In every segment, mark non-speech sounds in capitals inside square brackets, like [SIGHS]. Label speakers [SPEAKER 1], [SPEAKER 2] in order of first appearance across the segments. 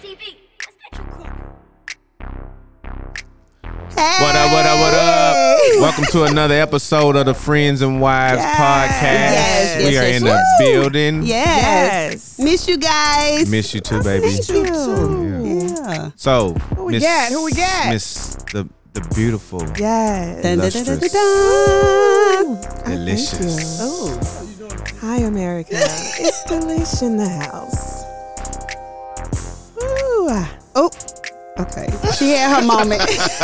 [SPEAKER 1] TV. Is that your cook?
[SPEAKER 2] What up, what up, what up? Welcome to another episode of the Friends and Wives
[SPEAKER 3] Yes.
[SPEAKER 2] podcast.
[SPEAKER 3] Yes, yes,
[SPEAKER 2] we are
[SPEAKER 3] yes,
[SPEAKER 2] in the
[SPEAKER 3] woo.
[SPEAKER 2] building.
[SPEAKER 3] Yes. Miss you guys.
[SPEAKER 2] Miss you too, baby.
[SPEAKER 3] Miss you too. Yeah.
[SPEAKER 2] So,
[SPEAKER 4] Who we got? Who we got?
[SPEAKER 2] Miss the the beautiful,
[SPEAKER 4] Yes.
[SPEAKER 3] Dun, dun, dun, dun, dun, dun.
[SPEAKER 2] delicious.
[SPEAKER 4] Oh. Hi, [LAUGHS] America. it's Delish in the house. Ooh. ah. Oh. Okay.
[SPEAKER 3] She had her
[SPEAKER 2] [LAUGHS]
[SPEAKER 3] moment.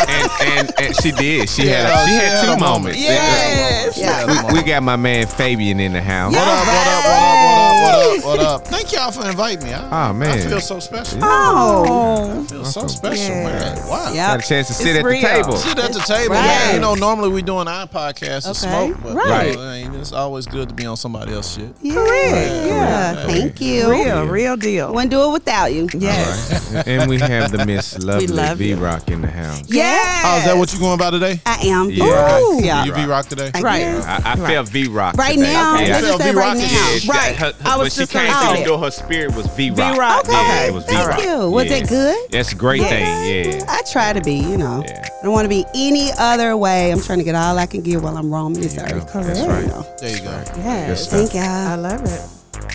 [SPEAKER 2] and, and and she did. She had
[SPEAKER 5] Yeah,
[SPEAKER 2] she,
[SPEAKER 5] she
[SPEAKER 2] had,
[SPEAKER 5] had
[SPEAKER 2] two
[SPEAKER 5] a moment.
[SPEAKER 2] moments. We, we got my man Fabian in the house.
[SPEAKER 5] What up, what up, what up, what up, what up, Ah, what up? Thank y'all for inviting me. I,
[SPEAKER 2] Oh, man.
[SPEAKER 5] I feel so special.
[SPEAKER 3] Oh.
[SPEAKER 5] I feel so special, man. Wow.
[SPEAKER 3] Yeah.
[SPEAKER 2] Got a chance to sit at
[SPEAKER 4] real.
[SPEAKER 2] the table.
[SPEAKER 5] Sit at the table.
[SPEAKER 3] Right.
[SPEAKER 5] man. You know, normally we doing our podcast and
[SPEAKER 3] Okay.
[SPEAKER 5] smoke, but
[SPEAKER 2] Right.
[SPEAKER 5] you know, I mean, it's always good to be on somebody else's shit.
[SPEAKER 3] Yeah. yeah. Thank you.
[SPEAKER 4] Real, real deal.
[SPEAKER 3] Wouldn't do it without you.
[SPEAKER 4] Yes.
[SPEAKER 2] and we have the Miss Lovely
[SPEAKER 4] love
[SPEAKER 2] V
[SPEAKER 4] you.
[SPEAKER 2] Rock in the house.
[SPEAKER 3] Yes.
[SPEAKER 5] Oh, is that what you going by today?
[SPEAKER 3] I am.
[SPEAKER 2] Yeah.
[SPEAKER 3] Ooh.
[SPEAKER 2] Yeah.
[SPEAKER 5] You be rock today?
[SPEAKER 3] Thank
[SPEAKER 4] Right.
[SPEAKER 3] you.
[SPEAKER 2] I, I felt V Rock
[SPEAKER 3] Right
[SPEAKER 2] today.
[SPEAKER 3] now.
[SPEAKER 2] Yeah.
[SPEAKER 3] Let's
[SPEAKER 5] I
[SPEAKER 3] just
[SPEAKER 5] felt
[SPEAKER 3] say right
[SPEAKER 5] V-Rock
[SPEAKER 3] now.
[SPEAKER 2] Yeah, she got
[SPEAKER 4] Right.
[SPEAKER 2] Her,
[SPEAKER 4] I
[SPEAKER 2] when
[SPEAKER 4] was
[SPEAKER 2] she
[SPEAKER 4] just
[SPEAKER 2] came
[SPEAKER 4] gonna
[SPEAKER 2] through
[SPEAKER 4] say
[SPEAKER 2] the
[SPEAKER 4] that.
[SPEAKER 2] door, her spirit was V Rock.
[SPEAKER 4] V-Rock.
[SPEAKER 2] Yeah,
[SPEAKER 4] Okay.
[SPEAKER 2] it was V
[SPEAKER 3] Thank
[SPEAKER 2] Rock.
[SPEAKER 3] you. Was it good?
[SPEAKER 2] That's a great thing. Yeah.
[SPEAKER 3] I try to be, you know.
[SPEAKER 2] Yeah.
[SPEAKER 3] I don't want to be any other way. I'm trying to get all I can get while I'm roaming this earth.
[SPEAKER 2] That's
[SPEAKER 3] You
[SPEAKER 2] right.
[SPEAKER 3] know.
[SPEAKER 5] There you go.
[SPEAKER 2] Yes,
[SPEAKER 4] Yes.
[SPEAKER 2] ma'am.
[SPEAKER 3] Thank
[SPEAKER 4] I
[SPEAKER 3] y'all.
[SPEAKER 4] love it.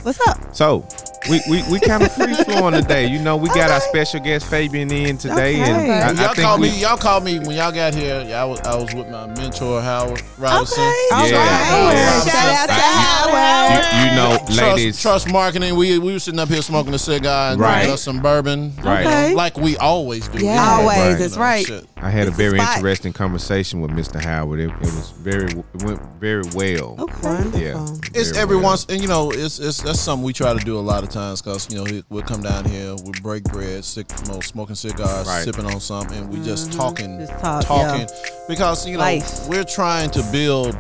[SPEAKER 3] What's up?
[SPEAKER 2] So we we, we kind of free flowing today. You know, we got our special guest Fabian in today,
[SPEAKER 4] Okay.
[SPEAKER 2] and I, I
[SPEAKER 5] Y'all
[SPEAKER 2] think
[SPEAKER 5] called
[SPEAKER 2] we,
[SPEAKER 5] me. Y'all called me when y'all got here. I was, I was with my mentor Howard Robinson.
[SPEAKER 2] Yeah, yeah.
[SPEAKER 3] Shout out to
[SPEAKER 2] Yeah.
[SPEAKER 3] Howard.
[SPEAKER 2] you, you know,
[SPEAKER 5] Trust,
[SPEAKER 2] ladies.
[SPEAKER 5] trust marketing. We we were sitting up here smoking a cigar and
[SPEAKER 2] Right.
[SPEAKER 5] drinking us some bourbon,
[SPEAKER 2] Right.
[SPEAKER 3] Okay.
[SPEAKER 5] Like we always do.
[SPEAKER 3] Yeah.
[SPEAKER 4] Always,
[SPEAKER 2] Right.
[SPEAKER 4] that's
[SPEAKER 5] You know,
[SPEAKER 4] right.
[SPEAKER 5] shit.
[SPEAKER 2] I had a
[SPEAKER 3] It's a
[SPEAKER 2] very
[SPEAKER 3] spot.
[SPEAKER 2] interesting conversation with Mr. Howard. It, it was very it went very well.
[SPEAKER 4] Wonderful.
[SPEAKER 2] Yeah,
[SPEAKER 5] It's
[SPEAKER 2] very
[SPEAKER 5] every
[SPEAKER 2] well.
[SPEAKER 5] once, and you know, it's it's that's something we try to do a lot of times because you know he- we'll come down here, we'll break bread, sick, you know, smoking cigars,
[SPEAKER 2] Right.
[SPEAKER 5] sipping on something, and we just talking,
[SPEAKER 3] Mm-hmm. Just talk,
[SPEAKER 5] talking,
[SPEAKER 3] yeah.
[SPEAKER 5] because you know
[SPEAKER 3] Life.
[SPEAKER 5] we're trying to build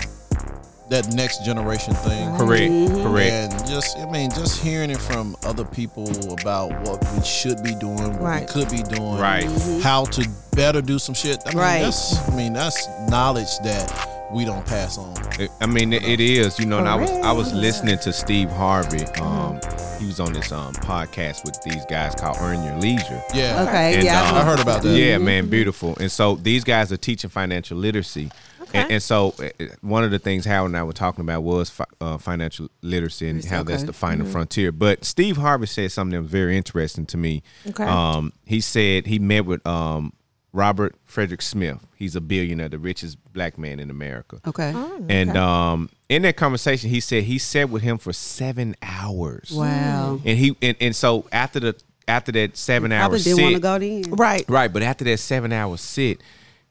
[SPEAKER 5] that next generation thing.
[SPEAKER 2] Correct, correct.
[SPEAKER 5] And just, I mean, just hearing it from other people about what we should be doing, what
[SPEAKER 4] Right. Mm-hmm.
[SPEAKER 5] we could be doing,
[SPEAKER 2] Right.
[SPEAKER 5] how to better do some shit. I mean,
[SPEAKER 3] Right.
[SPEAKER 5] that's, I mean, that's knowledge that we don't pass on.
[SPEAKER 2] It- I mean, it, it is. You know, and I was I was listening to Steve Harvey. Um, he was on this um podcast with these guys called Earn Your Leisure.
[SPEAKER 5] Yeah.
[SPEAKER 3] Okay,
[SPEAKER 2] And,
[SPEAKER 3] yeah.
[SPEAKER 2] um,
[SPEAKER 5] I heard about that.
[SPEAKER 2] Yeah, man, beautiful. And so these guys are teaching financial literacy. And, and so uh, uh, one of the things Howard and I were talking about was fi- uh, financial literacy and how that's the final frontier. But Steve Harvey said something that was very interesting to me.
[SPEAKER 4] Okay.
[SPEAKER 2] Um, he said he met with um, Robert Frederick Smith. He's a billionaire, the richest black man in America.
[SPEAKER 3] Mm, Okay.
[SPEAKER 2] And um, in that conversation, he said he sat with him for seven hours.
[SPEAKER 3] Wow.
[SPEAKER 2] And he and, and so after the after that seven hour
[SPEAKER 3] Probably
[SPEAKER 2] sit,
[SPEAKER 3] didn't want to go then.
[SPEAKER 4] Right.
[SPEAKER 2] Right, but after that seven hour sit,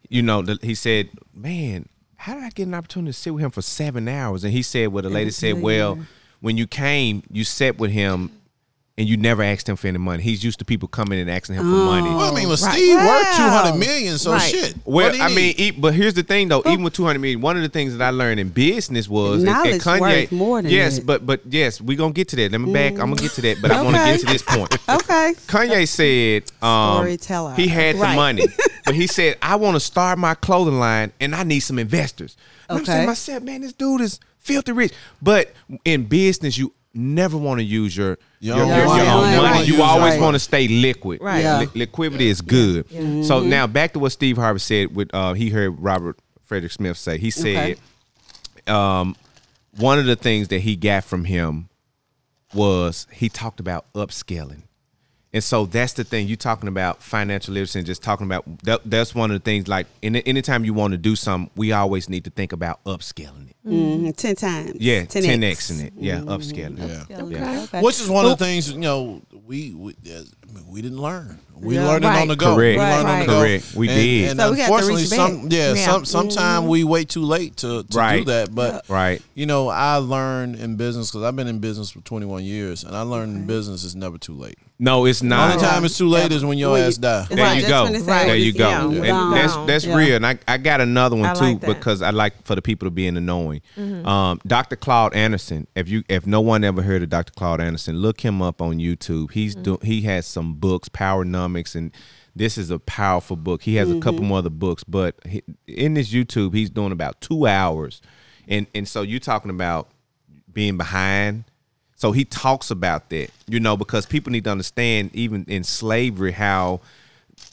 [SPEAKER 2] you know, the, he said, "Man, how did I get an opportunity to sit with him for seven hours?" And he said, "Well, the lady said, well, when you came, you sat with him." And you never asked him for any money. He's used to people coming and asking him for money.
[SPEAKER 3] Oh.
[SPEAKER 5] Well, I mean, well,
[SPEAKER 4] Right.
[SPEAKER 5] Steve worked two
[SPEAKER 4] Wow.
[SPEAKER 5] hundred million, so
[SPEAKER 4] Right.
[SPEAKER 5] shit. What
[SPEAKER 2] Well,
[SPEAKER 5] do you
[SPEAKER 2] I
[SPEAKER 5] need?
[SPEAKER 2] mean, e- but here's the thing though. even with 200 million, one of the things that I learned in business was and- and
[SPEAKER 3] Knowledge worth more than
[SPEAKER 2] yes,
[SPEAKER 3] that.
[SPEAKER 2] but but yes, we gonna get to that. Let me back. I'm gonna get to that, but I want to
[SPEAKER 3] Okay.
[SPEAKER 2] get to this point.
[SPEAKER 3] [LAUGHS] Okay.
[SPEAKER 2] Kanye said um,
[SPEAKER 3] Storyteller.
[SPEAKER 2] he had the
[SPEAKER 4] Right.
[SPEAKER 3] [LAUGHS]
[SPEAKER 2] money, but he said, I want to start my clothing line and I need some investors. And I'm saying
[SPEAKER 3] Okay.
[SPEAKER 2] to myself, man, this dude is filthy rich. But in business, you never want to use your, your, your,
[SPEAKER 5] You don't
[SPEAKER 2] your
[SPEAKER 3] wanna
[SPEAKER 2] own
[SPEAKER 3] use
[SPEAKER 2] money.
[SPEAKER 3] it.
[SPEAKER 2] You
[SPEAKER 3] Right.
[SPEAKER 2] always
[SPEAKER 3] Right.
[SPEAKER 2] want to stay liquid.
[SPEAKER 4] Right.
[SPEAKER 3] Yeah. Mm-hmm.
[SPEAKER 2] Li- liquidity is good. So now back to what Steve Harvey said. With uh, he heard Robert Frederick Smith say. He said,
[SPEAKER 3] Okay.
[SPEAKER 2] um, one of the things that he got from him was he talked about upscaling. And so that's the thing you're talking about financial literacy and just talking about that, that's one of the things like any, anytime you want to do something, we always need to think about upscaling it.
[SPEAKER 3] Mhm. Ten times.
[SPEAKER 2] Yeah, 10
[SPEAKER 3] X.
[SPEAKER 2] xing it. Yeah, upscaling it.
[SPEAKER 5] Yeah.
[SPEAKER 3] Okay. Okay.
[SPEAKER 5] Which is one of the things you know we we, uh, we didn't learn. We
[SPEAKER 4] Yeah.
[SPEAKER 5] learned it
[SPEAKER 4] Right.
[SPEAKER 5] on the go.
[SPEAKER 2] Correct.
[SPEAKER 5] We learned
[SPEAKER 4] Right.
[SPEAKER 5] on the
[SPEAKER 2] Correct.
[SPEAKER 5] Go.
[SPEAKER 2] We
[SPEAKER 5] and,
[SPEAKER 2] did.
[SPEAKER 5] And
[SPEAKER 3] So we got to
[SPEAKER 5] unfortunately,
[SPEAKER 3] reach Mm-hmm.
[SPEAKER 5] some yeah,
[SPEAKER 4] Yeah.
[SPEAKER 5] some sometime we wait too late to, to
[SPEAKER 2] Right.
[SPEAKER 5] do that. But
[SPEAKER 2] Right.
[SPEAKER 5] you know, I learned in business because I've been in business for 21 years, and I learned in business it's never too late.
[SPEAKER 2] No, it's
[SPEAKER 5] The only
[SPEAKER 2] not.
[SPEAKER 5] time it's too late is when your
[SPEAKER 3] Well,
[SPEAKER 5] ass
[SPEAKER 3] you-
[SPEAKER 5] die.
[SPEAKER 3] It's
[SPEAKER 2] There
[SPEAKER 3] Right,
[SPEAKER 2] you
[SPEAKER 3] that's
[SPEAKER 2] go.
[SPEAKER 3] when it's
[SPEAKER 4] Right.
[SPEAKER 2] There you go.
[SPEAKER 4] Yeah,
[SPEAKER 2] And
[SPEAKER 4] we're gone.
[SPEAKER 2] that's that's
[SPEAKER 3] Yeah.
[SPEAKER 2] real. And I, I got another one
[SPEAKER 4] I
[SPEAKER 2] too
[SPEAKER 4] like that.
[SPEAKER 2] because I like for the people to be in the knowing. Um, Dr. Claude Anderson. If you if no one ever heard of Dr. Claude Anderson, look him up on YouTube. He's do, he has some books, Power Nomics, and this is a powerful book. He has a couple more other books, but he, in this YouTube, he's doing about two hours, and and so you're talking about being behind. So he talks about that, you know, because people need to understand even in slavery how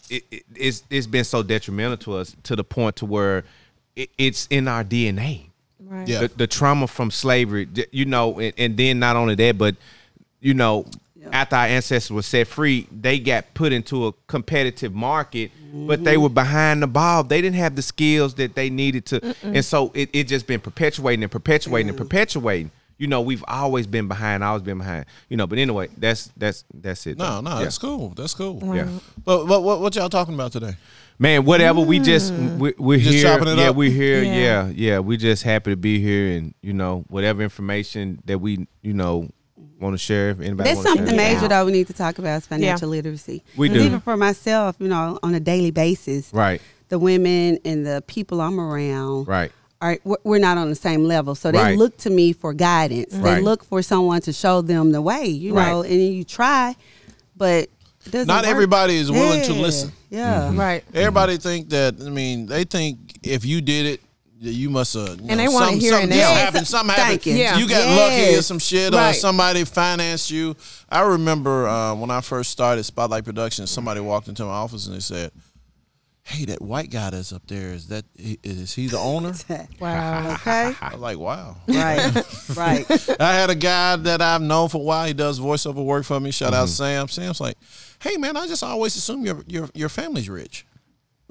[SPEAKER 2] it, it, it's it's been so detrimental to us to the point to where it, it's in our DNA.
[SPEAKER 4] Right.
[SPEAKER 5] Yeah.
[SPEAKER 2] The, the trauma from slavery, d- you know, and, and then not only that, but you know, after our ancestors were set free, they got put into a competitive market, but they were behind the ball. They didn't have the skills that they needed to, and so it it just been perpetuating and perpetuating and perpetuating. You know, we've always been behind. Always been behind. You know, but anyway, that's that's that's it.
[SPEAKER 5] No, no,
[SPEAKER 2] yeah.
[SPEAKER 5] that's cool. That's cool.
[SPEAKER 2] Yeah.
[SPEAKER 5] But, but what, what y'all talking about today?
[SPEAKER 2] man, whatever. We just we, we're
[SPEAKER 5] just
[SPEAKER 2] here.
[SPEAKER 5] chopping it
[SPEAKER 2] yeah,
[SPEAKER 5] up?
[SPEAKER 2] we're here.
[SPEAKER 4] Yeah.
[SPEAKER 2] Yeah. yeah, We just happy to be here, and you know, whatever information that we you know want to share. If anybody
[SPEAKER 3] There's
[SPEAKER 2] want to
[SPEAKER 3] something
[SPEAKER 2] share,
[SPEAKER 3] major though we need to talk about is financial
[SPEAKER 4] Yeah.
[SPEAKER 3] literacy.
[SPEAKER 2] We
[SPEAKER 3] And
[SPEAKER 2] do.
[SPEAKER 3] Even for myself, you know, on a daily basis,
[SPEAKER 2] Right,
[SPEAKER 3] the women and the people I'm around,
[SPEAKER 2] right,
[SPEAKER 3] are we're- we're not on the same level. So they
[SPEAKER 2] Right.
[SPEAKER 3] look to me for guidance. They
[SPEAKER 2] Right.
[SPEAKER 3] look for someone to show them the way, you
[SPEAKER 2] Right.
[SPEAKER 3] know, and you try, but it doesn't
[SPEAKER 5] Not
[SPEAKER 3] work.
[SPEAKER 5] everybody is willing to
[SPEAKER 3] Yeah,
[SPEAKER 5] listen.
[SPEAKER 3] Yeah.
[SPEAKER 4] Right.
[SPEAKER 5] Everybody think that. I mean, they think if you did it, that you must have.
[SPEAKER 4] And they wanna hear it
[SPEAKER 5] something,
[SPEAKER 4] now.
[SPEAKER 5] something
[SPEAKER 4] Yeah,
[SPEAKER 5] happened.
[SPEAKER 3] so-
[SPEAKER 5] Something
[SPEAKER 3] thank
[SPEAKER 5] happened.
[SPEAKER 3] you.
[SPEAKER 5] You got
[SPEAKER 3] Yeah.
[SPEAKER 5] lucky or
[SPEAKER 3] Yes.
[SPEAKER 5] some shit,
[SPEAKER 4] Right.
[SPEAKER 5] or somebody financed you. I remember uh, when I first started Spotlight Productions, somebody walked into my office and they said, "Hey, that white guy that's up there is that is he
[SPEAKER 4] [LAUGHS]
[SPEAKER 5] the owner?"
[SPEAKER 4] Wow.
[SPEAKER 3] Okay.
[SPEAKER 5] I was like, "Wow."
[SPEAKER 3] [LAUGHS] right. Right.
[SPEAKER 5] I had a guy that I've known for a while. He does voiceover work for me. Shout out Sam. Sam's like, "Hey man, I just always assume your your your family's rich."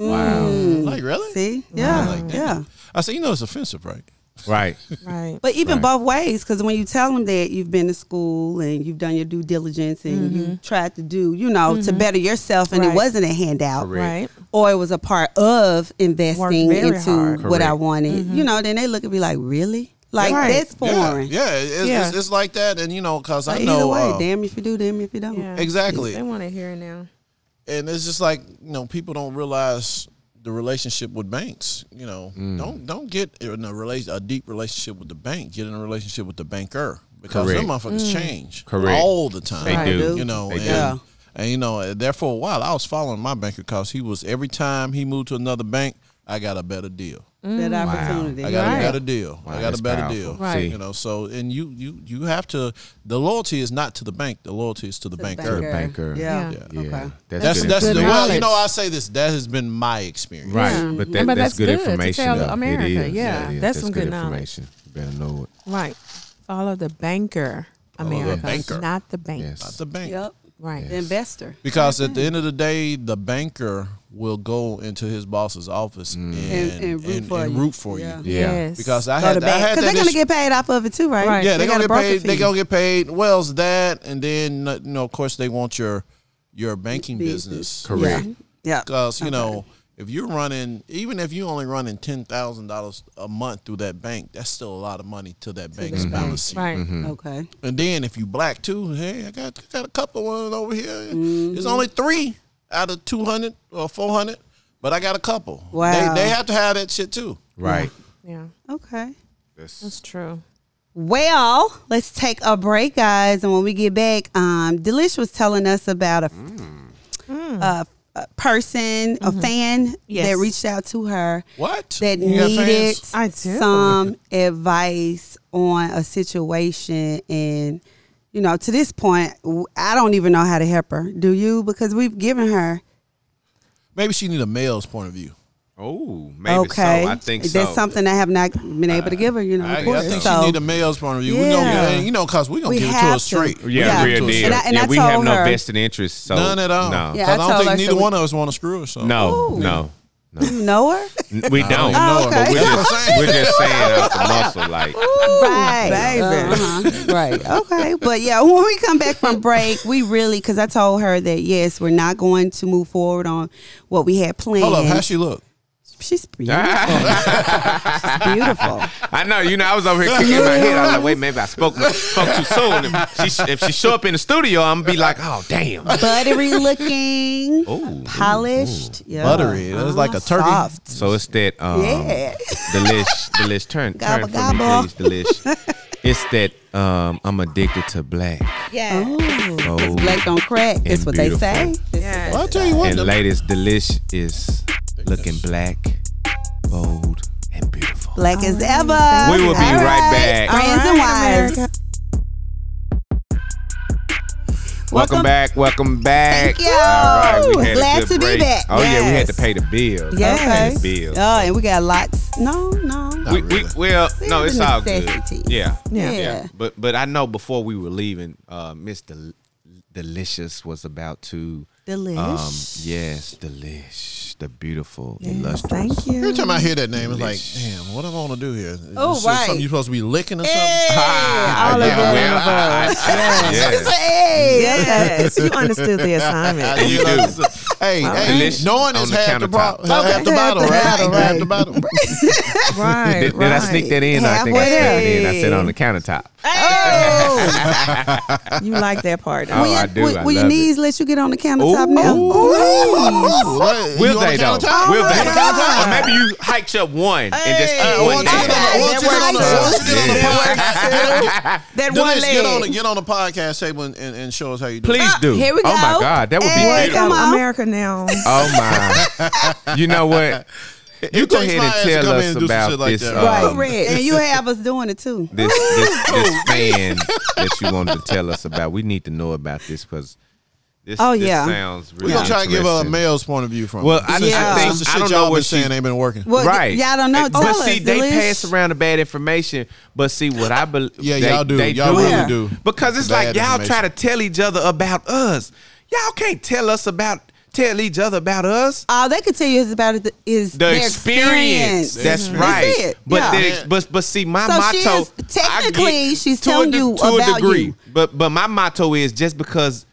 [SPEAKER 2] wow,
[SPEAKER 5] I'm like really?
[SPEAKER 3] See? Yeah.
[SPEAKER 5] Like,
[SPEAKER 3] yeah.
[SPEAKER 5] damn. I said, you know, it's offensive, right?
[SPEAKER 2] right,
[SPEAKER 4] Right.
[SPEAKER 3] But even both ways, because when you tell them that you've been to school and you've done your due diligence and you tried to do, you know, to better yourself, and it
[SPEAKER 4] Right.
[SPEAKER 3] wasn't a handout,
[SPEAKER 4] Right.
[SPEAKER 3] or it was a part of investing
[SPEAKER 4] very
[SPEAKER 3] into
[SPEAKER 4] hard. Mm-hmm.
[SPEAKER 3] what I
[SPEAKER 2] Correct.
[SPEAKER 3] wanted, you know, then they look at me like, really? Like
[SPEAKER 4] Right.
[SPEAKER 3] that's foreign.
[SPEAKER 5] Yeah, yeah, it's,
[SPEAKER 4] Yeah.
[SPEAKER 5] It's, it's like that, and you know, because
[SPEAKER 3] But
[SPEAKER 5] I
[SPEAKER 3] either
[SPEAKER 5] know,
[SPEAKER 3] way,
[SPEAKER 5] uh,
[SPEAKER 3] damn if you do, damn if you don't.
[SPEAKER 4] Yeah.
[SPEAKER 5] Exactly.
[SPEAKER 4] They want to hear it now.
[SPEAKER 5] and it's just like you know, people don't realize the relationship with banks. You know,
[SPEAKER 2] Mm.
[SPEAKER 5] don't don't get in a relation a deep relationship with the bank. Get in a relationship with the banker because them
[SPEAKER 2] Correct.
[SPEAKER 5] motherfuckers change
[SPEAKER 2] Correct.
[SPEAKER 5] all the time.
[SPEAKER 2] They
[SPEAKER 3] Mm. Right. do.
[SPEAKER 5] You know,
[SPEAKER 2] They
[SPEAKER 5] and,
[SPEAKER 2] do. Yeah.
[SPEAKER 5] and you know, and there for a while, I was following my banker because he was every time he moved to another bank, I got a better deal.
[SPEAKER 4] Mm-hmm.
[SPEAKER 3] That opportunity.
[SPEAKER 5] I got
[SPEAKER 4] Right.
[SPEAKER 5] a better deal. I got
[SPEAKER 2] that's
[SPEAKER 5] a better
[SPEAKER 2] powerful.
[SPEAKER 5] deal.
[SPEAKER 4] Right.
[SPEAKER 5] You know, so and you you you have to. The loyalty is not to the bank. The loyalty is to the banker.
[SPEAKER 2] the banker.
[SPEAKER 3] Yeah.
[SPEAKER 4] Yeah.
[SPEAKER 2] yeah.
[SPEAKER 3] Okay.
[SPEAKER 5] That's
[SPEAKER 2] good
[SPEAKER 5] that's the
[SPEAKER 4] good
[SPEAKER 2] information.
[SPEAKER 5] well.
[SPEAKER 4] knowledge.
[SPEAKER 5] You know, I say this. That has been my experience.
[SPEAKER 2] right,
[SPEAKER 4] Yeah.
[SPEAKER 2] but,
[SPEAKER 4] Mhm.
[SPEAKER 2] that,
[SPEAKER 4] But
[SPEAKER 2] that's,
[SPEAKER 4] that's
[SPEAKER 2] good,
[SPEAKER 4] good to
[SPEAKER 2] information.
[SPEAKER 4] tell
[SPEAKER 2] though. It
[SPEAKER 4] America.
[SPEAKER 2] is.
[SPEAKER 4] Yeah,
[SPEAKER 2] it is.
[SPEAKER 4] that's some
[SPEAKER 2] good
[SPEAKER 4] good knowledge.
[SPEAKER 2] information. You better know it.
[SPEAKER 4] Right. Follow the banker, America,
[SPEAKER 5] banker.
[SPEAKER 4] not the bank.
[SPEAKER 2] Yes.
[SPEAKER 5] Not the bank.
[SPEAKER 3] Yep.
[SPEAKER 4] Right.
[SPEAKER 3] The investor.
[SPEAKER 5] Because at the end of the day, the banker will go into his boss's office
[SPEAKER 2] Mm.
[SPEAKER 5] and,
[SPEAKER 3] And- and root
[SPEAKER 5] and-
[SPEAKER 3] for
[SPEAKER 5] and
[SPEAKER 3] you.
[SPEAKER 5] root for you.
[SPEAKER 3] Yeah.
[SPEAKER 2] Yeah,
[SPEAKER 4] Yes.
[SPEAKER 5] Because
[SPEAKER 3] Go
[SPEAKER 5] I
[SPEAKER 3] to
[SPEAKER 5] had, I
[SPEAKER 3] bank
[SPEAKER 5] had
[SPEAKER 3] because
[SPEAKER 5] that
[SPEAKER 3] they're gonna
[SPEAKER 5] issue.
[SPEAKER 3] get paid off of it too, right?
[SPEAKER 4] Right.
[SPEAKER 5] Yeah, they're
[SPEAKER 3] got
[SPEAKER 5] gonna
[SPEAKER 3] a
[SPEAKER 5] get
[SPEAKER 3] broker
[SPEAKER 5] paid. They're
[SPEAKER 3] fee.
[SPEAKER 5] gonna get paid. Wells that, and then you know, of course, they want your your banking
[SPEAKER 3] Business.
[SPEAKER 5] business.
[SPEAKER 2] correct.
[SPEAKER 3] Yeah.
[SPEAKER 5] Because you know, if you're running, even if you only running ten thousand dollars a month through that bank, that's still a lot of money to that bank's balance sheet.
[SPEAKER 4] Right.
[SPEAKER 3] Okay.
[SPEAKER 5] And then if you black too, hey, I got got a couple of over here. There's only three out of two hundred or four hundred, but I got a couple.
[SPEAKER 3] Wow.
[SPEAKER 5] They, they have to have that shit too.
[SPEAKER 2] Right.
[SPEAKER 4] Yeah.
[SPEAKER 3] Okay.
[SPEAKER 4] That's true.
[SPEAKER 3] Well, let's take a break, guys, and when we get back, um, Delish was telling us about a, a, a person, a fan
[SPEAKER 4] Mm. Mm-hmm. Yes.
[SPEAKER 3] that reached out to her
[SPEAKER 5] What?
[SPEAKER 3] that
[SPEAKER 5] You got
[SPEAKER 3] needed
[SPEAKER 5] fans?
[SPEAKER 4] I do.
[SPEAKER 3] some advice on a situation, and you know, to this point, w- I don't even know how to help her. Do you? Because we've given her.
[SPEAKER 5] Maybe she need a male's point of view.
[SPEAKER 2] Oh, maybe
[SPEAKER 3] okay,
[SPEAKER 2] so. I think so.
[SPEAKER 3] that's something I have not been able to give her. You know,
[SPEAKER 5] I,
[SPEAKER 3] of
[SPEAKER 5] I
[SPEAKER 3] course.
[SPEAKER 5] think
[SPEAKER 3] so,
[SPEAKER 5] she need a male's point of view. We
[SPEAKER 3] Yeah.
[SPEAKER 5] gonna, and, you know, cause we gonna
[SPEAKER 3] We
[SPEAKER 5] give it to
[SPEAKER 3] have
[SPEAKER 5] her
[SPEAKER 3] to.
[SPEAKER 5] straight. We
[SPEAKER 3] Yeah.
[SPEAKER 2] Yeah,
[SPEAKER 5] give it
[SPEAKER 2] real
[SPEAKER 5] to her
[SPEAKER 2] deal.
[SPEAKER 3] And I-
[SPEAKER 5] straight.
[SPEAKER 3] and
[SPEAKER 2] yeah,
[SPEAKER 3] I
[SPEAKER 2] we
[SPEAKER 3] told
[SPEAKER 2] have no
[SPEAKER 3] her-
[SPEAKER 2] vested interest. So
[SPEAKER 5] None at all.
[SPEAKER 2] No,
[SPEAKER 3] Yeah, I
[SPEAKER 5] Cause I,
[SPEAKER 3] told
[SPEAKER 5] don't
[SPEAKER 3] her
[SPEAKER 5] think neither
[SPEAKER 3] so we-
[SPEAKER 5] one of us want to screw her. So
[SPEAKER 2] no, no, no.
[SPEAKER 3] you know her,
[SPEAKER 5] [LAUGHS]
[SPEAKER 2] We don't.
[SPEAKER 5] I
[SPEAKER 3] don't know her, but
[SPEAKER 2] Oh, But
[SPEAKER 5] [LAUGHS]
[SPEAKER 3] we're
[SPEAKER 2] we're
[SPEAKER 5] just-
[SPEAKER 2] just, we're just saying out the muscle, like [LAUGHS]
[SPEAKER 3] right,
[SPEAKER 4] Baby.
[SPEAKER 3] [LAUGHS] Uh-huh. right. Okay. But yeah, when we come back from break, we really because I told her that yes, we're not going to move forward on what we had planned.
[SPEAKER 5] Hold up, how she look?
[SPEAKER 3] She's beautiful. She's
[SPEAKER 2] [LAUGHS]
[SPEAKER 3] beautiful.
[SPEAKER 2] I know, you know, I was over here kicking my head. I was like, wait, maybe I spoke spoke too soon. If she, if she show up in the studio, I'm gonna be like, oh damn.
[SPEAKER 3] Buttery looking,
[SPEAKER 2] Ooh,
[SPEAKER 3] polished, yeah.
[SPEAKER 5] Buttery. That's like a turkey.
[SPEAKER 3] Soft.
[SPEAKER 2] So it's that um,
[SPEAKER 3] Yeah.
[SPEAKER 2] delish, delish. Turn, turn
[SPEAKER 3] Gobble,
[SPEAKER 2] for
[SPEAKER 3] gobble.
[SPEAKER 2] me, please, delish. It's that um, I'm addicted to black.
[SPEAKER 3] Yeah. Oh.
[SPEAKER 2] Oh,
[SPEAKER 3] Black on crack. That's
[SPEAKER 2] And
[SPEAKER 3] what they say.
[SPEAKER 2] beautiful.
[SPEAKER 4] Yeah.
[SPEAKER 5] Well, I tell you what,
[SPEAKER 2] and
[SPEAKER 5] the-
[SPEAKER 2] ladies, delish is looking black, bold, and beautiful.
[SPEAKER 3] Black as ever.
[SPEAKER 2] We will be
[SPEAKER 3] All
[SPEAKER 2] right back.
[SPEAKER 3] Friends and
[SPEAKER 4] All right,
[SPEAKER 3] wives.
[SPEAKER 4] America.
[SPEAKER 2] Welcome back. Welcome back.
[SPEAKER 3] Thank you.
[SPEAKER 2] All right, we had a
[SPEAKER 3] Glad
[SPEAKER 2] good
[SPEAKER 3] to be
[SPEAKER 2] break.
[SPEAKER 3] back.
[SPEAKER 2] Oh yeah, we had to
[SPEAKER 3] Yes.
[SPEAKER 2] pay the bills.
[SPEAKER 3] Yes.
[SPEAKER 2] We had to pay the bills.
[SPEAKER 3] Oh, and we got lots. No, no.
[SPEAKER 2] we, we,
[SPEAKER 5] really.
[SPEAKER 2] well, no,
[SPEAKER 3] There's
[SPEAKER 2] it's
[SPEAKER 3] a
[SPEAKER 2] all good.
[SPEAKER 3] necessity.
[SPEAKER 2] Yeah.
[SPEAKER 4] Yeah.
[SPEAKER 3] Yeah.
[SPEAKER 2] But but I know before we were leaving, uh, Miss Del- Delicious was about to
[SPEAKER 3] Delish.
[SPEAKER 2] um yes, Delish, the beautiful,
[SPEAKER 4] Yes,
[SPEAKER 2] illustrious. [LAUGHS]
[SPEAKER 4] thank you.
[SPEAKER 5] Every time I hear that name, it's like, damn, what am I going to do here? Is
[SPEAKER 3] Oh,
[SPEAKER 5] this
[SPEAKER 3] right.
[SPEAKER 5] Something you supposed to be licking or something?
[SPEAKER 2] Ah,
[SPEAKER 3] all of
[SPEAKER 2] yeah,
[SPEAKER 3] the
[SPEAKER 2] well, I- I- I- [LAUGHS] yes.
[SPEAKER 3] Hey.
[SPEAKER 4] Yes, you understood the
[SPEAKER 5] I
[SPEAKER 4] assignment.
[SPEAKER 5] did.
[SPEAKER 2] do.
[SPEAKER 5] I was- hey, hey,
[SPEAKER 2] Delicious
[SPEAKER 5] knowing
[SPEAKER 2] on
[SPEAKER 5] is
[SPEAKER 2] the
[SPEAKER 5] half the,
[SPEAKER 2] countertop.
[SPEAKER 5] bottle, half the
[SPEAKER 4] Okay.
[SPEAKER 5] bottle, right?
[SPEAKER 4] Half the bottle,
[SPEAKER 5] Half the bottle.
[SPEAKER 4] [LAUGHS] right.
[SPEAKER 2] Did, did I sneak that in? I think I snuck it in. I said on the countertop.
[SPEAKER 3] Oh.
[SPEAKER 4] in? You like that part?
[SPEAKER 2] Oh,
[SPEAKER 3] Will your-
[SPEAKER 2] I do.
[SPEAKER 3] Will,
[SPEAKER 2] I
[SPEAKER 3] will your
[SPEAKER 2] love it.
[SPEAKER 3] knees let you get on the countertop
[SPEAKER 2] Ooh.
[SPEAKER 3] now?
[SPEAKER 5] Ooh, what?
[SPEAKER 2] Will
[SPEAKER 5] You on
[SPEAKER 2] they
[SPEAKER 5] the
[SPEAKER 2] though?
[SPEAKER 5] countertop?
[SPEAKER 2] Will
[SPEAKER 5] You
[SPEAKER 2] they?
[SPEAKER 5] on the countertop?
[SPEAKER 2] Or maybe you hiked up one and just
[SPEAKER 5] Hey,
[SPEAKER 2] keep
[SPEAKER 5] once
[SPEAKER 2] one
[SPEAKER 5] you get
[SPEAKER 2] down.
[SPEAKER 5] on the- once you get on the-
[SPEAKER 3] That
[SPEAKER 5] once
[SPEAKER 4] That one
[SPEAKER 2] works.
[SPEAKER 5] you get on the podcast, get on the- Denise, Get on, the,
[SPEAKER 4] leg.
[SPEAKER 5] get on the podcast table and, and, and show us how you do. it.
[SPEAKER 2] Please do.
[SPEAKER 3] here we
[SPEAKER 2] Oh my
[SPEAKER 3] go.
[SPEAKER 2] God, that would be
[SPEAKER 3] Hey,
[SPEAKER 2] beautiful.
[SPEAKER 3] come on.
[SPEAKER 4] America now.
[SPEAKER 2] Oh my! you know what? You
[SPEAKER 5] It
[SPEAKER 2] go
[SPEAKER 5] takes
[SPEAKER 2] ahead and
[SPEAKER 5] my ass to
[SPEAKER 2] tell
[SPEAKER 5] come in
[SPEAKER 2] us
[SPEAKER 5] and do some
[SPEAKER 2] about
[SPEAKER 5] shit like
[SPEAKER 2] this,
[SPEAKER 5] that.
[SPEAKER 2] uh,
[SPEAKER 3] Right.
[SPEAKER 2] Um,
[SPEAKER 3] Correct. And you have us doing it too.
[SPEAKER 2] this this, this fan that you wanted to tell us about. We need to know about this because this,
[SPEAKER 3] Oh,
[SPEAKER 2] this
[SPEAKER 3] yeah.
[SPEAKER 2] sounds really
[SPEAKER 5] We're gonna try to give a
[SPEAKER 2] interesting.
[SPEAKER 5] male's point of view from.
[SPEAKER 2] Well,
[SPEAKER 5] it.
[SPEAKER 2] I,
[SPEAKER 5] Since-
[SPEAKER 3] Yeah.
[SPEAKER 2] I think
[SPEAKER 5] since the
[SPEAKER 2] I
[SPEAKER 5] shit
[SPEAKER 2] don't
[SPEAKER 5] y'all
[SPEAKER 2] know
[SPEAKER 5] been
[SPEAKER 2] what she
[SPEAKER 5] saying ain't been working.
[SPEAKER 3] Well, y-
[SPEAKER 2] right.
[SPEAKER 3] y'all don't know.
[SPEAKER 2] But
[SPEAKER 3] Tell
[SPEAKER 2] see,
[SPEAKER 3] us,
[SPEAKER 2] they
[SPEAKER 3] Delish.
[SPEAKER 2] pass around the bad information. But see, what I believe,
[SPEAKER 5] Yeah,
[SPEAKER 2] they,
[SPEAKER 5] y'all do.
[SPEAKER 2] They
[SPEAKER 5] Y'all
[SPEAKER 2] do
[SPEAKER 5] really
[SPEAKER 2] it.
[SPEAKER 5] do.
[SPEAKER 2] Because it's like
[SPEAKER 5] Bad
[SPEAKER 2] y'all try
[SPEAKER 5] information.
[SPEAKER 2] to tell each other about us. Y'all can't tell us about tell each other about us.
[SPEAKER 3] All they could tell you is about it is
[SPEAKER 2] The
[SPEAKER 3] their
[SPEAKER 2] experience.
[SPEAKER 3] experience.
[SPEAKER 2] That's
[SPEAKER 3] Mhm.
[SPEAKER 2] right.
[SPEAKER 3] it.
[SPEAKER 2] But
[SPEAKER 3] Yeah.
[SPEAKER 2] the- but but see, my
[SPEAKER 3] So
[SPEAKER 2] motto.
[SPEAKER 3] she is-
[SPEAKER 2] I
[SPEAKER 3] technically,
[SPEAKER 2] get-
[SPEAKER 3] she's
[SPEAKER 2] to a
[SPEAKER 3] telling
[SPEAKER 2] de-
[SPEAKER 3] you
[SPEAKER 2] to a
[SPEAKER 3] about
[SPEAKER 2] degree.
[SPEAKER 3] you.
[SPEAKER 2] But but my motto is just because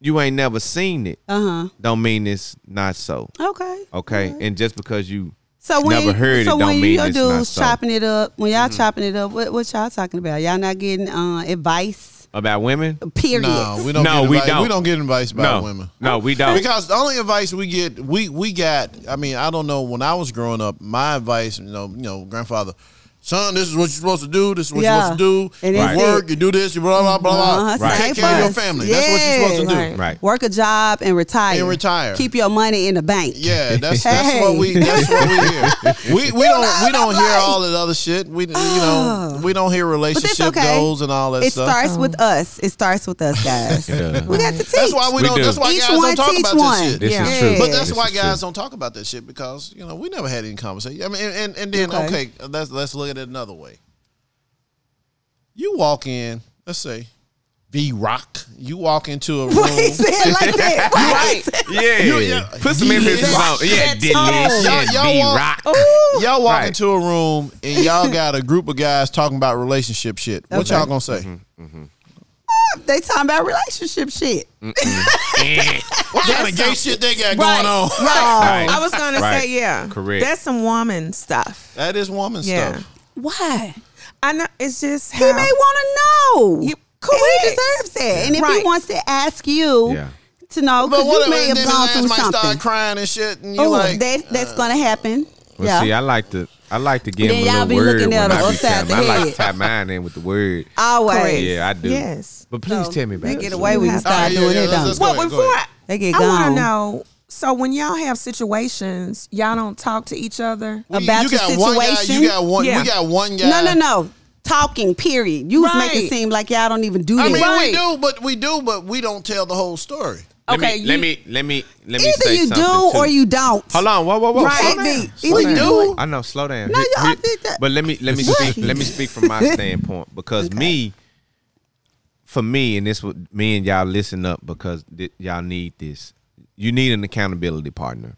[SPEAKER 2] you ain't never seen it,
[SPEAKER 3] Uh
[SPEAKER 2] don't mean it's not so.
[SPEAKER 3] huh. Okay.
[SPEAKER 2] Okay, and just because you
[SPEAKER 3] Mm-hmm. So when
[SPEAKER 2] never heard
[SPEAKER 3] so
[SPEAKER 2] it, don't
[SPEAKER 3] when
[SPEAKER 2] mean
[SPEAKER 3] your
[SPEAKER 2] it's not
[SPEAKER 3] dudes
[SPEAKER 2] so.
[SPEAKER 3] chopping it up, when y'all chopping it up, what, what y'all talking about? Y'all not getting uh, advice.
[SPEAKER 2] about women.
[SPEAKER 3] Period.
[SPEAKER 5] No, we don't.
[SPEAKER 2] No,
[SPEAKER 5] get
[SPEAKER 2] we
[SPEAKER 5] advice.
[SPEAKER 2] don't.
[SPEAKER 5] We don't get advice by
[SPEAKER 2] No,
[SPEAKER 5] women.
[SPEAKER 2] no, we don't.
[SPEAKER 5] Because the only advice we get, we we got. I mean, I don't know. When I was growing up, my advice, you know, you know, grandfather, son, this is what you're supposed to do. This is what
[SPEAKER 3] Yeah.
[SPEAKER 5] you're supposed to do.
[SPEAKER 3] And
[SPEAKER 5] you
[SPEAKER 3] that's
[SPEAKER 5] work,
[SPEAKER 3] it.
[SPEAKER 5] you do this, you blah blah blah
[SPEAKER 3] Uh-huh,
[SPEAKER 5] blah. You
[SPEAKER 3] same
[SPEAKER 5] Take care of your
[SPEAKER 3] us.
[SPEAKER 5] family. That's what you're supposed to do.
[SPEAKER 4] Yeah.
[SPEAKER 2] Right.
[SPEAKER 3] Work a job and retire.
[SPEAKER 5] And retire.
[SPEAKER 3] Keep your money in the bank.
[SPEAKER 5] Yeah, that's that's what we
[SPEAKER 3] Hey.
[SPEAKER 5] that's
[SPEAKER 3] [LAUGHS]
[SPEAKER 5] what we hear. We we don't we don't hear all that other shit. We you know we don't hear
[SPEAKER 3] Oh. But that's
[SPEAKER 5] relationship
[SPEAKER 3] okay.
[SPEAKER 5] goals and all that
[SPEAKER 3] it
[SPEAKER 5] stuff.
[SPEAKER 3] starts with us. It starts with us, guys. We got to teach.
[SPEAKER 5] That's why we,
[SPEAKER 2] We
[SPEAKER 5] don't.
[SPEAKER 2] do.
[SPEAKER 5] That's why
[SPEAKER 3] Each
[SPEAKER 5] guys
[SPEAKER 3] one
[SPEAKER 5] don't talk
[SPEAKER 3] teach
[SPEAKER 5] about
[SPEAKER 3] one.
[SPEAKER 5] this shit.
[SPEAKER 2] This
[SPEAKER 4] Yeah.
[SPEAKER 2] is true.
[SPEAKER 5] But that's
[SPEAKER 2] This
[SPEAKER 5] why
[SPEAKER 2] is
[SPEAKER 5] guys
[SPEAKER 2] true.
[SPEAKER 5] don't talk about that shit because you know we never had any conversation. I mean, and, and, and then okay.
[SPEAKER 3] Okay.
[SPEAKER 5] let's let's look at it another way. You walk in, let's say, V Rock. You walk into
[SPEAKER 3] [LAUGHS]
[SPEAKER 5] a
[SPEAKER 3] [LAUGHS]
[SPEAKER 5] room.
[SPEAKER 3] Why he said it like
[SPEAKER 5] [LAUGHS]
[SPEAKER 3] that? Right.
[SPEAKER 2] Yeah.
[SPEAKER 5] yeah.
[SPEAKER 2] Put some emphasis on.
[SPEAKER 5] Rock.
[SPEAKER 2] Yeah,
[SPEAKER 3] That's
[SPEAKER 2] Delish
[SPEAKER 5] all.
[SPEAKER 2] and
[SPEAKER 5] Y'all- y'all
[SPEAKER 2] B
[SPEAKER 5] want-
[SPEAKER 2] Rock.
[SPEAKER 5] Y'all walk
[SPEAKER 2] Right.
[SPEAKER 5] into a room and y'all got a group of guys talking about relationship shit. What
[SPEAKER 3] Okay.
[SPEAKER 5] y'all gonna say?
[SPEAKER 3] They talking about relationship shit.
[SPEAKER 5] Mm.
[SPEAKER 3] [LAUGHS]
[SPEAKER 5] What kind of gay shit they got going on?
[SPEAKER 4] Right.
[SPEAKER 2] Right.
[SPEAKER 4] I was gonna
[SPEAKER 2] Right.
[SPEAKER 4] say yeah.
[SPEAKER 2] Correct.
[SPEAKER 4] That's some woman stuff.
[SPEAKER 5] That is woman
[SPEAKER 4] Yeah.
[SPEAKER 5] stuff.
[SPEAKER 3] Why?
[SPEAKER 4] I know. It's just
[SPEAKER 3] He
[SPEAKER 4] how.
[SPEAKER 3] may want to know.
[SPEAKER 4] You-
[SPEAKER 3] Correct. He
[SPEAKER 4] correct.
[SPEAKER 3] deserves that. And if he
[SPEAKER 4] Right.
[SPEAKER 3] wants to ask you
[SPEAKER 2] Yeah.
[SPEAKER 3] to know,
[SPEAKER 5] But
[SPEAKER 3] because
[SPEAKER 5] what
[SPEAKER 3] you
[SPEAKER 5] if
[SPEAKER 3] may
[SPEAKER 5] then
[SPEAKER 3] have
[SPEAKER 5] his
[SPEAKER 3] gone
[SPEAKER 5] ass
[SPEAKER 3] through
[SPEAKER 5] might start
[SPEAKER 3] something.
[SPEAKER 5] crying and shit, and you
[SPEAKER 3] Oh,
[SPEAKER 5] like uh,
[SPEAKER 3] that, that's going to happen. yeah.
[SPEAKER 2] Well, see, I like to I like to give
[SPEAKER 3] Then
[SPEAKER 2] him a
[SPEAKER 3] y'all
[SPEAKER 2] little
[SPEAKER 3] be
[SPEAKER 2] word
[SPEAKER 3] looking
[SPEAKER 2] when
[SPEAKER 3] at
[SPEAKER 2] I
[SPEAKER 3] him
[SPEAKER 2] be
[SPEAKER 3] upside
[SPEAKER 2] telling
[SPEAKER 3] the
[SPEAKER 2] him. I like
[SPEAKER 3] head.
[SPEAKER 2] to tie mine in with the word.
[SPEAKER 3] Always.
[SPEAKER 2] Yeah, I do.
[SPEAKER 4] Yes.
[SPEAKER 2] But please
[SPEAKER 3] So,
[SPEAKER 2] tell me about
[SPEAKER 3] They
[SPEAKER 2] it.
[SPEAKER 3] get away when you
[SPEAKER 4] have-
[SPEAKER 3] start
[SPEAKER 5] Yeah,
[SPEAKER 3] doing
[SPEAKER 5] yeah,
[SPEAKER 3] it,
[SPEAKER 5] let's-
[SPEAKER 3] don't you?
[SPEAKER 5] let's go
[SPEAKER 4] Well,
[SPEAKER 5] ahead,
[SPEAKER 4] before
[SPEAKER 5] ahead.
[SPEAKER 4] I,
[SPEAKER 3] They get
[SPEAKER 4] I want
[SPEAKER 3] gone.
[SPEAKER 4] to know. So when y'all have situations, y'all don't talk to each other.
[SPEAKER 5] We-
[SPEAKER 3] about
[SPEAKER 5] you
[SPEAKER 3] the
[SPEAKER 5] got One guy,
[SPEAKER 3] situation.
[SPEAKER 5] you got one.
[SPEAKER 4] Yeah.
[SPEAKER 5] We got one guy.
[SPEAKER 3] No, no, no. Talking, period. You was making it
[SPEAKER 4] Right.
[SPEAKER 3] seem like y'all don't even do that.
[SPEAKER 5] I mean,
[SPEAKER 4] Right.
[SPEAKER 5] we do, but we do, but we don't tell the whole story.
[SPEAKER 2] Let
[SPEAKER 4] Okay,
[SPEAKER 2] me,
[SPEAKER 4] you-
[SPEAKER 2] let me let me let me
[SPEAKER 3] Either
[SPEAKER 2] say
[SPEAKER 3] you do
[SPEAKER 2] something too.
[SPEAKER 3] or you don't.
[SPEAKER 2] Hold on, whoa, whoa, whoa.
[SPEAKER 3] Right.
[SPEAKER 2] Slow
[SPEAKER 3] Either-
[SPEAKER 2] down. Slow
[SPEAKER 3] either you
[SPEAKER 2] down.
[SPEAKER 3] do it-
[SPEAKER 2] I know, slow down.
[SPEAKER 3] No,
[SPEAKER 2] Here-
[SPEAKER 3] y'all
[SPEAKER 2] here-
[SPEAKER 3] did that.
[SPEAKER 2] But let me let me
[SPEAKER 3] What?
[SPEAKER 2] speak let me speak from my standpoint because me for me and this would me and y'all listen up because th- y'all need this. You need an accountability partner.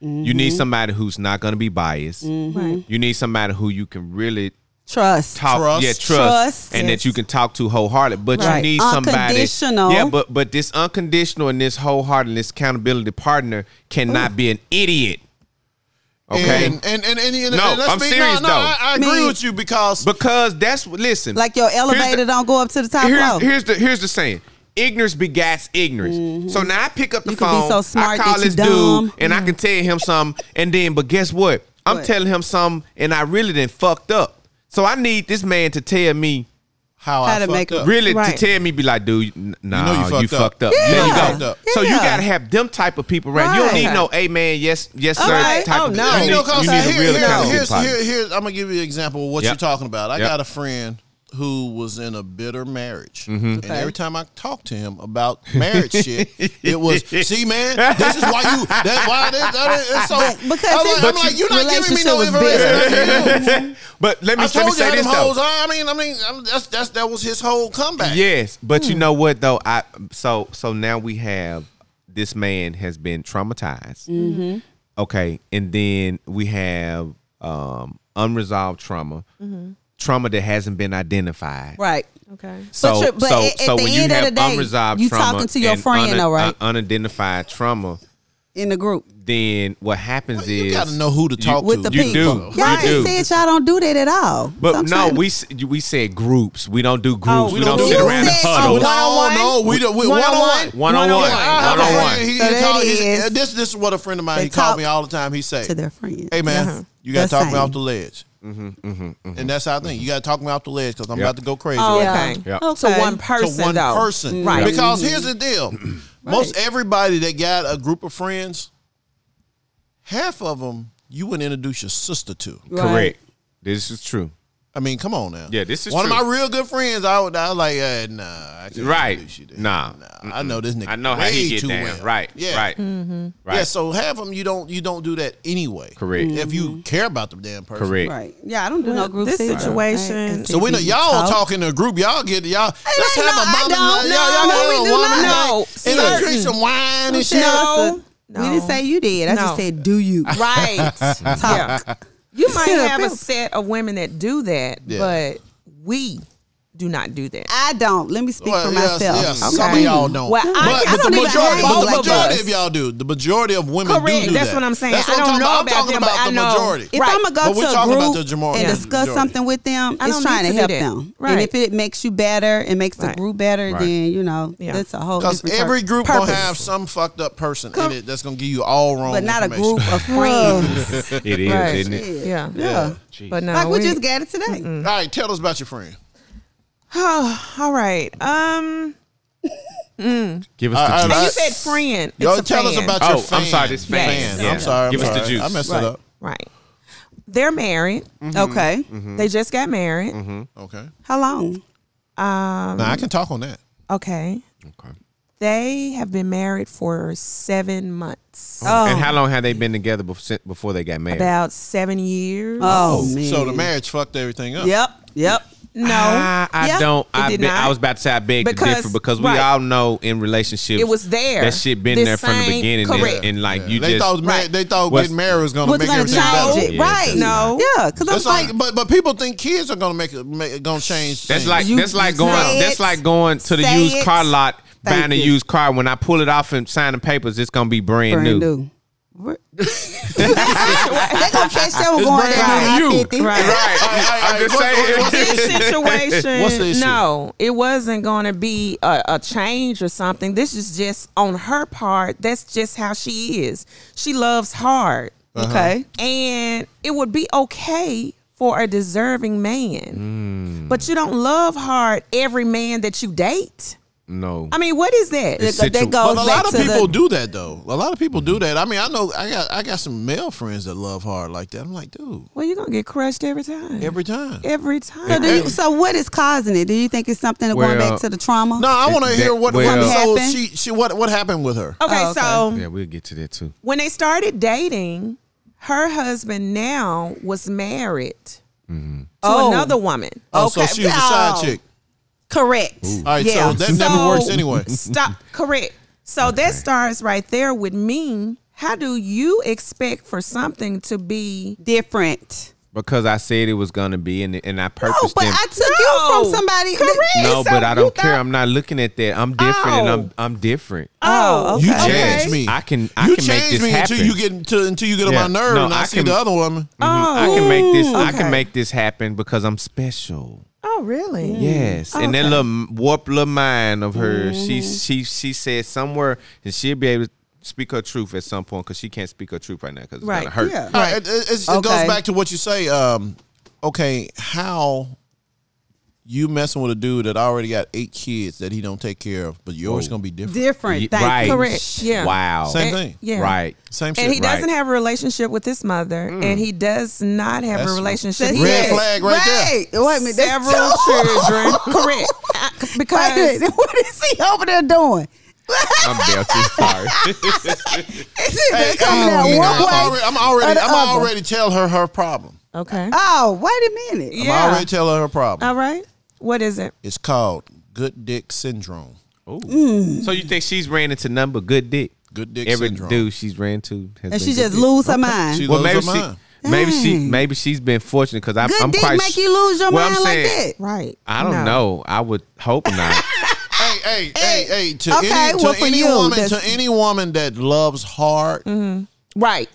[SPEAKER 2] You need
[SPEAKER 3] Mm-hmm.
[SPEAKER 2] somebody who's not going to be biased.
[SPEAKER 4] Right.
[SPEAKER 2] You need somebody who you can really
[SPEAKER 3] Trust.
[SPEAKER 2] talk,
[SPEAKER 5] Trust.
[SPEAKER 2] yeah, trust,
[SPEAKER 3] Trust.
[SPEAKER 2] and
[SPEAKER 4] Yes.
[SPEAKER 2] that you can talk to wholehearted. But you
[SPEAKER 3] Right.
[SPEAKER 2] need somebody,
[SPEAKER 3] Unconditional.
[SPEAKER 2] yeah. But but this unconditional and this wholehearted, and this accountability partner cannot be an idiot. Okay,
[SPEAKER 5] And and and, and, and
[SPEAKER 2] No,
[SPEAKER 5] and let's
[SPEAKER 2] I'm
[SPEAKER 5] be,
[SPEAKER 2] serious,
[SPEAKER 5] no, no,
[SPEAKER 2] though.
[SPEAKER 5] I, I agree
[SPEAKER 3] Me-
[SPEAKER 5] with you because
[SPEAKER 2] because that's what- listen.
[SPEAKER 3] Like your
[SPEAKER 2] here's the-
[SPEAKER 3] elevator don't go up to the top
[SPEAKER 2] here's,
[SPEAKER 3] floor.
[SPEAKER 2] Here's the here's the saying. Ignorance begats ignorance. So now I pick up
[SPEAKER 3] Mm-hmm.
[SPEAKER 2] the
[SPEAKER 3] You can be
[SPEAKER 2] phone.
[SPEAKER 3] so smart
[SPEAKER 2] I call
[SPEAKER 3] that you
[SPEAKER 2] this
[SPEAKER 3] dumb. Mm-hmm.
[SPEAKER 2] dude and I can tell him something. And then, but guess what? I'm
[SPEAKER 3] What?
[SPEAKER 2] telling him something and I really done fucked up. So I need this man to tell me
[SPEAKER 5] how,
[SPEAKER 3] How
[SPEAKER 5] I
[SPEAKER 3] to
[SPEAKER 5] fucked
[SPEAKER 3] make
[SPEAKER 5] up.
[SPEAKER 3] up.
[SPEAKER 2] really
[SPEAKER 4] Right.
[SPEAKER 2] to tell me be like, dude, n- nah, you,
[SPEAKER 5] know
[SPEAKER 2] fucked, up.
[SPEAKER 5] Yeah.
[SPEAKER 2] There you go.
[SPEAKER 5] Fucked up.
[SPEAKER 2] So you
[SPEAKER 3] Yeah.
[SPEAKER 2] gotta have them type of people around. You don't
[SPEAKER 3] Right.
[SPEAKER 2] need no, hey man, yes, yes sir
[SPEAKER 3] Okay.
[SPEAKER 2] type
[SPEAKER 3] Oh,
[SPEAKER 2] of.
[SPEAKER 3] no.
[SPEAKER 2] You
[SPEAKER 5] You
[SPEAKER 2] need,
[SPEAKER 5] know, 'cause
[SPEAKER 2] you need a
[SPEAKER 5] here,
[SPEAKER 2] real [LAUGHS]
[SPEAKER 5] here,
[SPEAKER 2] accountability
[SPEAKER 5] here's,
[SPEAKER 2] partner.
[SPEAKER 5] here, here, I'm gonna give you an example of what
[SPEAKER 2] Yep.
[SPEAKER 5] you're talking about. I
[SPEAKER 2] Yep.
[SPEAKER 5] got a friend who was in a bitter marriage.
[SPEAKER 2] Mm-hmm.
[SPEAKER 5] And every time I talked to him about marriage shit,
[SPEAKER 2] [LAUGHS]
[SPEAKER 5] it was, see, man, this is why you, that's why this, that is, and so.
[SPEAKER 3] Because
[SPEAKER 5] I'm
[SPEAKER 3] his
[SPEAKER 5] like, I'm like, you're not giving me no
[SPEAKER 3] relationship was bitter.
[SPEAKER 5] information. I said, "You-
[SPEAKER 2] but let me,
[SPEAKER 5] I
[SPEAKER 2] let me
[SPEAKER 5] told you
[SPEAKER 2] say
[SPEAKER 5] how them
[SPEAKER 2] this though.
[SPEAKER 5] hoes are. I mean, I mean, I'm- that's, that's, that was his whole comeback.
[SPEAKER 2] Yes, but
[SPEAKER 3] Hmm.
[SPEAKER 2] you know what though? I so so now we have this man has been traumatized. Mm-hmm. Okay, and then we have um unresolved trauma, trauma that hasn't been identified.
[SPEAKER 3] Mm-hmm. Right.
[SPEAKER 4] Okay.
[SPEAKER 2] So,
[SPEAKER 3] But you- but
[SPEAKER 2] so,
[SPEAKER 3] at- at
[SPEAKER 2] so
[SPEAKER 3] the
[SPEAKER 2] when you
[SPEAKER 3] end of
[SPEAKER 2] have
[SPEAKER 3] the day,
[SPEAKER 2] unresolved
[SPEAKER 3] you
[SPEAKER 2] trauma
[SPEAKER 3] talking to your
[SPEAKER 2] and
[SPEAKER 3] friend though, right?
[SPEAKER 2] un- uh, unidentified trauma,
[SPEAKER 3] In the group.
[SPEAKER 2] then what happens
[SPEAKER 5] You
[SPEAKER 2] is
[SPEAKER 5] gotta know who to talk
[SPEAKER 3] With
[SPEAKER 5] to.
[SPEAKER 3] the
[SPEAKER 2] uh, You
[SPEAKER 3] people.
[SPEAKER 2] do.
[SPEAKER 3] Y'all
[SPEAKER 2] You do.
[SPEAKER 3] just said y'all don't do that at all. So
[SPEAKER 2] But
[SPEAKER 3] I'm
[SPEAKER 2] no,
[SPEAKER 3] trying to-
[SPEAKER 2] we s- we said groups. We don't do groups.
[SPEAKER 3] Oh,
[SPEAKER 2] we,
[SPEAKER 3] we
[SPEAKER 2] don't
[SPEAKER 5] don't
[SPEAKER 2] sit
[SPEAKER 5] do
[SPEAKER 2] around and
[SPEAKER 3] groups.
[SPEAKER 2] huddle.
[SPEAKER 3] You said- One-on-one?
[SPEAKER 5] Oh, No, we don't. One on
[SPEAKER 3] One-on-one?
[SPEAKER 5] one.
[SPEAKER 2] One on one.
[SPEAKER 5] I
[SPEAKER 2] One
[SPEAKER 5] have a
[SPEAKER 2] on
[SPEAKER 5] friend,
[SPEAKER 2] one.
[SPEAKER 5] he- he
[SPEAKER 3] So that
[SPEAKER 5] called- he-
[SPEAKER 3] is-
[SPEAKER 5] Uh, This this is what a friend of mine
[SPEAKER 3] They
[SPEAKER 5] he called
[SPEAKER 3] talk
[SPEAKER 5] me all the time. He say,
[SPEAKER 3] to their friends.
[SPEAKER 5] "Hey man,
[SPEAKER 4] Uh-huh.
[SPEAKER 5] you got to
[SPEAKER 3] The
[SPEAKER 5] talk me
[SPEAKER 3] same.
[SPEAKER 5] off the ledge." And that's how I think. You got to talk me off the ledge because I'm
[SPEAKER 2] Mm-hmm, Yep.
[SPEAKER 5] about to go crazy.
[SPEAKER 1] Oh,
[SPEAKER 5] right
[SPEAKER 1] okay.
[SPEAKER 4] Okay.
[SPEAKER 2] Yep.
[SPEAKER 1] So
[SPEAKER 3] Okay.
[SPEAKER 1] one
[SPEAKER 3] To
[SPEAKER 5] now.
[SPEAKER 1] person,
[SPEAKER 5] To one
[SPEAKER 1] though.
[SPEAKER 5] person,
[SPEAKER 1] right?
[SPEAKER 5] Because
[SPEAKER 3] Mm-hmm.
[SPEAKER 5] here's the deal:
[SPEAKER 2] [CLEARS THROAT]
[SPEAKER 5] most everybody that got a group of friends, half of them you wouldn't introduce your sister to.
[SPEAKER 2] Correct. This is true.
[SPEAKER 5] I mean, come on now.
[SPEAKER 2] Yeah, this is
[SPEAKER 5] one
[SPEAKER 2] true.
[SPEAKER 5] of my real good friends. I, would, I was like, uh, nah, I can't
[SPEAKER 2] Right.
[SPEAKER 5] introduce you to him.
[SPEAKER 2] Nah.
[SPEAKER 5] I know this nigga.
[SPEAKER 2] I know how he
[SPEAKER 5] way
[SPEAKER 2] get
[SPEAKER 5] too
[SPEAKER 2] down.
[SPEAKER 5] well.
[SPEAKER 2] Right.
[SPEAKER 5] yeah,
[SPEAKER 2] Right.
[SPEAKER 3] Mm-hmm.
[SPEAKER 2] Right.
[SPEAKER 5] yeah. So have them. You don't. You don't do that anyway.
[SPEAKER 2] Correct.
[SPEAKER 5] If
[SPEAKER 1] Mm-hmm.
[SPEAKER 5] you care about the damn person.
[SPEAKER 2] Correct.
[SPEAKER 3] Right. Yeah, I don't do no group
[SPEAKER 4] this
[SPEAKER 3] either.
[SPEAKER 4] situation-
[SPEAKER 3] I- I
[SPEAKER 5] So we know
[SPEAKER 1] Mm-hmm.
[SPEAKER 5] y'all talking in a group. Y'all get y'all. Let's
[SPEAKER 3] no,
[SPEAKER 5] have a
[SPEAKER 3] I
[SPEAKER 5] mama
[SPEAKER 3] don't.
[SPEAKER 5] night. Y'all, y'all
[SPEAKER 3] No, no,
[SPEAKER 5] have a
[SPEAKER 3] we do
[SPEAKER 5] woman
[SPEAKER 3] not.
[SPEAKER 5] night. And
[SPEAKER 3] Certain.
[SPEAKER 5] let's drink some wine and shit.
[SPEAKER 3] No,
[SPEAKER 4] No.
[SPEAKER 3] we didn't say you did. I just
[SPEAKER 4] No.
[SPEAKER 3] said, do you?
[SPEAKER 1] Right.
[SPEAKER 3] [LAUGHS] Talk. [LAUGHS]
[SPEAKER 1] You might
[SPEAKER 3] Yeah,
[SPEAKER 1] have a
[SPEAKER 3] people-
[SPEAKER 1] set of women that do that,
[SPEAKER 5] Yeah.
[SPEAKER 1] but we do not do that.
[SPEAKER 3] I don't. Let me speak
[SPEAKER 5] Well,
[SPEAKER 3] for
[SPEAKER 5] yes,
[SPEAKER 3] myself.
[SPEAKER 5] yes, Some of y'all don't.
[SPEAKER 1] Well, I-
[SPEAKER 5] but,
[SPEAKER 1] I
[SPEAKER 5] but
[SPEAKER 1] don't
[SPEAKER 5] the
[SPEAKER 1] even
[SPEAKER 5] majority,
[SPEAKER 1] hate
[SPEAKER 5] but the
[SPEAKER 1] both of
[SPEAKER 5] majority
[SPEAKER 1] us.
[SPEAKER 5] of y'all do. The majority of women
[SPEAKER 1] Correct.
[SPEAKER 5] do do
[SPEAKER 1] That's
[SPEAKER 5] that.
[SPEAKER 1] what I'm saying.
[SPEAKER 5] That's
[SPEAKER 1] I
[SPEAKER 5] what
[SPEAKER 1] don't
[SPEAKER 5] I'm
[SPEAKER 1] know
[SPEAKER 5] talking
[SPEAKER 1] about them, but I
[SPEAKER 5] I'm talking
[SPEAKER 1] know-
[SPEAKER 5] about the majority.
[SPEAKER 3] If
[SPEAKER 1] Right.
[SPEAKER 3] I'm gonna go
[SPEAKER 5] But we're
[SPEAKER 3] to a
[SPEAKER 5] talking about
[SPEAKER 3] group
[SPEAKER 5] the Jamar-
[SPEAKER 3] and
[SPEAKER 5] Yeah.
[SPEAKER 3] discuss
[SPEAKER 5] majority.
[SPEAKER 3] something with them,
[SPEAKER 1] I
[SPEAKER 3] it's
[SPEAKER 1] don't
[SPEAKER 3] trying
[SPEAKER 1] need
[SPEAKER 3] to,
[SPEAKER 1] to
[SPEAKER 3] help
[SPEAKER 1] do that.
[SPEAKER 3] them. And
[SPEAKER 1] Right.
[SPEAKER 3] if it makes you better, it makes the
[SPEAKER 1] Right.
[SPEAKER 3] group better. Then you know
[SPEAKER 1] Yeah.
[SPEAKER 3] that's a whole.
[SPEAKER 5] Because
[SPEAKER 3] different
[SPEAKER 5] every
[SPEAKER 3] pur-
[SPEAKER 5] group
[SPEAKER 3] purpose,
[SPEAKER 5] gonna have some fucked up person in it that's gonna give you all wrong.
[SPEAKER 3] but not a
[SPEAKER 5] information.
[SPEAKER 3] group
[SPEAKER 1] [LAUGHS]
[SPEAKER 3] uh, of friends.
[SPEAKER 2] It is,
[SPEAKER 1] Right.
[SPEAKER 2] isn't it?
[SPEAKER 1] Yeah.
[SPEAKER 3] yeah.
[SPEAKER 1] But no,
[SPEAKER 3] Like we
[SPEAKER 1] we-
[SPEAKER 3] just got it today.
[SPEAKER 5] Mm-hmm. All right, tell us about your friend.
[SPEAKER 1] Oh, [SIGHS] all right. Um,
[SPEAKER 2] Give us
[SPEAKER 5] I- I-
[SPEAKER 2] the
[SPEAKER 5] I-
[SPEAKER 1] you
[SPEAKER 2] juice.
[SPEAKER 1] said friend. It's
[SPEAKER 5] Yo,
[SPEAKER 1] a
[SPEAKER 5] tell us
[SPEAKER 1] fan.
[SPEAKER 5] about
[SPEAKER 2] Oh,
[SPEAKER 5] your
[SPEAKER 2] I'm
[SPEAKER 5] fan.
[SPEAKER 2] sorry, this fan. Yeah.
[SPEAKER 5] I'm sorry. I'm
[SPEAKER 2] Give us the
[SPEAKER 5] sorry.
[SPEAKER 2] juice.
[SPEAKER 5] I messed
[SPEAKER 3] Right.
[SPEAKER 5] it up.
[SPEAKER 1] right. They're married.
[SPEAKER 3] Okay,
[SPEAKER 1] They just got married.
[SPEAKER 5] Okay.
[SPEAKER 3] how long?
[SPEAKER 1] Um,
[SPEAKER 5] Now I can talk on that.
[SPEAKER 1] okay.
[SPEAKER 2] Okay.
[SPEAKER 1] They have been married for seven months.
[SPEAKER 3] Oh.
[SPEAKER 2] And how long had they been together bef- since- before they got married?
[SPEAKER 1] About seven years.
[SPEAKER 3] Oh, man.
[SPEAKER 5] So the marriage fucked everything up.
[SPEAKER 3] Yep. Yep.
[SPEAKER 1] no,
[SPEAKER 3] Ah,
[SPEAKER 2] I, I
[SPEAKER 1] Yeah,
[SPEAKER 2] don't.
[SPEAKER 1] it
[SPEAKER 2] I,
[SPEAKER 1] did
[SPEAKER 2] be-
[SPEAKER 1] not.
[SPEAKER 2] I was about to say I beg to
[SPEAKER 1] Because-
[SPEAKER 2] differ because we
[SPEAKER 1] right.
[SPEAKER 2] all know in relationships
[SPEAKER 1] It was there.
[SPEAKER 2] That shit been
[SPEAKER 1] The
[SPEAKER 2] there from the
[SPEAKER 1] same-
[SPEAKER 2] beginning, and-
[SPEAKER 1] correct.
[SPEAKER 2] and, like
[SPEAKER 5] Yeah.
[SPEAKER 2] you
[SPEAKER 5] they
[SPEAKER 2] just
[SPEAKER 5] thought ma-
[SPEAKER 1] Right.
[SPEAKER 5] they thought
[SPEAKER 2] What's-
[SPEAKER 5] getting married was gonna
[SPEAKER 3] What's
[SPEAKER 5] make
[SPEAKER 3] gonna
[SPEAKER 5] everything
[SPEAKER 3] change
[SPEAKER 5] better.
[SPEAKER 3] it?
[SPEAKER 2] Yeah,
[SPEAKER 3] right.
[SPEAKER 2] that's
[SPEAKER 1] No.
[SPEAKER 3] Yeah, because I'm
[SPEAKER 5] That's
[SPEAKER 3] like,
[SPEAKER 5] like, but but people think kids are gonna make it make, gonna change.
[SPEAKER 2] That's
[SPEAKER 5] things.
[SPEAKER 2] like
[SPEAKER 3] You
[SPEAKER 2] that's like going
[SPEAKER 3] say
[SPEAKER 2] that's
[SPEAKER 3] it,
[SPEAKER 2] like going to the
[SPEAKER 3] say
[SPEAKER 2] used
[SPEAKER 3] it,
[SPEAKER 2] car lot
[SPEAKER 3] thank
[SPEAKER 2] buying a
[SPEAKER 3] you.
[SPEAKER 2] used car. When I pull it off and sign the papers, it's gonna be brand,
[SPEAKER 3] brand
[SPEAKER 2] new.
[SPEAKER 3] new.
[SPEAKER 5] [LAUGHS]
[SPEAKER 3] We're- [LAUGHS] they gonna catch that one going
[SPEAKER 2] brand
[SPEAKER 3] down
[SPEAKER 2] new to you.
[SPEAKER 3] 50.
[SPEAKER 1] Right.
[SPEAKER 3] [LAUGHS]
[SPEAKER 2] Right.
[SPEAKER 5] All right, all right,
[SPEAKER 2] I'm just
[SPEAKER 5] what-
[SPEAKER 2] saying.
[SPEAKER 5] what- what's-
[SPEAKER 1] this [LAUGHS] situation,
[SPEAKER 5] What's the issue?
[SPEAKER 1] no, it wasn't going to be a, a change or something. This is just on her part. That's just how she is. She loves hard,
[SPEAKER 2] Uh-huh.
[SPEAKER 3] Okay.
[SPEAKER 1] and it would be okay for a deserving man,
[SPEAKER 5] Hmm.
[SPEAKER 1] but you don't love hard every man that you date.
[SPEAKER 2] No.
[SPEAKER 1] I mean, what is that?
[SPEAKER 2] It's-
[SPEAKER 3] That,
[SPEAKER 2] situ-
[SPEAKER 3] that
[SPEAKER 5] But
[SPEAKER 3] goes
[SPEAKER 5] a
[SPEAKER 3] back
[SPEAKER 5] lot of
[SPEAKER 3] to
[SPEAKER 5] people
[SPEAKER 3] the,
[SPEAKER 5] do that though. A lot of people do that. I mean, I know I got I got some male friends that love hard like that. I'm like, dude,
[SPEAKER 1] well, you're gonna get crushed every time.
[SPEAKER 5] every time.
[SPEAKER 1] Every time.
[SPEAKER 3] So, do you, so what is causing it? Do you think it's something that going
[SPEAKER 2] Well,
[SPEAKER 3] back to the trauma?
[SPEAKER 5] No, I want to
[SPEAKER 2] That-
[SPEAKER 5] hear what
[SPEAKER 2] well-
[SPEAKER 5] so
[SPEAKER 3] Happened?
[SPEAKER 5] she she what what happened with her.
[SPEAKER 1] okay,
[SPEAKER 3] Oh, okay.
[SPEAKER 1] so
[SPEAKER 2] yeah, we'll get to that too.
[SPEAKER 1] when they started dating, her husband now was married to
[SPEAKER 3] Oh.
[SPEAKER 1] another woman.
[SPEAKER 5] Oh, so
[SPEAKER 3] okay.
[SPEAKER 5] she was a side
[SPEAKER 3] Oh.
[SPEAKER 5] chick.
[SPEAKER 3] Correct.
[SPEAKER 5] All right,
[SPEAKER 3] yeah.
[SPEAKER 5] so that never
[SPEAKER 1] So-
[SPEAKER 5] works anyway.
[SPEAKER 1] [LAUGHS] Stop. Correct. So that starts right there with me. How do you expect for something to be?
[SPEAKER 3] different.
[SPEAKER 2] Because I said it was gonna be, and and I
[SPEAKER 3] Oh,
[SPEAKER 2] purposed
[SPEAKER 3] but
[SPEAKER 2] them.
[SPEAKER 3] I took
[SPEAKER 1] No.
[SPEAKER 3] you from somebody. Correct.
[SPEAKER 2] no,
[SPEAKER 1] so
[SPEAKER 2] but I
[SPEAKER 1] you
[SPEAKER 2] don't care.
[SPEAKER 1] thought-
[SPEAKER 2] I'm not looking at that. I'm different, and I'm I'm different.
[SPEAKER 3] Oh,
[SPEAKER 5] You
[SPEAKER 3] okay.
[SPEAKER 1] Okay.
[SPEAKER 5] changed me.
[SPEAKER 2] I can- I
[SPEAKER 5] you
[SPEAKER 2] can make
[SPEAKER 5] changed
[SPEAKER 2] this
[SPEAKER 5] me
[SPEAKER 2] happen.
[SPEAKER 5] until you get until, until you get on
[SPEAKER 2] Yeah.
[SPEAKER 5] my nerve
[SPEAKER 2] No,
[SPEAKER 5] and I,
[SPEAKER 2] I
[SPEAKER 5] see
[SPEAKER 2] can-
[SPEAKER 5] the other woman.
[SPEAKER 3] Oh,
[SPEAKER 2] I can make this. I
[SPEAKER 1] okay.
[SPEAKER 2] can make this happen because I'm special.
[SPEAKER 1] Oh, really?
[SPEAKER 3] Mm,
[SPEAKER 2] Yes, and that little m- warped little mind of hers, she
[SPEAKER 3] Mm-hmm.
[SPEAKER 2] she she said somewhere, and she'll be able to speak her truth at some point because she can't speak her truth right now because it's
[SPEAKER 1] Right,
[SPEAKER 2] gonna hurt.
[SPEAKER 3] yeah.
[SPEAKER 5] All right, it, it- it's- it
[SPEAKER 3] Okay.
[SPEAKER 5] goes back to what you say. Um, okay, how you messing with a dude that already got eight kids that he don't take care of, but yours
[SPEAKER 2] Whoa.
[SPEAKER 5] gonna be different.
[SPEAKER 3] Different. Thank
[SPEAKER 2] right.
[SPEAKER 3] you.
[SPEAKER 1] Correct. Yeah.
[SPEAKER 2] Wow.
[SPEAKER 5] Same
[SPEAKER 1] And-
[SPEAKER 5] thing.
[SPEAKER 1] yeah.
[SPEAKER 2] Right.
[SPEAKER 5] Same shit.
[SPEAKER 1] And he
[SPEAKER 2] Right.
[SPEAKER 1] doesn't have a relationship with his mother, and he does not have
[SPEAKER 5] That's-
[SPEAKER 1] a relationship.
[SPEAKER 3] That's
[SPEAKER 1] He
[SPEAKER 5] Red
[SPEAKER 1] has
[SPEAKER 3] it.
[SPEAKER 5] flag right
[SPEAKER 3] right. there. Wait a minute. that's
[SPEAKER 1] several
[SPEAKER 3] two- [LAUGHS]
[SPEAKER 1] children.
[SPEAKER 5] [LAUGHS]
[SPEAKER 1] Correct. I-
[SPEAKER 3] Wait a
[SPEAKER 1] Because
[SPEAKER 3] minute. [LAUGHS] What is he over there doing?
[SPEAKER 2] I'm guilty. Sorry.
[SPEAKER 3] [LAUGHS] Is he
[SPEAKER 5] Hey,
[SPEAKER 3] coming
[SPEAKER 5] hey,
[SPEAKER 3] out
[SPEAKER 5] you know,
[SPEAKER 3] one
[SPEAKER 5] I'm
[SPEAKER 3] way?
[SPEAKER 5] already, I'm already,
[SPEAKER 3] or the
[SPEAKER 5] I'm
[SPEAKER 3] other?
[SPEAKER 5] already tell her her problem.
[SPEAKER 1] okay,
[SPEAKER 3] Oh, wait a minute.
[SPEAKER 1] Yeah.
[SPEAKER 5] I'm already tell her her problem.
[SPEAKER 1] all right. What is it?
[SPEAKER 5] It's called good dick syndrome.
[SPEAKER 2] Ooh.
[SPEAKER 3] Mm.
[SPEAKER 2] So you think she's ran into none but good dick?
[SPEAKER 5] Good dick
[SPEAKER 2] Every
[SPEAKER 5] syndrome.
[SPEAKER 2] dude she's ran to, has
[SPEAKER 3] And
[SPEAKER 2] been
[SPEAKER 3] she
[SPEAKER 2] good
[SPEAKER 3] just
[SPEAKER 2] dick.
[SPEAKER 3] lose her mind.
[SPEAKER 5] She
[SPEAKER 2] Well, maybe
[SPEAKER 5] loses her
[SPEAKER 2] she,
[SPEAKER 5] mind.
[SPEAKER 2] maybe she,
[SPEAKER 3] Dang.
[SPEAKER 2] maybe she's been fortunate because I'm,
[SPEAKER 3] Good
[SPEAKER 2] I'm
[SPEAKER 3] dick
[SPEAKER 2] quite.
[SPEAKER 3] make you lose your
[SPEAKER 2] Well, I'm
[SPEAKER 3] mind like
[SPEAKER 2] saying-
[SPEAKER 3] that.
[SPEAKER 1] Right.
[SPEAKER 2] I don't
[SPEAKER 1] No.
[SPEAKER 2] know. I would hope not.
[SPEAKER 5] hey, hey, hey, hey, to
[SPEAKER 3] okay,
[SPEAKER 5] any, to
[SPEAKER 3] well, for
[SPEAKER 5] any
[SPEAKER 3] you,
[SPEAKER 5] woman,
[SPEAKER 3] that's-
[SPEAKER 5] to any woman that loves hard,
[SPEAKER 1] Right.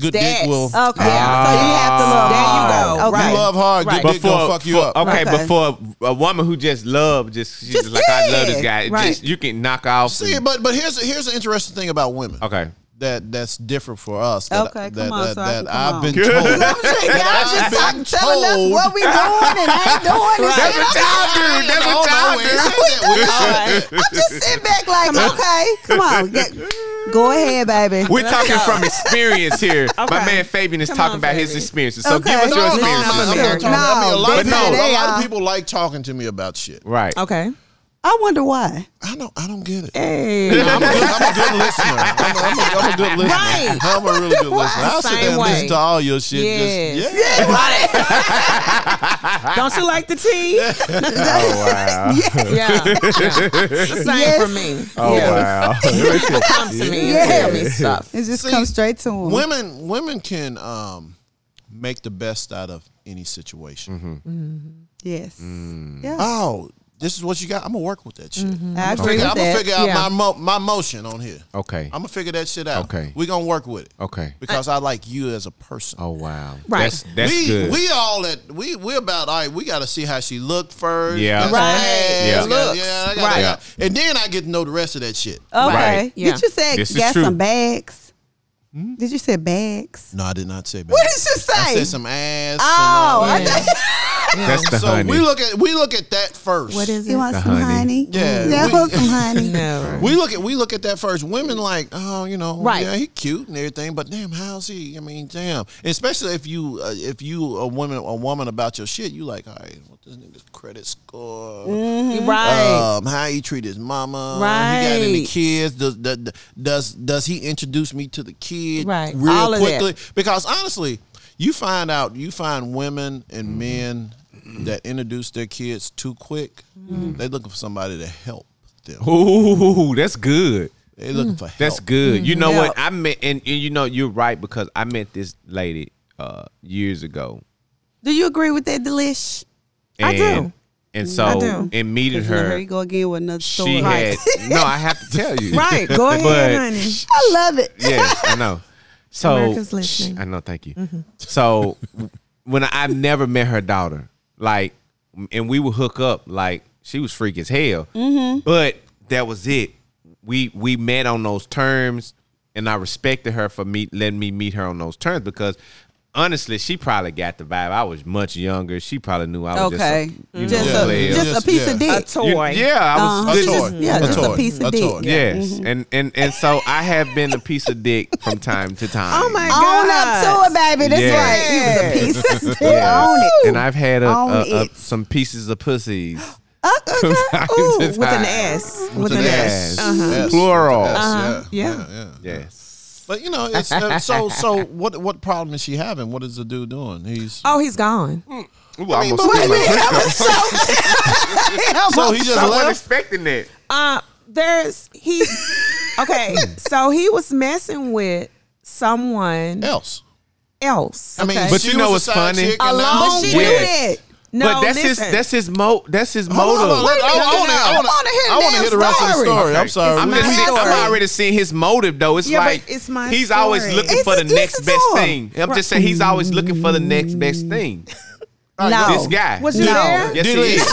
[SPEAKER 5] good
[SPEAKER 1] That's-
[SPEAKER 5] dick will.
[SPEAKER 3] Okay. so you have to love.
[SPEAKER 1] There you
[SPEAKER 3] hard.
[SPEAKER 1] go.
[SPEAKER 3] Okay.
[SPEAKER 1] Right.
[SPEAKER 5] You love hard,
[SPEAKER 1] Right.
[SPEAKER 5] good
[SPEAKER 2] but
[SPEAKER 5] dick
[SPEAKER 2] for,
[SPEAKER 5] gonna fuck you
[SPEAKER 2] for-
[SPEAKER 5] up.
[SPEAKER 2] Okay,
[SPEAKER 3] Okay.
[SPEAKER 2] but for a, a woman who just love, just she's just,
[SPEAKER 3] Just
[SPEAKER 2] like, I love
[SPEAKER 3] yeah.
[SPEAKER 2] this guy. It
[SPEAKER 1] Right.
[SPEAKER 2] Just, you can knock off.
[SPEAKER 5] See,
[SPEAKER 2] and-
[SPEAKER 5] but but here's here's an interesting thing about women.
[SPEAKER 2] okay.
[SPEAKER 5] That that's different for us. That,
[SPEAKER 3] Okay, come
[SPEAKER 5] that,
[SPEAKER 3] on,
[SPEAKER 5] that,
[SPEAKER 3] so I can
[SPEAKER 5] that
[SPEAKER 3] come [LAUGHS]
[SPEAKER 5] I've been
[SPEAKER 2] on.
[SPEAKER 5] told.
[SPEAKER 3] I'm just-
[SPEAKER 5] I've
[SPEAKER 3] [LAUGHS] y'all just
[SPEAKER 5] been
[SPEAKER 3] stop telling us
[SPEAKER 5] told.
[SPEAKER 3] what we doing and ain't doing.
[SPEAKER 2] That's what y'all do. That's
[SPEAKER 5] I
[SPEAKER 2] what
[SPEAKER 5] don't know
[SPEAKER 2] y'all
[SPEAKER 5] where
[SPEAKER 2] do. [LAUGHS]
[SPEAKER 5] it said that. We just-
[SPEAKER 3] I'm just sitting back like, okay, come on, get, go ahead, baby.
[SPEAKER 2] We're talking from experience here. My
[SPEAKER 1] Okay.
[SPEAKER 2] man Fabian is
[SPEAKER 1] Come
[SPEAKER 2] talking
[SPEAKER 1] on,
[SPEAKER 2] about his
[SPEAKER 1] Fabian.
[SPEAKER 2] experiences. So
[SPEAKER 3] Okay.
[SPEAKER 2] give us
[SPEAKER 3] No,
[SPEAKER 2] your
[SPEAKER 3] no,
[SPEAKER 5] I'm
[SPEAKER 2] experiences.
[SPEAKER 5] not- I'm
[SPEAKER 1] No,
[SPEAKER 5] not talking. I mean, a lot of
[SPEAKER 2] they
[SPEAKER 5] people-
[SPEAKER 3] say
[SPEAKER 5] a
[SPEAKER 3] they
[SPEAKER 5] lot
[SPEAKER 3] are.
[SPEAKER 5] of people like talking to me about shit.
[SPEAKER 2] Right.
[SPEAKER 1] Okay.
[SPEAKER 3] I wonder why.
[SPEAKER 5] I don't. I don't get it.
[SPEAKER 1] Hey.
[SPEAKER 5] I'm a good, I'm a good listener. I'm a, I'm a, I'm a good listener.
[SPEAKER 1] Right.
[SPEAKER 5] I'm a really good listener. I'll sit
[SPEAKER 1] Same
[SPEAKER 5] there and
[SPEAKER 1] way.
[SPEAKER 5] listen to all your shit. Just,
[SPEAKER 1] Yes.
[SPEAKER 5] yeah.
[SPEAKER 1] Don't you like the tea?
[SPEAKER 2] Oh wow.
[SPEAKER 1] [LAUGHS] Yeah. yeah. It's the same
[SPEAKER 3] Yes.
[SPEAKER 1] for me.
[SPEAKER 2] Oh
[SPEAKER 1] yeah.
[SPEAKER 2] wow.
[SPEAKER 1] Come to me and
[SPEAKER 3] Yeah.
[SPEAKER 1] tell me stuff.
[SPEAKER 3] [LAUGHS] It just
[SPEAKER 5] See,
[SPEAKER 3] comes straight to him.
[SPEAKER 5] Women, women can um, make the best out of any situation.
[SPEAKER 3] yes. Yeah.
[SPEAKER 5] Oh, this is what you got. I'm gonna work with that shit.
[SPEAKER 3] I agree
[SPEAKER 5] Figure,
[SPEAKER 3] with
[SPEAKER 5] I'm gonna
[SPEAKER 3] that.
[SPEAKER 5] figure
[SPEAKER 1] Mm-hmm.
[SPEAKER 5] out
[SPEAKER 1] Yeah.
[SPEAKER 5] my mo- my motion on here.
[SPEAKER 2] okay.
[SPEAKER 5] I'm gonna figure that shit out.
[SPEAKER 2] Okay.
[SPEAKER 5] we gonna work with it.
[SPEAKER 2] Okay.
[SPEAKER 5] because I, like you as a person.
[SPEAKER 2] Oh wow.
[SPEAKER 1] Right.
[SPEAKER 2] That's that's
[SPEAKER 5] we
[SPEAKER 2] good.
[SPEAKER 5] we all at we we about all right. We got to see how she looked first.
[SPEAKER 2] Yeah.
[SPEAKER 5] That's
[SPEAKER 1] Right.
[SPEAKER 5] her ass,
[SPEAKER 2] Yeah.
[SPEAKER 5] gotta-
[SPEAKER 1] Looks.
[SPEAKER 5] yeah, I gotta-
[SPEAKER 1] Right.
[SPEAKER 5] I gotta- and then I get to know the rest of that shit.
[SPEAKER 3] Okay.
[SPEAKER 2] Right.
[SPEAKER 1] Yeah.
[SPEAKER 3] Did you say
[SPEAKER 2] This is
[SPEAKER 3] got
[SPEAKER 2] true.
[SPEAKER 3] some bags?
[SPEAKER 5] Hmm?
[SPEAKER 3] Did you say bags?
[SPEAKER 5] No, I did not say. Baby.
[SPEAKER 3] What did you say?
[SPEAKER 5] Hmm? I said some ass.
[SPEAKER 3] oh, I
[SPEAKER 1] Yeah.
[SPEAKER 3] thought-
[SPEAKER 2] that's the
[SPEAKER 5] and all- so
[SPEAKER 2] honey.
[SPEAKER 5] we look at we look at that first.
[SPEAKER 1] What is
[SPEAKER 3] you
[SPEAKER 1] it?
[SPEAKER 3] want
[SPEAKER 2] The
[SPEAKER 3] some honey?
[SPEAKER 2] honey.
[SPEAKER 5] Yeah,
[SPEAKER 3] You
[SPEAKER 5] we-
[SPEAKER 3] want some honey? [LAUGHS]
[SPEAKER 1] No.
[SPEAKER 5] We look at we look at that first. Women like, oh, you know,
[SPEAKER 1] Right.
[SPEAKER 5] yeah, he cute and everything, but damn, how's he? I mean, damn. Especially if you uh, if you a woman a woman about your shit, you like, all right, what this nigga's credit score?
[SPEAKER 3] Mm-hmm.
[SPEAKER 1] Right.
[SPEAKER 5] Um, how he treat his mama? He got any
[SPEAKER 1] Right.
[SPEAKER 5] kids? Does, does does does he introduce me to the kid?
[SPEAKER 1] Right.
[SPEAKER 5] Real
[SPEAKER 1] All of that.
[SPEAKER 5] quickly, because honestly, you find out you find women and
[SPEAKER 2] Mm-hmm.
[SPEAKER 5] men that introduce their kids too quick.
[SPEAKER 1] Mm-hmm.
[SPEAKER 5] They looking for somebody to help them.
[SPEAKER 2] Ooh, that's good.
[SPEAKER 5] They looking for help.
[SPEAKER 2] That's good. You know what
[SPEAKER 3] Yeah.
[SPEAKER 2] I meant, and, and you know you're right because I met this lady uh, years ago.
[SPEAKER 3] Do you agree with that, Delish?
[SPEAKER 2] And,
[SPEAKER 1] I do.
[SPEAKER 2] And so,
[SPEAKER 1] do.
[SPEAKER 2] and meeting
[SPEAKER 3] Here
[SPEAKER 2] her,
[SPEAKER 3] you go again with another story.
[SPEAKER 2] she had no. I have to tell you,
[SPEAKER 1] [LAUGHS] Right. Go ahead,
[SPEAKER 2] Oh. But-
[SPEAKER 1] honey.
[SPEAKER 3] [LAUGHS] I love it.
[SPEAKER 2] Yes, I know. So
[SPEAKER 1] America's listening.
[SPEAKER 2] Shh, I know. Thank you. So when I, I've never met her daughter, like, and we would hook up, like she was freak as hell. But that was it. We we met on those terms, and I respected her for me letting me meet her on those terms because. Honestly, she probably got the vibe. I was much younger. She probably knew I was
[SPEAKER 3] Okay.
[SPEAKER 2] [LAUGHS] just a, you
[SPEAKER 3] Just,
[SPEAKER 2] know,
[SPEAKER 3] a,
[SPEAKER 2] player.
[SPEAKER 3] just,
[SPEAKER 5] Just-
[SPEAKER 3] a piece
[SPEAKER 5] yeah.
[SPEAKER 3] of
[SPEAKER 1] A
[SPEAKER 3] dick.
[SPEAKER 2] You-
[SPEAKER 1] toy.
[SPEAKER 2] yeah, I was
[SPEAKER 3] Uh-huh.
[SPEAKER 2] this-
[SPEAKER 3] She's just- yeah,
[SPEAKER 5] A
[SPEAKER 3] just a
[SPEAKER 5] toy.
[SPEAKER 3] piece of
[SPEAKER 5] A toy.
[SPEAKER 3] dick.
[SPEAKER 2] Yes, and and and so I have been a piece of dick from time to time.
[SPEAKER 1] Oh my
[SPEAKER 3] Own up to
[SPEAKER 1] God.
[SPEAKER 3] it, baby. That's
[SPEAKER 2] Yes.
[SPEAKER 3] right. You was
[SPEAKER 2] [LAUGHS]
[SPEAKER 3] a piece of dick.
[SPEAKER 2] Yes.
[SPEAKER 3] Own it.
[SPEAKER 2] And I've had a,
[SPEAKER 3] Own
[SPEAKER 2] a, a-
[SPEAKER 3] it.
[SPEAKER 2] some pieces of pussies.
[SPEAKER 3] Uh, okay.
[SPEAKER 1] Ooh,
[SPEAKER 2] Time to
[SPEAKER 1] with an
[SPEAKER 2] time.
[SPEAKER 1] S.
[SPEAKER 5] With an S. Yes.
[SPEAKER 2] Plural.
[SPEAKER 5] With an S,
[SPEAKER 1] Uh-huh. Yeah.
[SPEAKER 5] yeah.
[SPEAKER 2] Yes.
[SPEAKER 5] But you know, it's uh, so so. What what problem is she having? What is the dude doing? He's
[SPEAKER 1] Oh, he's gone.
[SPEAKER 2] Ooh, I almost
[SPEAKER 3] Wait a
[SPEAKER 2] spilled my-
[SPEAKER 3] minute. I was so- I
[SPEAKER 5] so
[SPEAKER 3] almost-
[SPEAKER 5] oh, he just
[SPEAKER 2] I wasn't
[SPEAKER 5] left.
[SPEAKER 2] expecting that.
[SPEAKER 1] Uh, there's he. Okay, so he was messing with someone
[SPEAKER 5] Else,
[SPEAKER 1] else.
[SPEAKER 5] I mean,
[SPEAKER 3] Okay.
[SPEAKER 2] But
[SPEAKER 5] she
[SPEAKER 2] you know
[SPEAKER 5] was a
[SPEAKER 2] what's
[SPEAKER 5] side
[SPEAKER 2] funny?
[SPEAKER 5] chick and now-
[SPEAKER 1] Alone
[SPEAKER 3] But she
[SPEAKER 2] Yeah.
[SPEAKER 3] knew that.
[SPEAKER 1] no,
[SPEAKER 2] but that's
[SPEAKER 1] listen.
[SPEAKER 2] his that's his mo that's his
[SPEAKER 5] Hold on,
[SPEAKER 2] motive.
[SPEAKER 5] let- I
[SPEAKER 3] minute,
[SPEAKER 5] wanna- I
[SPEAKER 3] no.
[SPEAKER 5] wanna-
[SPEAKER 3] I wanna hear the
[SPEAKER 5] I wanna
[SPEAKER 3] damn
[SPEAKER 5] hear the rest of the
[SPEAKER 3] story.
[SPEAKER 5] story. I'm sorry.
[SPEAKER 2] I'm
[SPEAKER 5] We-
[SPEAKER 2] just
[SPEAKER 5] we-
[SPEAKER 1] my
[SPEAKER 2] seeing,
[SPEAKER 1] story.
[SPEAKER 2] I'm already seeing his motive though. It's
[SPEAKER 1] Yeah, but
[SPEAKER 2] like
[SPEAKER 1] it's my
[SPEAKER 2] he's always
[SPEAKER 1] story.
[SPEAKER 2] looking
[SPEAKER 3] It's
[SPEAKER 2] for
[SPEAKER 3] a-
[SPEAKER 2] the
[SPEAKER 3] it's
[SPEAKER 2] next
[SPEAKER 3] a
[SPEAKER 2] best
[SPEAKER 3] story.
[SPEAKER 2] thing. I'm just saying he's always looking for the next best thing.
[SPEAKER 3] no.
[SPEAKER 2] This guy.
[SPEAKER 1] Was you
[SPEAKER 3] no.
[SPEAKER 1] there?
[SPEAKER 2] Yes,
[SPEAKER 5] Give
[SPEAKER 2] he is.
[SPEAKER 5] us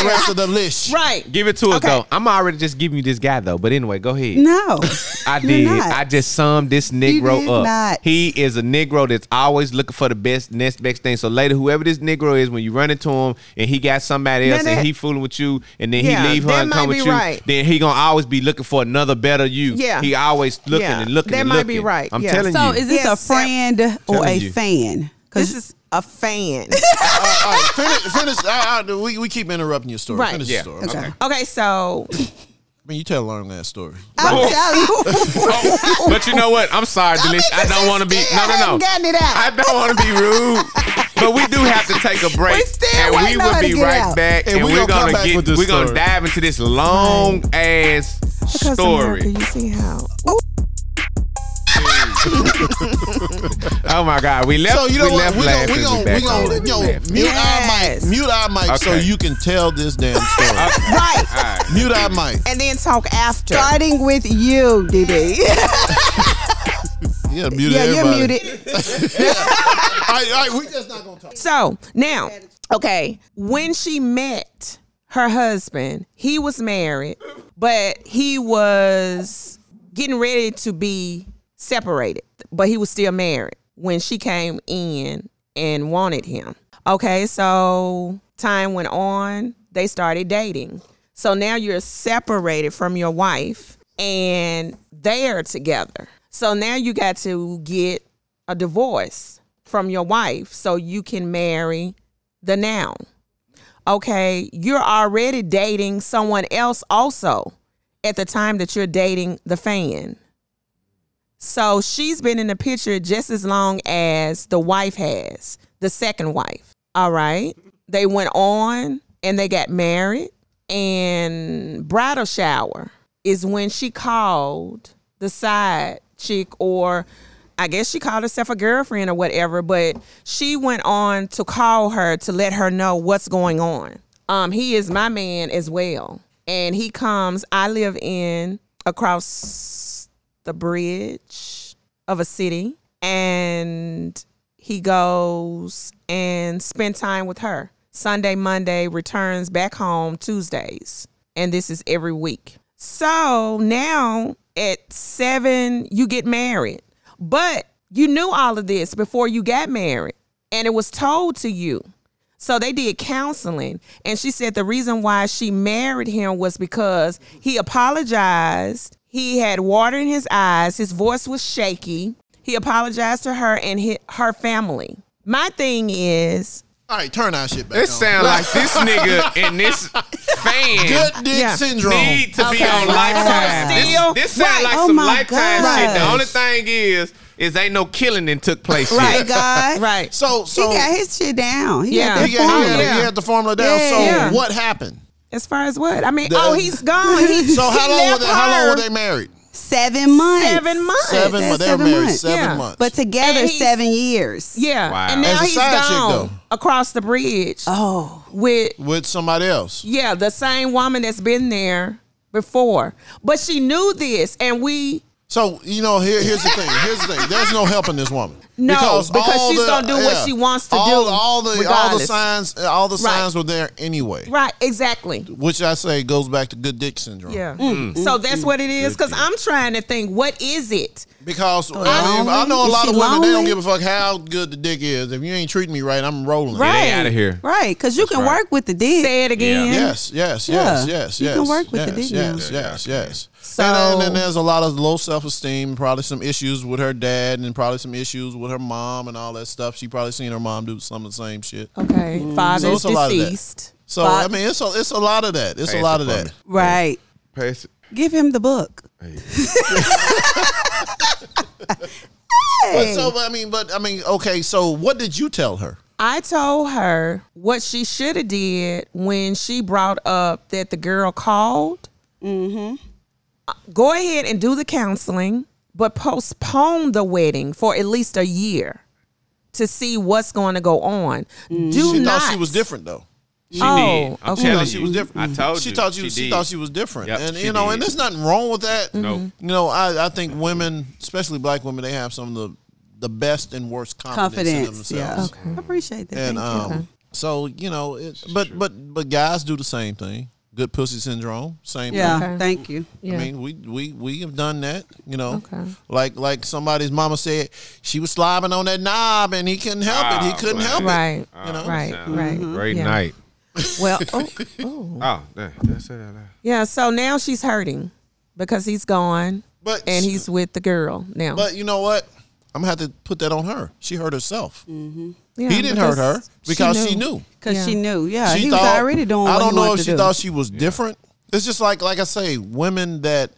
[SPEAKER 5] the rest of the list.
[SPEAKER 1] Right.
[SPEAKER 2] Give it to us
[SPEAKER 1] Okay.
[SPEAKER 2] though. I'm already just giving you this guy though. But anyway, go ahead.
[SPEAKER 3] No.
[SPEAKER 2] [LAUGHS] I
[SPEAKER 3] You're
[SPEAKER 2] did.
[SPEAKER 3] not.
[SPEAKER 2] I just summed this Negro
[SPEAKER 3] did
[SPEAKER 2] up.
[SPEAKER 3] not.
[SPEAKER 2] He is a Negro that's always looking for the best next best thing. So later, whoever this Negro is, when you run into him and he got somebody
[SPEAKER 1] Now
[SPEAKER 2] else
[SPEAKER 1] that-
[SPEAKER 2] and he fooling with you, and then
[SPEAKER 1] Yeah,
[SPEAKER 2] he leave her
[SPEAKER 1] that
[SPEAKER 2] and come
[SPEAKER 1] might
[SPEAKER 2] with
[SPEAKER 1] be
[SPEAKER 2] you,
[SPEAKER 1] right.
[SPEAKER 2] then he gonna always be looking for another better you.
[SPEAKER 1] Yeah.
[SPEAKER 2] He always looking
[SPEAKER 1] Yeah,
[SPEAKER 2] and looking.
[SPEAKER 1] that
[SPEAKER 2] and
[SPEAKER 1] might be
[SPEAKER 2] looking.
[SPEAKER 1] right.
[SPEAKER 2] I'm
[SPEAKER 1] Yeah.
[SPEAKER 2] telling
[SPEAKER 3] So
[SPEAKER 2] you.
[SPEAKER 3] is this a
[SPEAKER 1] Yes, Sam.
[SPEAKER 3] friend or a
[SPEAKER 2] Telling you.
[SPEAKER 3] fan?
[SPEAKER 1] This
[SPEAKER 3] Because
[SPEAKER 1] is
[SPEAKER 4] [LAUGHS]
[SPEAKER 1] a fan.
[SPEAKER 5] Uh, all right, finish. finish I, I, we, we keep interrupting your story.
[SPEAKER 1] Right.
[SPEAKER 5] Finish
[SPEAKER 2] Yeah.
[SPEAKER 5] your story.
[SPEAKER 3] okay.
[SPEAKER 1] okay, so
[SPEAKER 5] I mean, you tell a long ass story.
[SPEAKER 3] I'm telling you.
[SPEAKER 2] [LAUGHS] Oh, but you know what? I'm
[SPEAKER 1] [LAUGHS]
[SPEAKER 2] sorry, Delish. I don't want
[SPEAKER 3] [LAUGHS]
[SPEAKER 2] to be. No, no, no.
[SPEAKER 3] Getting it out.
[SPEAKER 2] I don't want to be rude, but we do have to take a break,
[SPEAKER 3] We still
[SPEAKER 2] and we
[SPEAKER 3] waiting on
[SPEAKER 2] will
[SPEAKER 3] her to
[SPEAKER 2] be
[SPEAKER 3] get
[SPEAKER 2] right
[SPEAKER 3] out.
[SPEAKER 2] back, and,
[SPEAKER 5] And we
[SPEAKER 2] we're
[SPEAKER 5] gonna come
[SPEAKER 2] gonna,
[SPEAKER 5] back
[SPEAKER 2] get,
[SPEAKER 5] with this
[SPEAKER 2] we're gonna
[SPEAKER 5] story.
[SPEAKER 2] dive into this long ass
[SPEAKER 4] Because
[SPEAKER 2] story.
[SPEAKER 4] America, you see how
[SPEAKER 2] Oh my god, we left.
[SPEAKER 5] so you know
[SPEAKER 2] we
[SPEAKER 5] what?
[SPEAKER 2] left
[SPEAKER 5] We gonna
[SPEAKER 2] laughing.
[SPEAKER 5] we gonna we gonna yo mute
[SPEAKER 1] Yes.
[SPEAKER 5] our mic, mute our mic, so
[SPEAKER 2] Okay.
[SPEAKER 5] you can tell this damn story.
[SPEAKER 1] right.
[SPEAKER 5] mute our mic.
[SPEAKER 1] And then talk after.
[SPEAKER 3] Starting with you, DD.
[SPEAKER 5] Yeah,
[SPEAKER 3] [LAUGHS]
[SPEAKER 5] mute
[SPEAKER 3] yeah, you're
[SPEAKER 5] everybody.
[SPEAKER 3] muted.
[SPEAKER 5] All right, all right, we just not gonna talk.
[SPEAKER 1] So now, okay, when she met her husband, he was married, but he was getting ready to be separated, but he was still married when she came in and wanted him. Okay, so time went on, they started dating. So now you're separated from your wife and they're together. So now you got to get a divorce from your wife so you can marry the now. Okay, you're already dating someone else also at the time that you're dating the fan. So she's been in the picture just as long as the wife has, the second wife. All right. They went on and they got married. And bridal shower is when she called the side chick, or I guess she called herself a girlfriend or whatever, but she went on to call her to let her know what's going on. Um, he is my man as well. And he comes, I live in across the bridge of a city and he goes and spend time with her sunday monday returns back home tuesdays and this is every week so now at seven you get married but you knew all of this before you got married and it was told to you so they did counseling, and she said the reason why she married him was because he apologized. He had water in his eyes. His voice was shaky. He apologized to her and hi her family. My thing is,
[SPEAKER 5] All right, turn our shit back.
[SPEAKER 2] It
[SPEAKER 5] on.
[SPEAKER 2] sound like this
[SPEAKER 5] [LAUGHS]
[SPEAKER 2] nigga and this fan
[SPEAKER 5] good dick
[SPEAKER 1] Yeah.
[SPEAKER 5] syndrome.
[SPEAKER 2] need to be
[SPEAKER 1] Okay.
[SPEAKER 2] on
[SPEAKER 1] Wow.
[SPEAKER 2] lifetime.
[SPEAKER 1] So
[SPEAKER 2] This,
[SPEAKER 1] still-
[SPEAKER 2] this sound
[SPEAKER 1] Right.
[SPEAKER 2] like
[SPEAKER 3] Oh
[SPEAKER 2] some
[SPEAKER 3] my
[SPEAKER 2] lifetime shit. The
[SPEAKER 3] gosh.
[SPEAKER 2] only thing is, is ain't no killing that took place
[SPEAKER 3] Right,
[SPEAKER 2] yet.
[SPEAKER 3] God.
[SPEAKER 1] right?
[SPEAKER 5] So
[SPEAKER 3] He
[SPEAKER 5] so
[SPEAKER 3] got his shit down. He
[SPEAKER 1] Yeah.
[SPEAKER 3] yeah.
[SPEAKER 5] he
[SPEAKER 3] Got
[SPEAKER 5] got- he
[SPEAKER 3] that
[SPEAKER 5] had,
[SPEAKER 3] formula.
[SPEAKER 5] he
[SPEAKER 1] Yeah.
[SPEAKER 5] had the formula down.
[SPEAKER 3] Yeah.
[SPEAKER 5] so
[SPEAKER 1] Yeah.
[SPEAKER 5] what happened?
[SPEAKER 1] As far as what? I mean,
[SPEAKER 5] The-
[SPEAKER 1] oh, he's gone. He,
[SPEAKER 5] [LAUGHS] So how
[SPEAKER 1] [LAUGHS] he
[SPEAKER 5] long were
[SPEAKER 1] left
[SPEAKER 5] they, how long were
[SPEAKER 1] her
[SPEAKER 5] they married?
[SPEAKER 3] Seven months.
[SPEAKER 1] Seven months.
[SPEAKER 5] Seven,
[SPEAKER 3] That's
[SPEAKER 5] months. they were
[SPEAKER 3] seven
[SPEAKER 5] married
[SPEAKER 3] months.
[SPEAKER 5] seven
[SPEAKER 1] Yeah.
[SPEAKER 5] months.
[SPEAKER 3] But together,
[SPEAKER 1] And he's-
[SPEAKER 3] seven years.
[SPEAKER 1] Yeah,
[SPEAKER 2] Wow.
[SPEAKER 1] and now
[SPEAKER 5] As a
[SPEAKER 1] he's
[SPEAKER 5] side chick,
[SPEAKER 1] gone
[SPEAKER 5] though.
[SPEAKER 1] across the bridge
[SPEAKER 3] Oh.
[SPEAKER 1] with
[SPEAKER 5] with somebody else.
[SPEAKER 1] Yeah, the same woman that's been there before. But she knew this and we
[SPEAKER 5] So you know, here, here's the thing. Here's the thing. There's no helping this woman.
[SPEAKER 1] No, because
[SPEAKER 5] all
[SPEAKER 1] she's gonna do what she wants to
[SPEAKER 5] all,
[SPEAKER 1] do,
[SPEAKER 5] All the all the
[SPEAKER 1] regardless.
[SPEAKER 5] signs, all the
[SPEAKER 1] Right.
[SPEAKER 5] signs were there anyway.
[SPEAKER 1] Right, exactly.
[SPEAKER 5] Which I say goes back to good dick syndrome.
[SPEAKER 1] Yeah. Mm. So that's what it is. Cause I'm trying to think, what is it?
[SPEAKER 5] Because I, mean, I
[SPEAKER 3] lonely?
[SPEAKER 5] know a
[SPEAKER 3] Is
[SPEAKER 5] lot
[SPEAKER 3] she
[SPEAKER 5] of women they don't
[SPEAKER 3] lonely?
[SPEAKER 5] give a fuck how good the dick is. If you ain't treating me right, I'm rolling.
[SPEAKER 1] Right.
[SPEAKER 2] They out of here.
[SPEAKER 3] Right, because you can
[SPEAKER 2] right.
[SPEAKER 3] work with the dick.
[SPEAKER 1] Say it again.
[SPEAKER 5] Yes, yes,
[SPEAKER 3] Yeah.
[SPEAKER 5] yes, yes, yes.
[SPEAKER 3] You can work with
[SPEAKER 5] yes,
[SPEAKER 3] the dick now.
[SPEAKER 5] Yes, yes, yes.
[SPEAKER 1] So-
[SPEAKER 5] and, then- and then there's a lot of low self esteem, probably some issues with her dad, and probably some issues with her mom and all that stuff. She probably seen her mom do some of the same shit.
[SPEAKER 1] Okay. Father
[SPEAKER 5] Mm. So
[SPEAKER 1] is
[SPEAKER 5] it's a lot of that.
[SPEAKER 1] deceased.
[SPEAKER 5] So I
[SPEAKER 3] Fuck.
[SPEAKER 5] mean, it's a it's a lot of that. It's
[SPEAKER 2] Pass
[SPEAKER 5] a lot
[SPEAKER 2] it
[SPEAKER 5] of
[SPEAKER 2] for
[SPEAKER 5] that.
[SPEAKER 2] me.
[SPEAKER 3] Right.
[SPEAKER 2] Pass it.
[SPEAKER 3] Give him the book.
[SPEAKER 5] But so but I mean, but I mean, okay. So what did you tell her?
[SPEAKER 1] I told her what she should have did when she brought up that the girl called. Mm-hmm. Go ahead and do the counseling, but postpone the wedding for at least a year to see what's going to go on. Do
[SPEAKER 5] She
[SPEAKER 1] not.
[SPEAKER 5] thought she was different though.
[SPEAKER 2] She
[SPEAKER 1] Oh,
[SPEAKER 2] did. I'm
[SPEAKER 1] okay.
[SPEAKER 5] She
[SPEAKER 2] telling you.
[SPEAKER 5] thought she was different.
[SPEAKER 2] I told
[SPEAKER 5] she
[SPEAKER 2] you.
[SPEAKER 5] thought she, she
[SPEAKER 2] did.
[SPEAKER 5] thought she was different,
[SPEAKER 2] Yep,
[SPEAKER 5] and
[SPEAKER 2] she
[SPEAKER 5] you know, and
[SPEAKER 2] did.
[SPEAKER 5] there's nothing wrong with that.
[SPEAKER 3] Mm-hmm.
[SPEAKER 2] Nope.
[SPEAKER 5] You know, I, I think women, especially black women, they have some of the the best and worst confidence, in
[SPEAKER 3] Confidence.
[SPEAKER 5] themselves.
[SPEAKER 3] Yeah. I appreciate that.
[SPEAKER 5] And
[SPEAKER 3] Thank you.
[SPEAKER 5] um, So you know, it, but but but guys do the same thing. Good pussy syndrome, same
[SPEAKER 3] Yeah.
[SPEAKER 5] thing.
[SPEAKER 1] Okay.
[SPEAKER 3] Thank you.
[SPEAKER 1] Yeah.
[SPEAKER 5] I mean, we we we have done that. You know,
[SPEAKER 1] Okay.
[SPEAKER 5] like like somebody's mama said, she was slobbing on that knob and he couldn't help it. He
[SPEAKER 2] Oh,
[SPEAKER 5] couldn't
[SPEAKER 2] man.
[SPEAKER 5] help it.
[SPEAKER 1] right.
[SPEAKER 2] You know?
[SPEAKER 1] right.
[SPEAKER 2] Sound
[SPEAKER 1] Right.
[SPEAKER 2] Great
[SPEAKER 1] Yeah.
[SPEAKER 2] night.
[SPEAKER 5] [LAUGHS]
[SPEAKER 1] Well, oh,
[SPEAKER 5] Mm-hmm.
[SPEAKER 1] oh.
[SPEAKER 2] Oh, that, that's it.
[SPEAKER 1] yeah. So now she's hurting because he's gone
[SPEAKER 5] But
[SPEAKER 1] and he's with the girl now.
[SPEAKER 5] but you know what? I'm gonna have to put that on her. She hurt herself.
[SPEAKER 1] Mm. Yeah,
[SPEAKER 5] he didn't hurt her because she knew.
[SPEAKER 3] Because
[SPEAKER 1] Yeah.
[SPEAKER 3] she knew. Yeah.
[SPEAKER 5] She
[SPEAKER 3] Uh, he was
[SPEAKER 5] thought-
[SPEAKER 3] already doing
[SPEAKER 5] I
[SPEAKER 3] what
[SPEAKER 5] don't
[SPEAKER 3] he
[SPEAKER 5] know
[SPEAKER 3] wanted
[SPEAKER 5] if
[SPEAKER 3] to
[SPEAKER 5] she
[SPEAKER 3] do.
[SPEAKER 5] thought she was different. It's just like like I say, women that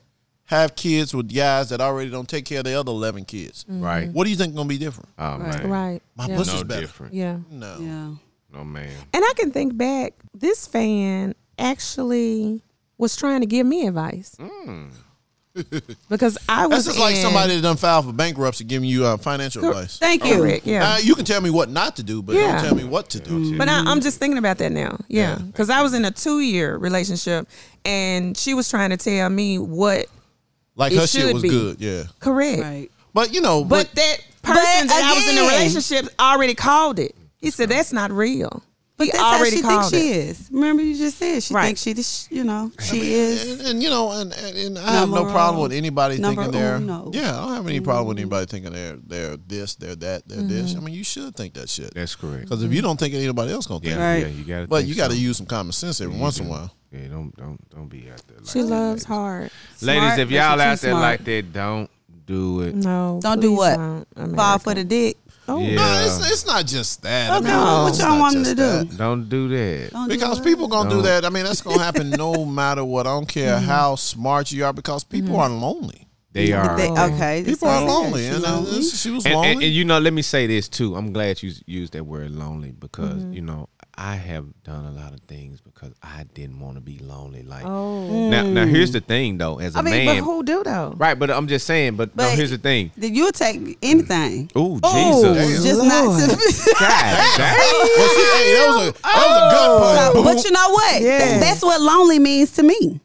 [SPEAKER 5] have kids with guys that already don't take care of the other eleven kids.
[SPEAKER 3] Mm-hmm.
[SPEAKER 2] Right.
[SPEAKER 5] What do you think gonna be different?
[SPEAKER 2] Oh, man.
[SPEAKER 1] Right.
[SPEAKER 5] My
[SPEAKER 1] yeah.
[SPEAKER 5] pussy-
[SPEAKER 2] No
[SPEAKER 5] This is better.
[SPEAKER 2] different.
[SPEAKER 1] yeah.
[SPEAKER 5] No.
[SPEAKER 3] yeah.
[SPEAKER 2] No, man.
[SPEAKER 1] And I can think back. This fan actually was trying to give me advice
[SPEAKER 5] [LAUGHS]
[SPEAKER 1] because I was
[SPEAKER 5] Mm. That's just like
[SPEAKER 1] in-
[SPEAKER 5] somebody that done filed for bankruptcy giving you uh, financial advice. Oh.
[SPEAKER 3] Thank you. Mm-hmm.
[SPEAKER 1] Correct, yeah.
[SPEAKER 5] Now, you can tell me what not to do, but
[SPEAKER 1] Yeah.
[SPEAKER 5] don't tell me what to do.
[SPEAKER 1] But I, I'm just thinking about that now. Yeah. Because I was in a two year relationship and she was trying to tell me what
[SPEAKER 5] Like
[SPEAKER 1] It
[SPEAKER 5] her shit
[SPEAKER 1] should
[SPEAKER 5] was
[SPEAKER 1] be.
[SPEAKER 5] good, yeah.
[SPEAKER 1] correct.
[SPEAKER 3] Right.
[SPEAKER 5] But you know,
[SPEAKER 1] But
[SPEAKER 5] but,
[SPEAKER 1] that
[SPEAKER 3] but
[SPEAKER 1] person that I was in a
[SPEAKER 3] again-
[SPEAKER 1] relationship already called it. He said, that's not real. But he
[SPEAKER 3] That's how
[SPEAKER 1] already
[SPEAKER 3] she thinks
[SPEAKER 1] called
[SPEAKER 3] she
[SPEAKER 1] it.
[SPEAKER 3] is. Remember, you just said she
[SPEAKER 1] Right.
[SPEAKER 3] thinks she, the sh- you know, she is.
[SPEAKER 5] and, and, you know, and, and, and I have no
[SPEAKER 3] Numero-
[SPEAKER 5] problem with anybody
[SPEAKER 3] number oh, Mm-hmm.
[SPEAKER 5] thinking they're
[SPEAKER 3] uno.
[SPEAKER 5] yeah. I don't have any problem with anybody thinking they're they're this, they're that, they're this.
[SPEAKER 3] Mm-hmm.
[SPEAKER 5] I mean, you should think that shit
[SPEAKER 2] That's correct.
[SPEAKER 5] because if you don't think it, anybody else gonna think.
[SPEAKER 2] Yeah,
[SPEAKER 5] it.
[SPEAKER 3] Right.
[SPEAKER 2] yeah, you got to.
[SPEAKER 5] But you got to use some common sense every once in a while.
[SPEAKER 2] Yeah, don't don't don't be out there. Like
[SPEAKER 1] She
[SPEAKER 2] that,
[SPEAKER 1] loves
[SPEAKER 2] ladies.
[SPEAKER 1] hard.
[SPEAKER 2] Ladies,
[SPEAKER 3] Smart,
[SPEAKER 2] if
[SPEAKER 3] but she
[SPEAKER 2] y'all
[SPEAKER 3] too
[SPEAKER 2] out there
[SPEAKER 3] smart.
[SPEAKER 2] like that, don't do it.
[SPEAKER 1] No.
[SPEAKER 3] Don't do
[SPEAKER 1] please
[SPEAKER 3] what?
[SPEAKER 1] don't,
[SPEAKER 3] Fall
[SPEAKER 1] America.
[SPEAKER 3] for the dick.
[SPEAKER 1] Oh,
[SPEAKER 2] Yeah.
[SPEAKER 5] No, it's, it's not just that. I
[SPEAKER 3] Okay,
[SPEAKER 5] mean,
[SPEAKER 1] well, what
[SPEAKER 5] it's
[SPEAKER 3] y'all
[SPEAKER 5] not
[SPEAKER 3] want
[SPEAKER 5] just
[SPEAKER 3] to do?
[SPEAKER 5] that.
[SPEAKER 2] Don't do that.
[SPEAKER 3] Don't do
[SPEAKER 5] Because
[SPEAKER 3] it.
[SPEAKER 5] people gonna
[SPEAKER 2] No.
[SPEAKER 5] do that. I mean, that's
[SPEAKER 3] [LAUGHS]
[SPEAKER 5] gonna happen no matter what. I don't
[SPEAKER 3] Mm-hmm.
[SPEAKER 5] care how smart you are. Because people are lonely.
[SPEAKER 2] They are.
[SPEAKER 3] They,
[SPEAKER 1] Oh.
[SPEAKER 3] okay. that's
[SPEAKER 5] People are
[SPEAKER 3] what I said.
[SPEAKER 5] lonely,
[SPEAKER 3] She
[SPEAKER 5] and uh,
[SPEAKER 3] lonely.
[SPEAKER 5] she was
[SPEAKER 2] and,
[SPEAKER 5] lonely.
[SPEAKER 2] and, and you know, let me say this too. I'm glad you s- used that word lonely because
[SPEAKER 1] Mm-hmm.
[SPEAKER 2] you know I have done a lot of things because I didn't want to be lonely. Like
[SPEAKER 1] Oh.
[SPEAKER 2] now, now here's the thing though. As a
[SPEAKER 1] I mean,
[SPEAKER 2] man,
[SPEAKER 1] but who do though?
[SPEAKER 2] right? But I'm just saying. But, no,
[SPEAKER 3] But-
[SPEAKER 2] here's the thing.
[SPEAKER 3] Then You'll take anything.
[SPEAKER 2] Ooh,
[SPEAKER 1] Oh,
[SPEAKER 2] Jesus,
[SPEAKER 3] Just not to.
[SPEAKER 2] God,
[SPEAKER 1] [LAUGHS]
[SPEAKER 2] damn.
[SPEAKER 5] Well, see, hey, that was a that was a
[SPEAKER 3] So, [LAUGHS]
[SPEAKER 5] good
[SPEAKER 3] but
[SPEAKER 5] punch.
[SPEAKER 3] you know what?
[SPEAKER 1] Yeah.
[SPEAKER 3] That's what lonely means to me.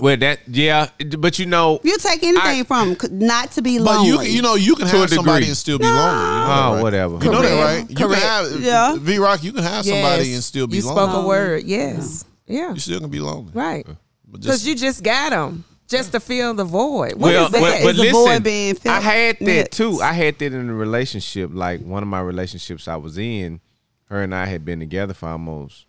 [SPEAKER 2] Well, that yeah. But you know,
[SPEAKER 3] You take anything
[SPEAKER 2] I-
[SPEAKER 3] from c- not to be
[SPEAKER 5] But
[SPEAKER 3] lonely.
[SPEAKER 5] you you know you can
[SPEAKER 2] To a
[SPEAKER 5] have somebody
[SPEAKER 2] degree.
[SPEAKER 5] and still be lonely.
[SPEAKER 2] oh whatever.
[SPEAKER 5] You know that, right? You know
[SPEAKER 1] Correct.
[SPEAKER 5] that, right? You
[SPEAKER 1] Correct.
[SPEAKER 5] can have
[SPEAKER 3] Yeah.
[SPEAKER 5] V Rock. You can have somebody and still be
[SPEAKER 1] you
[SPEAKER 5] lonely.
[SPEAKER 1] spoke a word. Yes. Yeah.
[SPEAKER 5] You still can be lonely.
[SPEAKER 1] Right.
[SPEAKER 2] Uh,
[SPEAKER 5] But
[SPEAKER 1] Because
[SPEAKER 5] just,
[SPEAKER 1] you just got them just to fill the void. What
[SPEAKER 2] well,
[SPEAKER 1] is that?
[SPEAKER 2] well,
[SPEAKER 3] Is the
[SPEAKER 2] but
[SPEAKER 3] void
[SPEAKER 2] listen,
[SPEAKER 3] being filled?
[SPEAKER 2] I had that
[SPEAKER 3] Next.
[SPEAKER 2] too. I had that in a relationship. Like one of my relationships I was in, her and I had been together for almost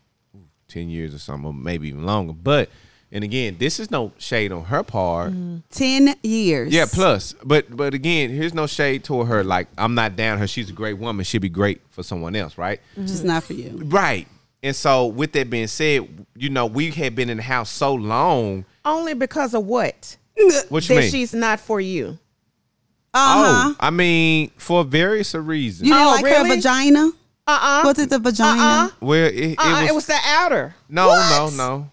[SPEAKER 2] ten years or something, or maybe even longer. But and again, this is no shade on her part.
[SPEAKER 1] Mm-hmm.
[SPEAKER 3] 10 years.
[SPEAKER 2] Yeah, plus, but but again, here's no shade toward her. Like I'm not down her. She's a great woman. She'd be great for someone else, right?
[SPEAKER 1] Mm-hmm.
[SPEAKER 3] Just not for you.
[SPEAKER 2] Right. And so, with that being said, you know, we had been in the house so long.
[SPEAKER 1] Only because of what?
[SPEAKER 2] What you
[SPEAKER 1] that
[SPEAKER 2] mean?
[SPEAKER 1] she's uh-huh. not for you.
[SPEAKER 3] Uh huh.
[SPEAKER 2] Oh, I mean, for various reasons.
[SPEAKER 3] You didn't
[SPEAKER 1] Oh,
[SPEAKER 3] like her
[SPEAKER 1] really?
[SPEAKER 3] vagina?
[SPEAKER 1] Uh-uh.
[SPEAKER 3] Was it the vagina?
[SPEAKER 1] Uh-uh.
[SPEAKER 2] Well, it,
[SPEAKER 3] Uh,
[SPEAKER 2] it,
[SPEAKER 1] Uh-uh.
[SPEAKER 2] was,
[SPEAKER 1] It was the outer.
[SPEAKER 2] no,
[SPEAKER 3] What?
[SPEAKER 2] no, no,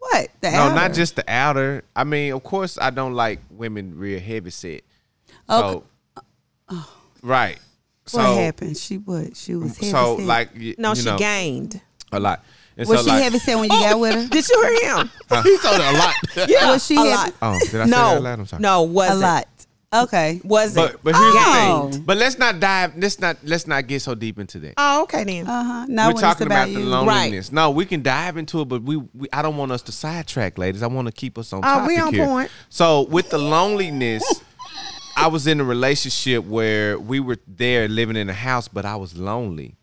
[SPEAKER 3] What? The
[SPEAKER 2] no, not
[SPEAKER 3] outer?
[SPEAKER 2] just the outer. I mean, of course, I don't like women real heavy set. So, right. So,
[SPEAKER 3] Uh, What happened? She what? She was heavy.
[SPEAKER 2] so
[SPEAKER 3] set.
[SPEAKER 2] like, y-
[SPEAKER 1] No,
[SPEAKER 2] you
[SPEAKER 1] she
[SPEAKER 2] know,
[SPEAKER 1] gained.
[SPEAKER 2] a lot. And
[SPEAKER 3] was
[SPEAKER 2] so,
[SPEAKER 3] she
[SPEAKER 2] like, [LAUGHS]
[SPEAKER 3] heavy set when you got [LAUGHS] with her?
[SPEAKER 1] Did you hear him?
[SPEAKER 5] he told her a
[SPEAKER 3] [LAUGHS]
[SPEAKER 5] lot.
[SPEAKER 1] yeah.
[SPEAKER 3] was she
[SPEAKER 1] a
[SPEAKER 3] heavy?
[SPEAKER 1] lot.
[SPEAKER 2] Oh, did I say that
[SPEAKER 1] No.
[SPEAKER 2] loud? I'm sorry.
[SPEAKER 1] No,
[SPEAKER 3] A
[SPEAKER 1] wasn't.
[SPEAKER 3] lot. Okay.
[SPEAKER 1] Wasn't.
[SPEAKER 2] But but here's
[SPEAKER 3] Oh.
[SPEAKER 2] the thing. But let's not dive. Let's not let's not get so deep into that.
[SPEAKER 1] oh, okay then.
[SPEAKER 3] Uh huh. Now
[SPEAKER 2] We're
[SPEAKER 3] when it's
[SPEAKER 2] talking
[SPEAKER 3] about,
[SPEAKER 2] about, the
[SPEAKER 3] you.
[SPEAKER 2] loneliness. No, we can dive into it, but we, we I don't want us to sidetrack, ladies. I want to keep us on
[SPEAKER 1] Oh,
[SPEAKER 2] topic
[SPEAKER 1] we on
[SPEAKER 2] here.
[SPEAKER 1] point.
[SPEAKER 2] So with the loneliness, I was in a relationship where we were there living in a house, but I was lonely.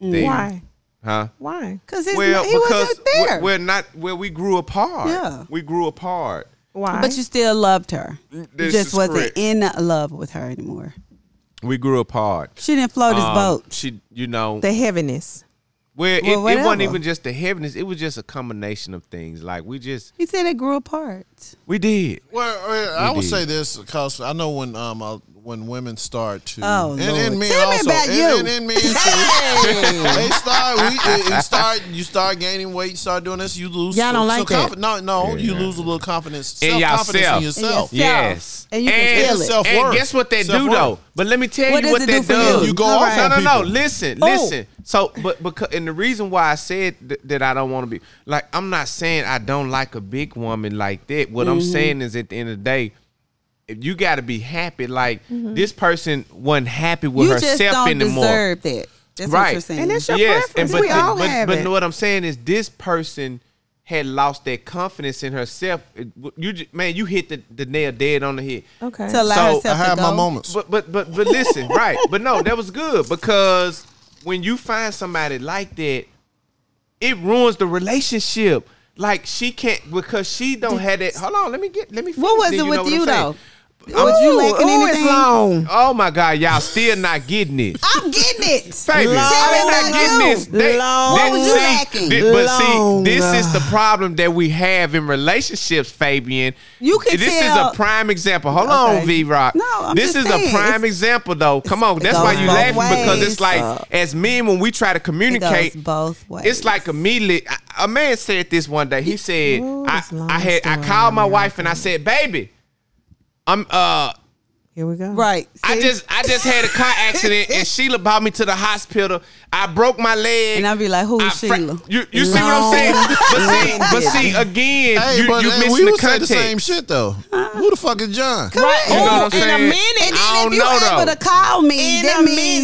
[SPEAKER 2] There.
[SPEAKER 1] Why?
[SPEAKER 2] Huh?
[SPEAKER 1] Why?
[SPEAKER 3] Because Mm. it's
[SPEAKER 2] well,
[SPEAKER 3] not- he
[SPEAKER 2] because
[SPEAKER 3] wasn't there.
[SPEAKER 2] we- we're not where we grew apart.
[SPEAKER 3] Yeah.
[SPEAKER 2] we grew apart.
[SPEAKER 1] Why?
[SPEAKER 3] but you still loved her. You
[SPEAKER 2] This
[SPEAKER 3] just
[SPEAKER 2] is
[SPEAKER 3] wasn't
[SPEAKER 2] correct.
[SPEAKER 3] in love with her anymore.
[SPEAKER 2] We grew apart.
[SPEAKER 3] She didn't float his
[SPEAKER 2] Um,
[SPEAKER 3] boat.
[SPEAKER 2] She, you know,
[SPEAKER 1] the heaviness.
[SPEAKER 2] where it,
[SPEAKER 3] Well,
[SPEAKER 2] it wasn't
[SPEAKER 3] whatever.
[SPEAKER 2] even just the heaviness. It was just a combination of things. Like we just,
[SPEAKER 3] he said it grew apart.
[SPEAKER 2] we did.
[SPEAKER 5] Well, well, I would
[SPEAKER 2] did.
[SPEAKER 5] say this because I know when um uh, when women start to
[SPEAKER 3] Oh, Lord.
[SPEAKER 5] and, and men
[SPEAKER 3] Tell me
[SPEAKER 5] also
[SPEAKER 3] about
[SPEAKER 5] and,
[SPEAKER 3] you.
[SPEAKER 5] and, and men too. they start we it, it start you start gaining weight, you start doing this, you lose
[SPEAKER 1] Y'all don't like that.
[SPEAKER 5] confi- No, no, you lose a little confidence,
[SPEAKER 2] In
[SPEAKER 5] self confidence in
[SPEAKER 3] yourself.
[SPEAKER 5] yourself.
[SPEAKER 3] Yeah.
[SPEAKER 2] Yes.
[SPEAKER 3] And you can feel it.
[SPEAKER 2] and
[SPEAKER 5] Self-worth.
[SPEAKER 2] guess what they do
[SPEAKER 5] Self-worth.
[SPEAKER 2] though? But let me tell
[SPEAKER 3] What
[SPEAKER 2] you
[SPEAKER 3] does
[SPEAKER 2] what
[SPEAKER 3] it
[SPEAKER 2] that
[SPEAKER 3] do for
[SPEAKER 2] does.
[SPEAKER 3] you?
[SPEAKER 5] You go off
[SPEAKER 2] No,
[SPEAKER 5] on
[SPEAKER 2] no, no.
[SPEAKER 5] people.
[SPEAKER 2] Listen,
[SPEAKER 1] Oh.
[SPEAKER 2] listen. So, but because and the reason why I said th- that I don't want to be like I'm not saying I don't like a big woman like that. What
[SPEAKER 3] Mm-hmm.
[SPEAKER 2] I'm saying is at the end of the day. if You got to be happy. Like this person wasn't happy with
[SPEAKER 3] Mm-hmm. you just
[SPEAKER 2] herself
[SPEAKER 3] don't
[SPEAKER 2] anymore.
[SPEAKER 3] deserve that. That's
[SPEAKER 2] right.
[SPEAKER 3] what you're saying.
[SPEAKER 1] And that's your preference.
[SPEAKER 2] but,
[SPEAKER 1] we all
[SPEAKER 2] but,
[SPEAKER 1] have
[SPEAKER 2] but
[SPEAKER 1] it.
[SPEAKER 2] know what I'm saying is this person had lost that confidence in herself. It- You ju- man, you hit the, the nail dead on the head.
[SPEAKER 1] okay.
[SPEAKER 3] to allow
[SPEAKER 2] So,
[SPEAKER 5] I
[SPEAKER 3] herself
[SPEAKER 5] have
[SPEAKER 3] to
[SPEAKER 5] my
[SPEAKER 3] go.
[SPEAKER 5] moments.
[SPEAKER 2] But but but but listen, [LAUGHS] right? But no, that was good because when you find somebody like that, it ruins the relationship. Like she can't because she don't have that. Hold on, let me get let me.
[SPEAKER 3] What was
[SPEAKER 2] finish,
[SPEAKER 3] it
[SPEAKER 2] then
[SPEAKER 3] with you,
[SPEAKER 2] know what I'm
[SPEAKER 3] though?
[SPEAKER 2] saying.
[SPEAKER 3] Was you lacking
[SPEAKER 2] ooh, it's
[SPEAKER 3] anything?
[SPEAKER 2] long. Oh my God, y'all still not getting
[SPEAKER 3] [LAUGHS]
[SPEAKER 2] it.
[SPEAKER 3] I'm getting it.
[SPEAKER 2] Baby,
[SPEAKER 3] Tell
[SPEAKER 2] I'm
[SPEAKER 3] me
[SPEAKER 2] not
[SPEAKER 3] about
[SPEAKER 2] getting
[SPEAKER 3] you.
[SPEAKER 2] this. They,
[SPEAKER 1] Long.
[SPEAKER 2] they-
[SPEAKER 3] What was you
[SPEAKER 2] see,
[SPEAKER 3] lacking?
[SPEAKER 2] thi- but
[SPEAKER 1] Long.
[SPEAKER 2] see, this is the problem that we have in relationships, Fabian.
[SPEAKER 3] You can
[SPEAKER 2] This
[SPEAKER 3] tell-
[SPEAKER 2] is a prime example. Hold
[SPEAKER 3] Okay.
[SPEAKER 2] on, V Rock.
[SPEAKER 3] No, I'm
[SPEAKER 2] this
[SPEAKER 3] just
[SPEAKER 2] is
[SPEAKER 3] saying,
[SPEAKER 2] a prime
[SPEAKER 3] it's-
[SPEAKER 2] example, though. Come on,
[SPEAKER 3] it
[SPEAKER 2] that's why
[SPEAKER 3] goes
[SPEAKER 2] you
[SPEAKER 3] both
[SPEAKER 2] laughing because it's
[SPEAKER 3] ways. Uh,
[SPEAKER 2] like as men when we try to communicate,
[SPEAKER 3] both ways.
[SPEAKER 2] It's like immediately. I- A man said this one day. He said,
[SPEAKER 1] Ooh,
[SPEAKER 2] I,
[SPEAKER 1] it's long
[SPEAKER 2] "I had I
[SPEAKER 1] story,
[SPEAKER 2] called my wife and I said, baby, I'm uh."
[SPEAKER 1] Here we go.
[SPEAKER 3] right.
[SPEAKER 2] I
[SPEAKER 3] see?
[SPEAKER 2] just I just had a
[SPEAKER 5] [LAUGHS]
[SPEAKER 2] car accident and Sheila brought me to the hospital. I broke my leg.
[SPEAKER 3] and I'd be like, who
[SPEAKER 2] I
[SPEAKER 3] is
[SPEAKER 2] fra-
[SPEAKER 3] Sheila?
[SPEAKER 2] you you see what I'm saying?
[SPEAKER 3] [LAUGHS]
[SPEAKER 2] But see, but see again,
[SPEAKER 5] Hey,
[SPEAKER 2] you,
[SPEAKER 5] but
[SPEAKER 2] you
[SPEAKER 5] hey,
[SPEAKER 2] missing
[SPEAKER 5] we
[SPEAKER 2] the
[SPEAKER 5] would say the
[SPEAKER 2] context.
[SPEAKER 5] same shit though.
[SPEAKER 3] Uh,
[SPEAKER 5] Who the fuck is John?
[SPEAKER 2] Right. You know what
[SPEAKER 1] Ooh,
[SPEAKER 2] I'm
[SPEAKER 1] in a
[SPEAKER 2] saying?
[SPEAKER 1] minute.
[SPEAKER 3] And then
[SPEAKER 2] I
[SPEAKER 3] if
[SPEAKER 2] don't
[SPEAKER 3] you
[SPEAKER 2] know
[SPEAKER 3] able
[SPEAKER 2] though.
[SPEAKER 3] to call me,
[SPEAKER 1] In
[SPEAKER 3] that
[SPEAKER 1] a
[SPEAKER 3] means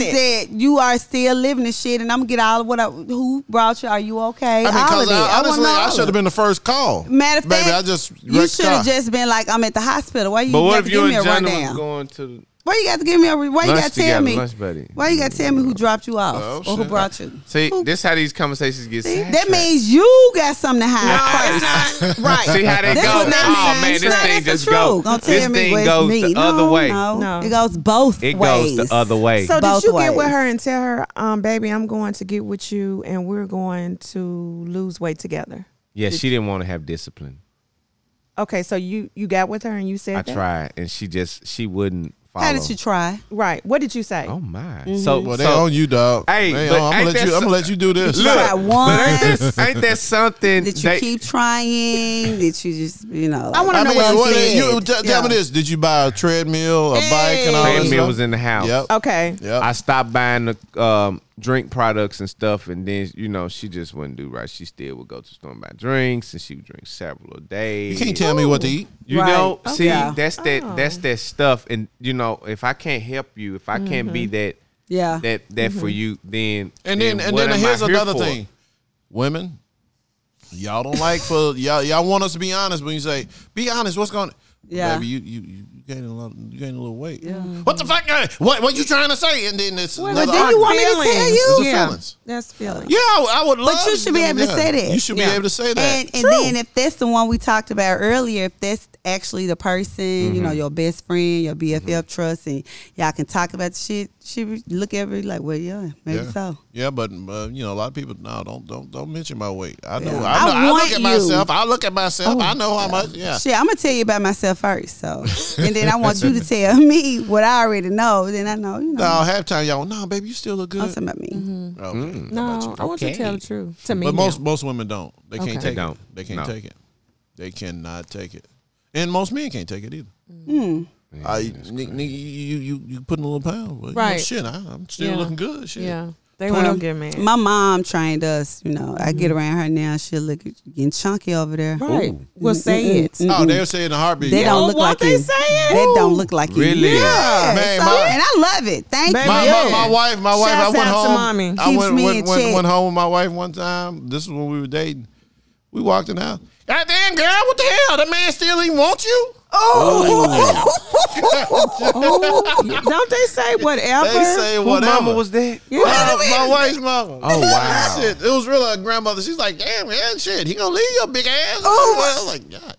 [SPEAKER 3] that
[SPEAKER 1] minute.
[SPEAKER 3] you are still living this shit, and I'm gonna get all of what I, who brought you. Are you okay?
[SPEAKER 5] I mean,
[SPEAKER 3] all of
[SPEAKER 5] because
[SPEAKER 3] that. I wanna
[SPEAKER 5] honestly,
[SPEAKER 3] know
[SPEAKER 5] I
[SPEAKER 3] all of
[SPEAKER 5] should
[SPEAKER 3] it.
[SPEAKER 5] have been the first call.
[SPEAKER 3] Matter of
[SPEAKER 5] baby,
[SPEAKER 3] fact,
[SPEAKER 5] I just
[SPEAKER 3] you
[SPEAKER 5] wrecked
[SPEAKER 3] should have
[SPEAKER 5] car.
[SPEAKER 3] just been like, I'm at the hospital. Why you
[SPEAKER 2] But what
[SPEAKER 3] got
[SPEAKER 2] if
[SPEAKER 3] to
[SPEAKER 2] you
[SPEAKER 3] give
[SPEAKER 2] and
[SPEAKER 3] me a
[SPEAKER 2] John
[SPEAKER 3] rundown?
[SPEAKER 2] was going to?
[SPEAKER 3] Why you got to give me a? Why you
[SPEAKER 2] Lunch
[SPEAKER 3] got to tell
[SPEAKER 2] together,
[SPEAKER 3] me?
[SPEAKER 2] lunch buddy.
[SPEAKER 3] Why you got to tell me who dropped you off
[SPEAKER 5] Oh,
[SPEAKER 3] or who
[SPEAKER 5] shit.
[SPEAKER 3] brought you?
[SPEAKER 2] See,
[SPEAKER 3] Who-
[SPEAKER 2] this how these conversations get.
[SPEAKER 3] see, that
[SPEAKER 2] sidetracked.
[SPEAKER 3] means you got something to hide.
[SPEAKER 2] No, it's not. right. See how that
[SPEAKER 3] That's
[SPEAKER 2] goes?
[SPEAKER 3] what that
[SPEAKER 2] Oh
[SPEAKER 3] means.
[SPEAKER 2] man, this
[SPEAKER 3] Nah,
[SPEAKER 2] thing
[SPEAKER 3] that's the
[SPEAKER 2] just goes.
[SPEAKER 3] truth. Don't tell
[SPEAKER 2] This
[SPEAKER 3] me
[SPEAKER 2] thing
[SPEAKER 3] what's
[SPEAKER 2] goes
[SPEAKER 3] me.
[SPEAKER 2] the
[SPEAKER 3] No,
[SPEAKER 2] other way.
[SPEAKER 3] No.
[SPEAKER 1] No.
[SPEAKER 3] it goes both.
[SPEAKER 2] It
[SPEAKER 3] ways.
[SPEAKER 2] goes the other way.
[SPEAKER 3] So-
[SPEAKER 4] So
[SPEAKER 3] Both
[SPEAKER 4] did you get with
[SPEAKER 3] ways.
[SPEAKER 4] her and tell her, um, baby, I'm going to get with you and we're going to lose weight together?
[SPEAKER 2] yeah, she didn't want to have discipline.
[SPEAKER 4] Okay, so you you got with her and you said
[SPEAKER 2] I
[SPEAKER 4] that?
[SPEAKER 2] tried, and she just she wouldn't follow.
[SPEAKER 3] How did Mm-hmm. you try?
[SPEAKER 4] Right. What did you say?
[SPEAKER 2] Oh my! So
[SPEAKER 5] Well, they
[SPEAKER 2] so,
[SPEAKER 5] own you, dog.
[SPEAKER 2] Hey,
[SPEAKER 5] they
[SPEAKER 2] but ain't
[SPEAKER 5] own, I'm gonna let
[SPEAKER 2] that
[SPEAKER 5] you. I'm
[SPEAKER 2] so-
[SPEAKER 5] gonna let you do this.
[SPEAKER 2] Look, [LAUGHS]
[SPEAKER 3] Try
[SPEAKER 2] but ain't
[SPEAKER 3] once.
[SPEAKER 2] that, [LAUGHS] ain't that something
[SPEAKER 3] That you
[SPEAKER 2] they-
[SPEAKER 3] keep trying. That you just you know. Like,
[SPEAKER 4] I wanna
[SPEAKER 5] I
[SPEAKER 4] know
[SPEAKER 5] mean,
[SPEAKER 4] what you
[SPEAKER 5] what,
[SPEAKER 4] said.
[SPEAKER 5] you, t- tell me
[SPEAKER 3] Yeah.
[SPEAKER 5] this: Did you buy a treadmill, a bike, and all that
[SPEAKER 2] Treadmill
[SPEAKER 5] stuff?
[SPEAKER 2] was in the house.
[SPEAKER 5] Yep.
[SPEAKER 4] Okay.
[SPEAKER 5] Yep.
[SPEAKER 2] I stopped buying the um, drink products and stuff, and then you know she just wouldn't do right. She still would go to the store and buy drinks, and she would drink several a day.
[SPEAKER 5] you can't tell me what to eat.
[SPEAKER 2] You
[SPEAKER 3] Right.
[SPEAKER 2] know,
[SPEAKER 3] Okay.
[SPEAKER 2] see
[SPEAKER 3] Yeah. Oh.
[SPEAKER 2] that's that that's that stuff, and you know if I can't help you, if I can't be that
[SPEAKER 3] Mm-hmm. Yeah. Mm-hmm.
[SPEAKER 2] that that for you, then
[SPEAKER 5] And then, and
[SPEAKER 2] what
[SPEAKER 5] then
[SPEAKER 2] am I
[SPEAKER 5] here's
[SPEAKER 2] here
[SPEAKER 5] another
[SPEAKER 2] for?
[SPEAKER 5] thing: women, y'all don't like for y'all. Y'all want us to be honest when you say, "Be honest, what's going?"
[SPEAKER 3] Yeah.
[SPEAKER 5] Baby, you you you gained a lot. You gained a little weight. What the fuck? eh? What what you trying to say? And then this.
[SPEAKER 3] But
[SPEAKER 5] another
[SPEAKER 3] then you
[SPEAKER 5] argument.
[SPEAKER 3] want me to tell
[SPEAKER 4] Feelings.
[SPEAKER 3] you?
[SPEAKER 5] It's a
[SPEAKER 4] Yeah.
[SPEAKER 5] feelings.
[SPEAKER 4] That's feeling.
[SPEAKER 5] Yeah, I, I would love.
[SPEAKER 3] But you should be
[SPEAKER 5] yeah,
[SPEAKER 3] able to say that.
[SPEAKER 5] You should
[SPEAKER 3] Yeah.
[SPEAKER 5] be able to say that.
[SPEAKER 3] And, and then if that's the one we talked about earlier, if that's actually the person, you
[SPEAKER 2] Mm-hmm.
[SPEAKER 3] know, your best friend, your BFF trust, and y'all can talk about the shit, she would look at me like, well, yeah, maybe
[SPEAKER 5] yeah.
[SPEAKER 3] so.
[SPEAKER 5] Yeah, but uh, you know, a lot of people no, don't don't don't mention my weight. I
[SPEAKER 3] I
[SPEAKER 5] know. I, know I,
[SPEAKER 3] want
[SPEAKER 5] look at
[SPEAKER 3] you. Oh,
[SPEAKER 5] myself. I look at myself. I know how much. Yeah.
[SPEAKER 3] Shit, I'm gonna tell you about myself first, so and then I want you to tell me what I already know. Then I know, you know,
[SPEAKER 5] No, halftime, y'all. No, baby, you still look good.
[SPEAKER 3] I'm talking about me.
[SPEAKER 2] Mm-hmm.
[SPEAKER 5] Okay.
[SPEAKER 2] Mm.
[SPEAKER 1] No, I want you to
[SPEAKER 2] Okay.
[SPEAKER 1] tell the truth to me.
[SPEAKER 5] But
[SPEAKER 1] now.
[SPEAKER 5] most most women don't. They can't
[SPEAKER 1] Okay.
[SPEAKER 5] take
[SPEAKER 1] They
[SPEAKER 5] it.
[SPEAKER 2] don't.
[SPEAKER 5] They can't
[SPEAKER 2] No.
[SPEAKER 5] take it. They cannot take it. And most men can't take it either. I, nigga, nigga, you you you putting a little pound, well, you know,
[SPEAKER 1] Right.
[SPEAKER 5] shit, I, I'm still
[SPEAKER 1] Yeah.
[SPEAKER 5] looking good. Shit.
[SPEAKER 1] yeah, they want to
[SPEAKER 3] Well,
[SPEAKER 1] get mad.
[SPEAKER 3] My mom trained us, you know. I get around her now, she'll look getting chunky over there.
[SPEAKER 1] right. Well, say it.
[SPEAKER 5] Oh, they'll say in a heartbeat.
[SPEAKER 3] They
[SPEAKER 5] yeah.
[SPEAKER 3] don't
[SPEAKER 1] Oh,
[SPEAKER 3] look
[SPEAKER 1] what
[SPEAKER 3] like
[SPEAKER 1] they
[SPEAKER 3] you.
[SPEAKER 1] saying?
[SPEAKER 3] That don't look like you.
[SPEAKER 2] Really?
[SPEAKER 3] Yeah.
[SPEAKER 5] Man,
[SPEAKER 3] so-
[SPEAKER 5] my-
[SPEAKER 3] and I love it. Thank
[SPEAKER 1] Baby,
[SPEAKER 3] you.
[SPEAKER 5] My,
[SPEAKER 1] Yeah.
[SPEAKER 5] my, my wife, my wife.
[SPEAKER 1] Shouts
[SPEAKER 5] I went
[SPEAKER 1] out to
[SPEAKER 5] home.
[SPEAKER 1] mommy.
[SPEAKER 5] I
[SPEAKER 3] Keeps
[SPEAKER 5] went
[SPEAKER 3] me in
[SPEAKER 5] went,
[SPEAKER 3] check.
[SPEAKER 5] went, went home with my wife one time. This is when we were dating. We walked in the house. Goddamn girl, what the hell? That man still even want you?
[SPEAKER 1] Oh, [LAUGHS] don't they say whatever?
[SPEAKER 5] They say
[SPEAKER 2] Who
[SPEAKER 5] whatever.
[SPEAKER 2] mama was that?
[SPEAKER 5] Uh, my wife's mama.
[SPEAKER 2] Oh, wow.
[SPEAKER 5] shit, it was really her grandmother. She's like, damn, man, shit, he gonna leave your big ass. Oh, I was like, God,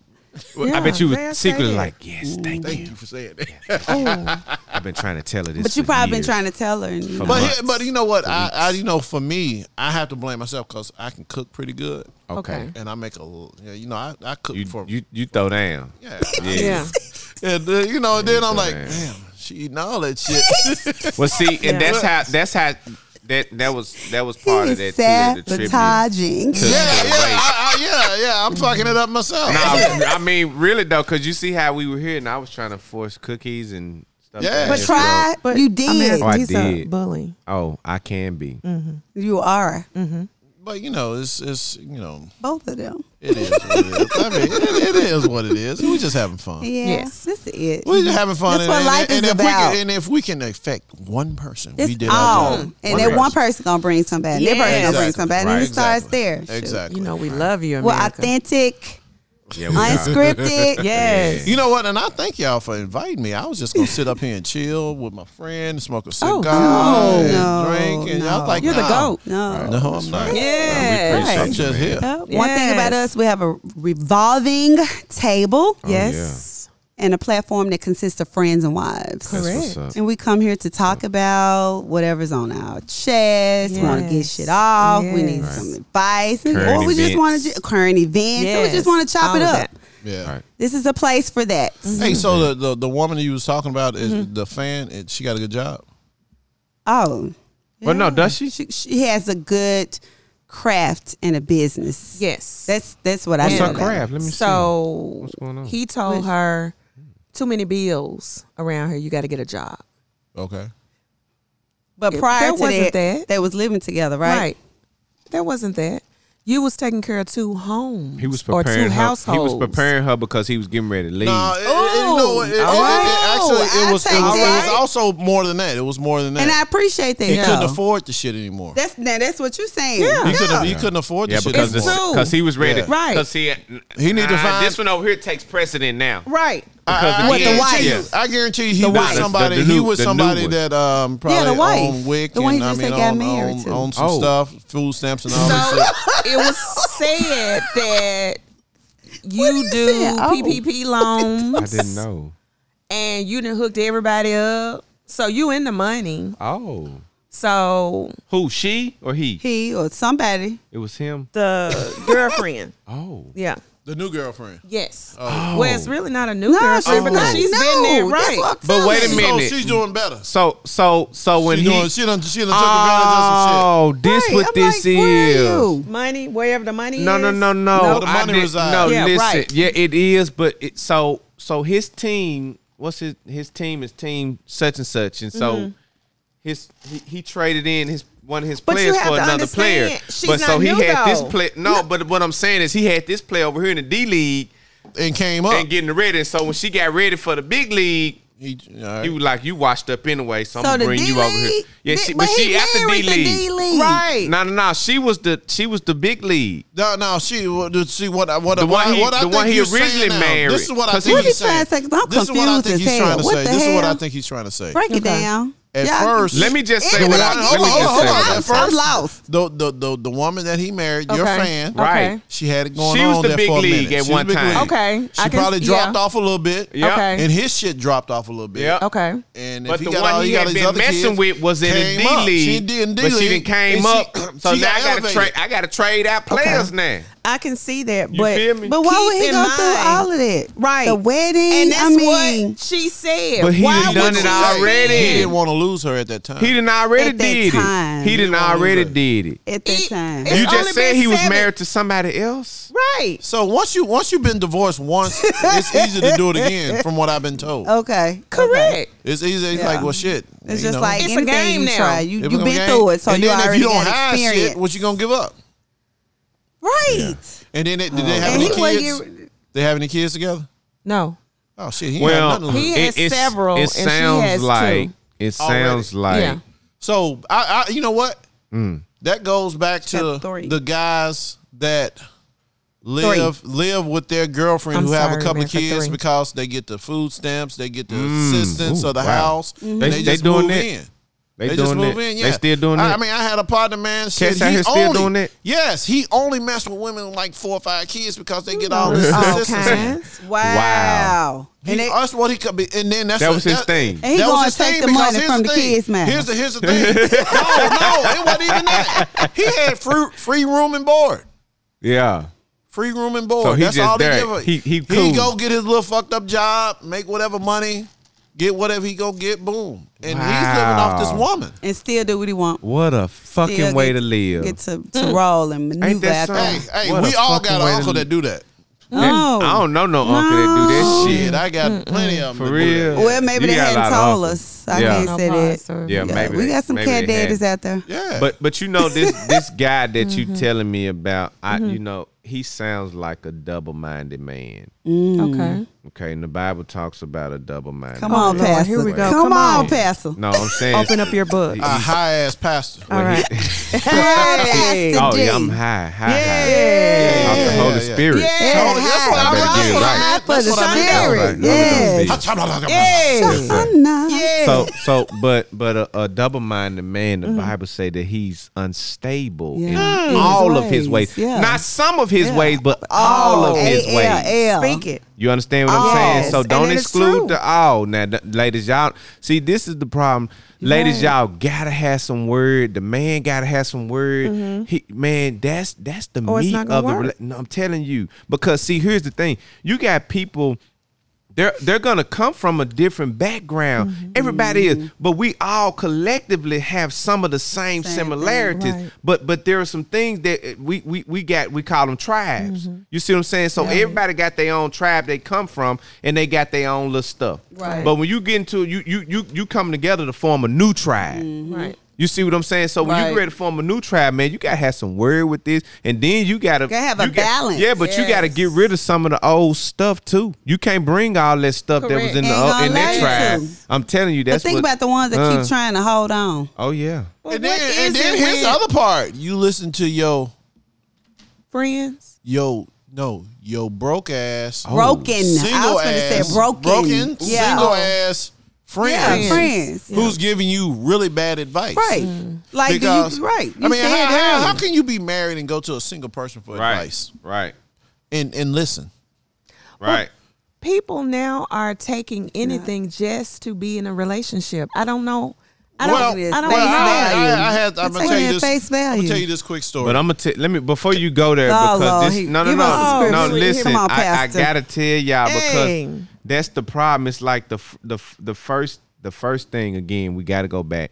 [SPEAKER 2] Well, I
[SPEAKER 1] Yeah,
[SPEAKER 2] bet you
[SPEAKER 1] they'll
[SPEAKER 2] were
[SPEAKER 1] say
[SPEAKER 2] secretly
[SPEAKER 1] it.
[SPEAKER 2] like, yes, thank
[SPEAKER 5] thank
[SPEAKER 2] you.
[SPEAKER 5] you for saying that.
[SPEAKER 2] I've been trying to tell her this.
[SPEAKER 3] But you
[SPEAKER 2] for
[SPEAKER 3] probably been
[SPEAKER 2] years.
[SPEAKER 3] trying to tell her. And, you know. [LAUGHS]
[SPEAKER 5] but
[SPEAKER 2] Months,
[SPEAKER 5] here, but you know what? I, I you know for me, I have to blame myself because I can cook pretty good,
[SPEAKER 2] Okay.
[SPEAKER 5] and I make a l- yeah, you know I, I cook
[SPEAKER 2] You,
[SPEAKER 5] for
[SPEAKER 2] you you throw down. [LAUGHS]
[SPEAKER 5] yeah,
[SPEAKER 1] Yeah.
[SPEAKER 5] and uh, you know and then I'm like,
[SPEAKER 2] man.
[SPEAKER 5] damn, she eating all that shit.
[SPEAKER 2] Well, see, and that's how that's how that that was that was part
[SPEAKER 3] he
[SPEAKER 2] of
[SPEAKER 3] is
[SPEAKER 2] that too. that attributed
[SPEAKER 3] sabotaging.
[SPEAKER 2] to- to
[SPEAKER 5] yeah, yeah,
[SPEAKER 2] the weight.
[SPEAKER 5] I, I, yeah, yeah. I'm fucking it up myself.
[SPEAKER 2] No, I mean really though, because you see how we were here, and I was trying to force cookies and stuff.
[SPEAKER 5] Yeah.
[SPEAKER 2] down
[SPEAKER 5] But
[SPEAKER 2] your
[SPEAKER 3] Try.
[SPEAKER 2] throat.
[SPEAKER 3] you did.
[SPEAKER 2] Oh, I
[SPEAKER 4] he's a
[SPEAKER 2] did.
[SPEAKER 4] bully.
[SPEAKER 1] Mm.
[SPEAKER 2] Oh, I can be.
[SPEAKER 3] you are.
[SPEAKER 5] But you know, it's it's you know,
[SPEAKER 3] Both of them.
[SPEAKER 5] it is. What it is. I mean, it, it is what it is. We just having fun.
[SPEAKER 3] Yeah.
[SPEAKER 1] Yes.
[SPEAKER 3] This is it.
[SPEAKER 5] We're just having fun.
[SPEAKER 3] That's
[SPEAKER 5] and,
[SPEAKER 3] what
[SPEAKER 5] and-
[SPEAKER 3] life
[SPEAKER 5] and
[SPEAKER 3] is
[SPEAKER 5] if we
[SPEAKER 3] about.
[SPEAKER 5] can, and if we can affect one person,
[SPEAKER 3] It's
[SPEAKER 5] we did
[SPEAKER 3] all.
[SPEAKER 5] our job.
[SPEAKER 3] And that one person gonna bring somebody. Yeah. That person gonna bring
[SPEAKER 5] Exactly.
[SPEAKER 3] somebody. And
[SPEAKER 5] Right,
[SPEAKER 3] it starts
[SPEAKER 5] exactly.
[SPEAKER 3] there. Shoot.
[SPEAKER 5] Exactly.
[SPEAKER 4] You know, we love you,
[SPEAKER 3] We're
[SPEAKER 4] America.
[SPEAKER 3] authentic,
[SPEAKER 2] Yeah,
[SPEAKER 3] unscripted.
[SPEAKER 4] Yes.
[SPEAKER 5] You know what? And I thank y'all for inviting me. I was just gonna sit up here and chill with my friend, smoke a cigar,
[SPEAKER 3] Oh, no.
[SPEAKER 5] and
[SPEAKER 3] No,
[SPEAKER 5] drink, and I
[SPEAKER 3] no.
[SPEAKER 5] was like,
[SPEAKER 1] You're the
[SPEAKER 5] nah.
[SPEAKER 1] goat.
[SPEAKER 3] No.
[SPEAKER 5] No, I'm not.
[SPEAKER 1] Yeah.
[SPEAKER 5] I'm
[SPEAKER 2] Right.
[SPEAKER 5] just here.
[SPEAKER 3] Yeah. One thing about
[SPEAKER 1] Yes.
[SPEAKER 3] us, we have a revolving table
[SPEAKER 2] Oh,
[SPEAKER 1] Uh-huh. yes.
[SPEAKER 3] and a platform that consists of friends and wives.
[SPEAKER 2] That's what's up.
[SPEAKER 3] And we come here to talk about whatever's on our chest. We want to get
[SPEAKER 4] Yes.
[SPEAKER 3] shit off. We need
[SPEAKER 4] Yes.
[SPEAKER 3] some advice. and-
[SPEAKER 2] Current
[SPEAKER 3] or we just want to
[SPEAKER 2] events.
[SPEAKER 3] current events. or we
[SPEAKER 4] Yes.
[SPEAKER 3] just want to chop
[SPEAKER 4] All
[SPEAKER 3] it
[SPEAKER 4] of
[SPEAKER 3] up.
[SPEAKER 4] that.
[SPEAKER 5] Yeah.
[SPEAKER 2] Right.
[SPEAKER 3] This is a place for that.
[SPEAKER 5] Hey,
[SPEAKER 4] Mm-hmm.
[SPEAKER 5] so the, the the woman you was talking about is
[SPEAKER 3] Mm-hmm.
[SPEAKER 5] the fan. It, she got a good job.
[SPEAKER 3] Oh,
[SPEAKER 2] Well, no, does she?
[SPEAKER 3] she, she has a good craft and a business.
[SPEAKER 1] Yes.
[SPEAKER 3] That's that's what I
[SPEAKER 2] What's
[SPEAKER 3] know
[SPEAKER 2] her
[SPEAKER 3] about
[SPEAKER 2] craft? Let me
[SPEAKER 1] so
[SPEAKER 2] going on?
[SPEAKER 1] he told her too many bills around here. You got to get a job.
[SPEAKER 5] Okay.
[SPEAKER 3] But
[SPEAKER 1] It-
[SPEAKER 3] prior
[SPEAKER 1] that
[SPEAKER 3] to that,
[SPEAKER 1] wasn't that.
[SPEAKER 3] they was living together, right?
[SPEAKER 1] That wasn't that. You was taking care of two homes.
[SPEAKER 2] see. He was
[SPEAKER 1] or two
[SPEAKER 2] preparing her. He
[SPEAKER 1] households.
[SPEAKER 2] was preparing her because he was getting ready to leave.
[SPEAKER 5] No, it, it, you know what, it, it, it,
[SPEAKER 3] Oh,
[SPEAKER 5] actually it
[SPEAKER 3] I
[SPEAKER 5] was, it
[SPEAKER 3] take
[SPEAKER 5] was- it was
[SPEAKER 3] that.
[SPEAKER 5] also more than that. It was more than that.
[SPEAKER 3] And I appreciate that.
[SPEAKER 5] he
[SPEAKER 3] though.
[SPEAKER 5] couldn't afford the shit anymore.
[SPEAKER 3] That's now that's what you're saying.
[SPEAKER 5] He couldn't. He couldn't afford the
[SPEAKER 2] yeah,
[SPEAKER 5] shit
[SPEAKER 2] because
[SPEAKER 1] It's
[SPEAKER 5] anymore.
[SPEAKER 1] true.
[SPEAKER 2] because he was ready.
[SPEAKER 5] Yeah.
[SPEAKER 1] Right.
[SPEAKER 2] Because he
[SPEAKER 5] He need to
[SPEAKER 2] Ah,
[SPEAKER 5] find-
[SPEAKER 2] this one over here takes precedent now.
[SPEAKER 1] Right.
[SPEAKER 2] Because again,
[SPEAKER 5] I, I guarantee
[SPEAKER 3] wife.
[SPEAKER 5] you-
[SPEAKER 2] yeah.
[SPEAKER 5] I guarantee you, he
[SPEAKER 2] wife.
[SPEAKER 5] was somebody.
[SPEAKER 2] The- the
[SPEAKER 5] he
[SPEAKER 2] new-
[SPEAKER 5] was
[SPEAKER 2] the new
[SPEAKER 5] somebody
[SPEAKER 2] one.
[SPEAKER 5] that um probably
[SPEAKER 3] the wife.
[SPEAKER 5] owned Wick
[SPEAKER 3] The one
[SPEAKER 5] and
[SPEAKER 3] he
[SPEAKER 5] I
[SPEAKER 3] just
[SPEAKER 5] mean
[SPEAKER 3] got
[SPEAKER 5] on,
[SPEAKER 3] married
[SPEAKER 5] on,
[SPEAKER 3] to.
[SPEAKER 5] on some
[SPEAKER 2] Oh.
[SPEAKER 5] stuff, food stamps and all
[SPEAKER 1] So
[SPEAKER 5] that shit.
[SPEAKER 1] it was said that
[SPEAKER 3] What
[SPEAKER 1] you
[SPEAKER 3] you
[SPEAKER 1] do
[SPEAKER 3] saying? Oh.
[SPEAKER 1] PPP loans
[SPEAKER 2] I didn't know.
[SPEAKER 1] and you done hooked everybody up. So you in the money.
[SPEAKER 2] Oh,
[SPEAKER 1] So
[SPEAKER 2] who? She or he?
[SPEAKER 3] He or somebody.
[SPEAKER 2] It was him.
[SPEAKER 1] the girlfriend.
[SPEAKER 2] Oh,
[SPEAKER 1] Yeah.
[SPEAKER 5] The new girlfriend.
[SPEAKER 1] Yes.
[SPEAKER 2] Oh.
[SPEAKER 1] Well, it's really not a new
[SPEAKER 3] No,
[SPEAKER 1] girlfriend
[SPEAKER 3] she's
[SPEAKER 1] because
[SPEAKER 3] not.
[SPEAKER 1] she's
[SPEAKER 3] No,
[SPEAKER 1] been there,
[SPEAKER 3] that's
[SPEAKER 1] right?
[SPEAKER 3] what I'm
[SPEAKER 2] But wait a
[SPEAKER 3] telling you.
[SPEAKER 2] minute.
[SPEAKER 5] So she's doing better.
[SPEAKER 2] so so so when
[SPEAKER 5] she
[SPEAKER 2] he
[SPEAKER 5] doing, she done, she done took advantage of some shit.
[SPEAKER 2] oh this
[SPEAKER 3] Right.
[SPEAKER 2] what
[SPEAKER 3] I'm
[SPEAKER 2] this
[SPEAKER 3] like,
[SPEAKER 2] is.
[SPEAKER 3] where are you?
[SPEAKER 1] money, wherever the money
[SPEAKER 2] No,
[SPEAKER 1] is.
[SPEAKER 2] no, no, no.
[SPEAKER 5] Where the
[SPEAKER 2] I
[SPEAKER 5] money
[SPEAKER 2] did-
[SPEAKER 5] reside.
[SPEAKER 2] No,
[SPEAKER 1] Yeah,
[SPEAKER 2] listen.
[SPEAKER 1] right.
[SPEAKER 2] Yeah, it is, but it, so so his team. What's his his team is team such and such, and so
[SPEAKER 1] Mm-hmm.
[SPEAKER 2] his he, he traded in his one of his
[SPEAKER 1] But you
[SPEAKER 2] players
[SPEAKER 1] have
[SPEAKER 2] for
[SPEAKER 1] to
[SPEAKER 2] another player.
[SPEAKER 1] understand, she's
[SPEAKER 2] but so
[SPEAKER 1] not
[SPEAKER 2] he
[SPEAKER 1] new,
[SPEAKER 2] had this
[SPEAKER 1] though.
[SPEAKER 2] play. No, but what I'm saying is he had this player over here in the D league
[SPEAKER 5] and came up.
[SPEAKER 2] Oh. and getting ready. And so when she got ready for the big league.
[SPEAKER 5] He- all right.
[SPEAKER 2] You was like you washed up anyway, so,
[SPEAKER 3] So
[SPEAKER 2] I'm
[SPEAKER 3] the
[SPEAKER 2] gonna bring you over here.
[SPEAKER 3] D-League?
[SPEAKER 2] Yeah,
[SPEAKER 3] Th-
[SPEAKER 2] she,
[SPEAKER 3] but
[SPEAKER 2] but,
[SPEAKER 3] he
[SPEAKER 2] she after
[SPEAKER 3] married
[SPEAKER 2] D
[SPEAKER 3] the D-League.
[SPEAKER 2] league,
[SPEAKER 3] Right.
[SPEAKER 2] No, no, no. She was the she was the big league.
[SPEAKER 5] No, no, she, she what, I- what,
[SPEAKER 2] The
[SPEAKER 5] what,
[SPEAKER 2] one
[SPEAKER 5] I-
[SPEAKER 2] he-
[SPEAKER 5] what I
[SPEAKER 2] the
[SPEAKER 5] think
[SPEAKER 2] one he
[SPEAKER 5] you're saying
[SPEAKER 2] originally
[SPEAKER 5] now,
[SPEAKER 2] married.
[SPEAKER 5] This is what I
[SPEAKER 2] 'Cause
[SPEAKER 5] think
[SPEAKER 2] he-
[SPEAKER 3] What
[SPEAKER 5] he's
[SPEAKER 3] he trying
[SPEAKER 5] saying.
[SPEAKER 3] to say? I'm
[SPEAKER 5] This is what I
[SPEAKER 3] confused
[SPEAKER 5] think
[SPEAKER 3] as
[SPEAKER 5] he's
[SPEAKER 3] hell.
[SPEAKER 5] trying to
[SPEAKER 3] What
[SPEAKER 5] say.
[SPEAKER 3] the
[SPEAKER 5] This is what I
[SPEAKER 3] hell?
[SPEAKER 5] think he's trying to say.
[SPEAKER 3] Break it
[SPEAKER 1] Okay.
[SPEAKER 3] down.
[SPEAKER 5] At
[SPEAKER 3] Y'all-
[SPEAKER 5] first,
[SPEAKER 2] Let me just say
[SPEAKER 3] Even
[SPEAKER 2] what
[SPEAKER 3] though
[SPEAKER 2] I
[SPEAKER 3] I'm-
[SPEAKER 2] let
[SPEAKER 3] hold on,
[SPEAKER 2] me just
[SPEAKER 3] hold on,
[SPEAKER 2] say what I-
[SPEAKER 3] I'm-
[SPEAKER 5] at first,
[SPEAKER 3] I'm lost.
[SPEAKER 5] The, the the the woman that he married, your
[SPEAKER 1] Okay.
[SPEAKER 5] fan,
[SPEAKER 2] Right.
[SPEAKER 5] She had it going
[SPEAKER 2] She
[SPEAKER 5] on
[SPEAKER 2] was the
[SPEAKER 5] there
[SPEAKER 2] big
[SPEAKER 5] for a
[SPEAKER 2] league at
[SPEAKER 5] minute. She was
[SPEAKER 2] one
[SPEAKER 5] big
[SPEAKER 2] time.
[SPEAKER 5] league.
[SPEAKER 1] Okay,
[SPEAKER 5] She
[SPEAKER 1] I can-
[SPEAKER 5] probably dropped
[SPEAKER 1] yeah.
[SPEAKER 5] off a little bit.
[SPEAKER 2] Yeah.
[SPEAKER 1] Okay.
[SPEAKER 5] And his shit dropped off a little bit.
[SPEAKER 2] Yeah.
[SPEAKER 1] Okay.
[SPEAKER 5] And if
[SPEAKER 2] But
[SPEAKER 5] he
[SPEAKER 2] the
[SPEAKER 5] got
[SPEAKER 2] one
[SPEAKER 5] all,
[SPEAKER 2] he
[SPEAKER 5] got
[SPEAKER 2] had
[SPEAKER 5] these
[SPEAKER 2] been
[SPEAKER 5] other
[SPEAKER 2] messing
[SPEAKER 5] kids,
[SPEAKER 2] with was in
[SPEAKER 5] came
[SPEAKER 2] the D
[SPEAKER 5] up. She
[SPEAKER 2] league.
[SPEAKER 5] did in D
[SPEAKER 2] But she
[SPEAKER 5] lean,
[SPEAKER 2] didn't came
[SPEAKER 5] and
[SPEAKER 2] up.
[SPEAKER 5] [CLEARS THROAT] she-
[SPEAKER 2] so
[SPEAKER 5] she
[SPEAKER 2] now I gotta
[SPEAKER 5] elevated.
[SPEAKER 2] trade I gotta trade out players now.
[SPEAKER 4] I can see that,
[SPEAKER 2] You
[SPEAKER 4] but
[SPEAKER 2] feel me?
[SPEAKER 3] But why
[SPEAKER 1] Keep
[SPEAKER 3] would he
[SPEAKER 1] in
[SPEAKER 3] go
[SPEAKER 1] mind-
[SPEAKER 3] through all of that?
[SPEAKER 1] Right.
[SPEAKER 3] The wedding.
[SPEAKER 1] And that's
[SPEAKER 3] I mean,
[SPEAKER 1] what she said.
[SPEAKER 2] But he
[SPEAKER 1] Why
[SPEAKER 2] done
[SPEAKER 1] would
[SPEAKER 2] done it
[SPEAKER 1] you-
[SPEAKER 2] already.
[SPEAKER 5] He didn't want to lose her Uh, at that time.
[SPEAKER 2] He didn't already
[SPEAKER 3] At that
[SPEAKER 2] did
[SPEAKER 3] time.
[SPEAKER 2] it. He didn't already did it.
[SPEAKER 3] at that
[SPEAKER 1] It-
[SPEAKER 3] time.
[SPEAKER 1] it's
[SPEAKER 2] you
[SPEAKER 1] only
[SPEAKER 2] just said
[SPEAKER 1] been
[SPEAKER 2] he was
[SPEAKER 1] seven-
[SPEAKER 2] married to somebody else.
[SPEAKER 1] Right.
[SPEAKER 5] So once you once you've been divorced once, it's easy to do it
[SPEAKER 3] [LAUGHS]
[SPEAKER 5] again. From what I've been told,
[SPEAKER 3] okay.
[SPEAKER 1] Correct.
[SPEAKER 3] Okay.
[SPEAKER 5] it's easy. It's
[SPEAKER 3] Oh. Yeah.
[SPEAKER 5] like well, shit.
[SPEAKER 3] It's
[SPEAKER 5] you
[SPEAKER 3] just
[SPEAKER 5] know.
[SPEAKER 3] like
[SPEAKER 1] It's a
[SPEAKER 3] anything
[SPEAKER 1] game
[SPEAKER 3] you
[SPEAKER 1] now.
[SPEAKER 3] try. You
[SPEAKER 5] It
[SPEAKER 3] you've
[SPEAKER 5] was
[SPEAKER 3] been
[SPEAKER 5] a game.
[SPEAKER 3] through it, so
[SPEAKER 5] and
[SPEAKER 3] you
[SPEAKER 5] then
[SPEAKER 3] already
[SPEAKER 5] if you don't
[SPEAKER 3] got
[SPEAKER 5] have
[SPEAKER 3] experience.
[SPEAKER 5] shit, what you gonna give up?
[SPEAKER 3] right.
[SPEAKER 5] And then it, did they have
[SPEAKER 3] And
[SPEAKER 5] any
[SPEAKER 3] he wasn't
[SPEAKER 5] kids?
[SPEAKER 3] getting-
[SPEAKER 5] They have any kids together?
[SPEAKER 1] No.
[SPEAKER 5] Oh shit, he had
[SPEAKER 2] Well,
[SPEAKER 1] He
[SPEAKER 5] nothing. He,
[SPEAKER 1] has
[SPEAKER 2] it, it's-
[SPEAKER 1] several
[SPEAKER 2] It
[SPEAKER 1] and she
[SPEAKER 2] sounds
[SPEAKER 1] has two.
[SPEAKER 2] like it sounds like
[SPEAKER 1] Yeah.
[SPEAKER 5] so I, I, you know what?
[SPEAKER 2] Mm.
[SPEAKER 5] That goes back to
[SPEAKER 3] Step three.
[SPEAKER 5] the guys that live live with their girlfriend
[SPEAKER 1] I'm
[SPEAKER 5] who have a
[SPEAKER 1] sorry,
[SPEAKER 5] couple
[SPEAKER 1] man,
[SPEAKER 5] of
[SPEAKER 1] for
[SPEAKER 5] kids
[SPEAKER 1] three.
[SPEAKER 5] because they get the food stamps, they get the assistance
[SPEAKER 2] Mm. Ooh,
[SPEAKER 5] of the
[SPEAKER 2] wow.
[SPEAKER 5] house,
[SPEAKER 3] Mm-hmm.
[SPEAKER 5] and
[SPEAKER 2] They-
[SPEAKER 5] they,
[SPEAKER 2] they
[SPEAKER 5] just
[SPEAKER 2] doing
[SPEAKER 5] move
[SPEAKER 2] that?
[SPEAKER 5] in.
[SPEAKER 2] They,
[SPEAKER 5] just
[SPEAKER 2] doing
[SPEAKER 5] move
[SPEAKER 2] it.
[SPEAKER 5] in. Yeah.
[SPEAKER 2] They still doing
[SPEAKER 5] I,
[SPEAKER 2] it.
[SPEAKER 5] I mean, I had a partner, man. Shit,
[SPEAKER 2] Cats out
[SPEAKER 5] he
[SPEAKER 2] here still
[SPEAKER 5] only-
[SPEAKER 2] doing it?
[SPEAKER 5] Yes, he only messed with women with like four or five kids because they get
[SPEAKER 3] Oh,
[SPEAKER 5] all this
[SPEAKER 1] All
[SPEAKER 5] assistance. in.
[SPEAKER 1] kinds.
[SPEAKER 3] Wow.
[SPEAKER 2] Wow.
[SPEAKER 5] He, and that's what he could be, and then that's
[SPEAKER 2] That
[SPEAKER 5] what-
[SPEAKER 2] was his thing.
[SPEAKER 3] And he
[SPEAKER 5] that was
[SPEAKER 3] gonna
[SPEAKER 5] his
[SPEAKER 3] take
[SPEAKER 5] thing
[SPEAKER 3] the
[SPEAKER 5] because
[SPEAKER 3] money
[SPEAKER 5] here's
[SPEAKER 3] from
[SPEAKER 5] the
[SPEAKER 3] the
[SPEAKER 5] thing.
[SPEAKER 3] kids' mouth.
[SPEAKER 5] Here's the here's the thing. no, no, it wasn't even that. He had free free room and board.
[SPEAKER 2] yeah.
[SPEAKER 5] Free room and board.
[SPEAKER 2] So he
[SPEAKER 5] That's
[SPEAKER 2] just
[SPEAKER 5] all they
[SPEAKER 2] there.
[SPEAKER 5] give her.
[SPEAKER 2] He- he cool.
[SPEAKER 5] go get his little fucked up job, make whatever money, get whatever he go get. Boom, and he's living off this
[SPEAKER 2] Wow.
[SPEAKER 5] woman.
[SPEAKER 3] and still do what he want.
[SPEAKER 2] What a fucking
[SPEAKER 3] Still
[SPEAKER 2] way
[SPEAKER 3] get-
[SPEAKER 2] to live.
[SPEAKER 3] Get to, to roll and maneuver
[SPEAKER 2] that
[SPEAKER 3] after.
[SPEAKER 2] something?
[SPEAKER 5] Hey, hey,
[SPEAKER 2] Oh, What
[SPEAKER 5] we
[SPEAKER 2] a
[SPEAKER 5] all
[SPEAKER 2] fucking
[SPEAKER 5] got
[SPEAKER 2] way
[SPEAKER 5] an
[SPEAKER 2] to
[SPEAKER 5] uncle
[SPEAKER 2] li-
[SPEAKER 5] that do that.
[SPEAKER 2] That-
[SPEAKER 3] Oh.
[SPEAKER 2] I don't know no uncle that do that shit.
[SPEAKER 5] Shit, I got plenty of them.
[SPEAKER 2] Oh. For real.
[SPEAKER 3] Well, maybe
[SPEAKER 2] You
[SPEAKER 3] they
[SPEAKER 2] got a
[SPEAKER 3] hadn't
[SPEAKER 2] lot of
[SPEAKER 3] told
[SPEAKER 2] uncles.
[SPEAKER 3] us. I
[SPEAKER 2] Yeah.
[SPEAKER 3] can't
[SPEAKER 4] No
[SPEAKER 3] say
[SPEAKER 4] pod
[SPEAKER 3] that.
[SPEAKER 4] service.
[SPEAKER 2] Yeah, maybe
[SPEAKER 3] we
[SPEAKER 2] they-
[SPEAKER 3] got some
[SPEAKER 2] maybe
[SPEAKER 3] cat
[SPEAKER 2] they had.
[SPEAKER 3] daddies out there.
[SPEAKER 5] Yeah.
[SPEAKER 2] But but you know
[SPEAKER 3] [LAUGHS]
[SPEAKER 2] this this guy that you telling me about, I you know he sounds like a double minded man.
[SPEAKER 3] Mm.
[SPEAKER 4] Okay.
[SPEAKER 2] Okay, and the Bible talks about a double minded.
[SPEAKER 3] Come on,
[SPEAKER 4] Oh, Lord,
[SPEAKER 3] Pastor.
[SPEAKER 4] here we go.
[SPEAKER 3] Come,
[SPEAKER 4] Come
[SPEAKER 3] on,
[SPEAKER 4] on.
[SPEAKER 3] Pastor.
[SPEAKER 2] No, I'm saying
[SPEAKER 4] Open up your book.
[SPEAKER 5] a high ass pastor.
[SPEAKER 4] All right.
[SPEAKER 3] Hey,
[SPEAKER 2] Oh
[SPEAKER 3] Pastor G.
[SPEAKER 2] yeah, I'm high, high, high. Off
[SPEAKER 5] Yeah,
[SPEAKER 2] the Holy
[SPEAKER 5] yeah.
[SPEAKER 2] Spirit.
[SPEAKER 3] Yeah,
[SPEAKER 5] So [LAUGHS] that's what
[SPEAKER 2] Oh, I
[SPEAKER 3] I'm
[SPEAKER 2] better get it right.
[SPEAKER 3] high for
[SPEAKER 5] That's
[SPEAKER 3] the
[SPEAKER 5] what I need.
[SPEAKER 3] spirit.
[SPEAKER 2] Right, no, no,
[SPEAKER 3] Yes.
[SPEAKER 2] no,
[SPEAKER 3] Yes, I'm not.
[SPEAKER 1] [LAUGHS]
[SPEAKER 2] So so but but a, a double minded man, the Bible say that he's unstable
[SPEAKER 3] Yeah.
[SPEAKER 2] in
[SPEAKER 3] Mm.
[SPEAKER 2] all
[SPEAKER 3] His
[SPEAKER 2] of his
[SPEAKER 3] ways,
[SPEAKER 2] ways.
[SPEAKER 3] yeah.
[SPEAKER 2] Not some of his ways, but all of his
[SPEAKER 3] A- L-
[SPEAKER 2] ways.
[SPEAKER 3] L.
[SPEAKER 4] Speak it.
[SPEAKER 2] You understand what I'm saying?
[SPEAKER 4] Yes,
[SPEAKER 2] So
[SPEAKER 4] and
[SPEAKER 2] don't
[SPEAKER 4] it is
[SPEAKER 2] exclude
[SPEAKER 4] true.
[SPEAKER 2] the all. Now, th- ladies, y'all see this is the problem. Ladies, y'all gotta have some word. The man gotta have some word. He, man, that's that's the
[SPEAKER 4] Or it's
[SPEAKER 2] meat
[SPEAKER 4] not gonna
[SPEAKER 2] of the.
[SPEAKER 4] work.
[SPEAKER 2] rela- No, I'm telling you because see, here's the thing. You got people. They're they're gonna come from a different background. Everybody is, but we all collectively have some of the
[SPEAKER 3] Same
[SPEAKER 2] same,
[SPEAKER 3] thing,
[SPEAKER 2] similarities.
[SPEAKER 4] right.
[SPEAKER 2] But but there are some things that uh, we we, we got we call them tribes. You see what I'm saying? So everybody got their own tribe they come from, and they got their own little stuff.
[SPEAKER 3] Right.
[SPEAKER 2] But when you get into you you you you come together to form a new tribe.
[SPEAKER 4] Right.
[SPEAKER 2] You see what I'm saying? So when you
[SPEAKER 3] Right.
[SPEAKER 2] ready to form a new tribe, man, you gotta have some word with this, and then you gotta
[SPEAKER 3] Gotta have a
[SPEAKER 2] you got-
[SPEAKER 3] balance.
[SPEAKER 2] yeah, but you gotta
[SPEAKER 3] Yes.
[SPEAKER 2] get rid of some of the old stuff too. You can't bring all that stuff that was
[SPEAKER 1] Correct.
[SPEAKER 2] in the
[SPEAKER 3] Ain't
[SPEAKER 2] uh,
[SPEAKER 3] gonna
[SPEAKER 2] in
[SPEAKER 3] let
[SPEAKER 2] that
[SPEAKER 3] you.
[SPEAKER 2] tribe. I'm telling you,
[SPEAKER 3] But
[SPEAKER 2] that's
[SPEAKER 3] think
[SPEAKER 2] what,
[SPEAKER 3] about the ones that
[SPEAKER 2] uh,
[SPEAKER 3] keep trying to hold on.
[SPEAKER 2] Oh yeah,
[SPEAKER 5] And
[SPEAKER 1] What
[SPEAKER 5] then, and
[SPEAKER 1] is
[SPEAKER 5] then
[SPEAKER 1] it
[SPEAKER 5] here's the
[SPEAKER 1] when-
[SPEAKER 5] other part. You listen to yo,
[SPEAKER 1] friends.
[SPEAKER 5] yo, no, yo broke ass,
[SPEAKER 3] Oh. Broken. I
[SPEAKER 5] single
[SPEAKER 3] was going to
[SPEAKER 5] ass,
[SPEAKER 3] say broken.
[SPEAKER 5] broken,
[SPEAKER 3] yeah.
[SPEAKER 5] single ass friends,
[SPEAKER 3] Yeah, friends.
[SPEAKER 5] who's giving you really bad advice,
[SPEAKER 3] Right.
[SPEAKER 2] Mm.
[SPEAKER 3] Like,
[SPEAKER 5] Because
[SPEAKER 3] do you, right. You
[SPEAKER 5] I mean,
[SPEAKER 3] said
[SPEAKER 5] how, how,
[SPEAKER 3] earlier.
[SPEAKER 5] how can you be married and go to a single person for advice
[SPEAKER 2] right,
[SPEAKER 5] and and listen?
[SPEAKER 2] right.
[SPEAKER 1] People now are taking anything just to be in a relationship. I don't know. I don't.
[SPEAKER 5] well,
[SPEAKER 1] I don't
[SPEAKER 5] well, I,
[SPEAKER 1] know.
[SPEAKER 5] I, I had. I'm
[SPEAKER 3] It's
[SPEAKER 5] gonna
[SPEAKER 3] like
[SPEAKER 5] tell you
[SPEAKER 3] at
[SPEAKER 5] this.
[SPEAKER 3] face
[SPEAKER 5] I'm gonna
[SPEAKER 3] value.
[SPEAKER 5] tell you this quick story.
[SPEAKER 2] But I'm gonna tell. Let me before you go there
[SPEAKER 3] Oh,
[SPEAKER 2] because
[SPEAKER 3] Lord,
[SPEAKER 2] this
[SPEAKER 3] he-
[SPEAKER 2] no no
[SPEAKER 3] give us the
[SPEAKER 2] no
[SPEAKER 3] scripture.
[SPEAKER 2] no.
[SPEAKER 3] Come
[SPEAKER 2] Listen,
[SPEAKER 3] on,
[SPEAKER 2] I, I
[SPEAKER 3] Pastor.
[SPEAKER 2] gotta tell y'all because
[SPEAKER 4] Dang.
[SPEAKER 2] that's the problem. It's like the f- the f- the first the first thing again. We gotta go back.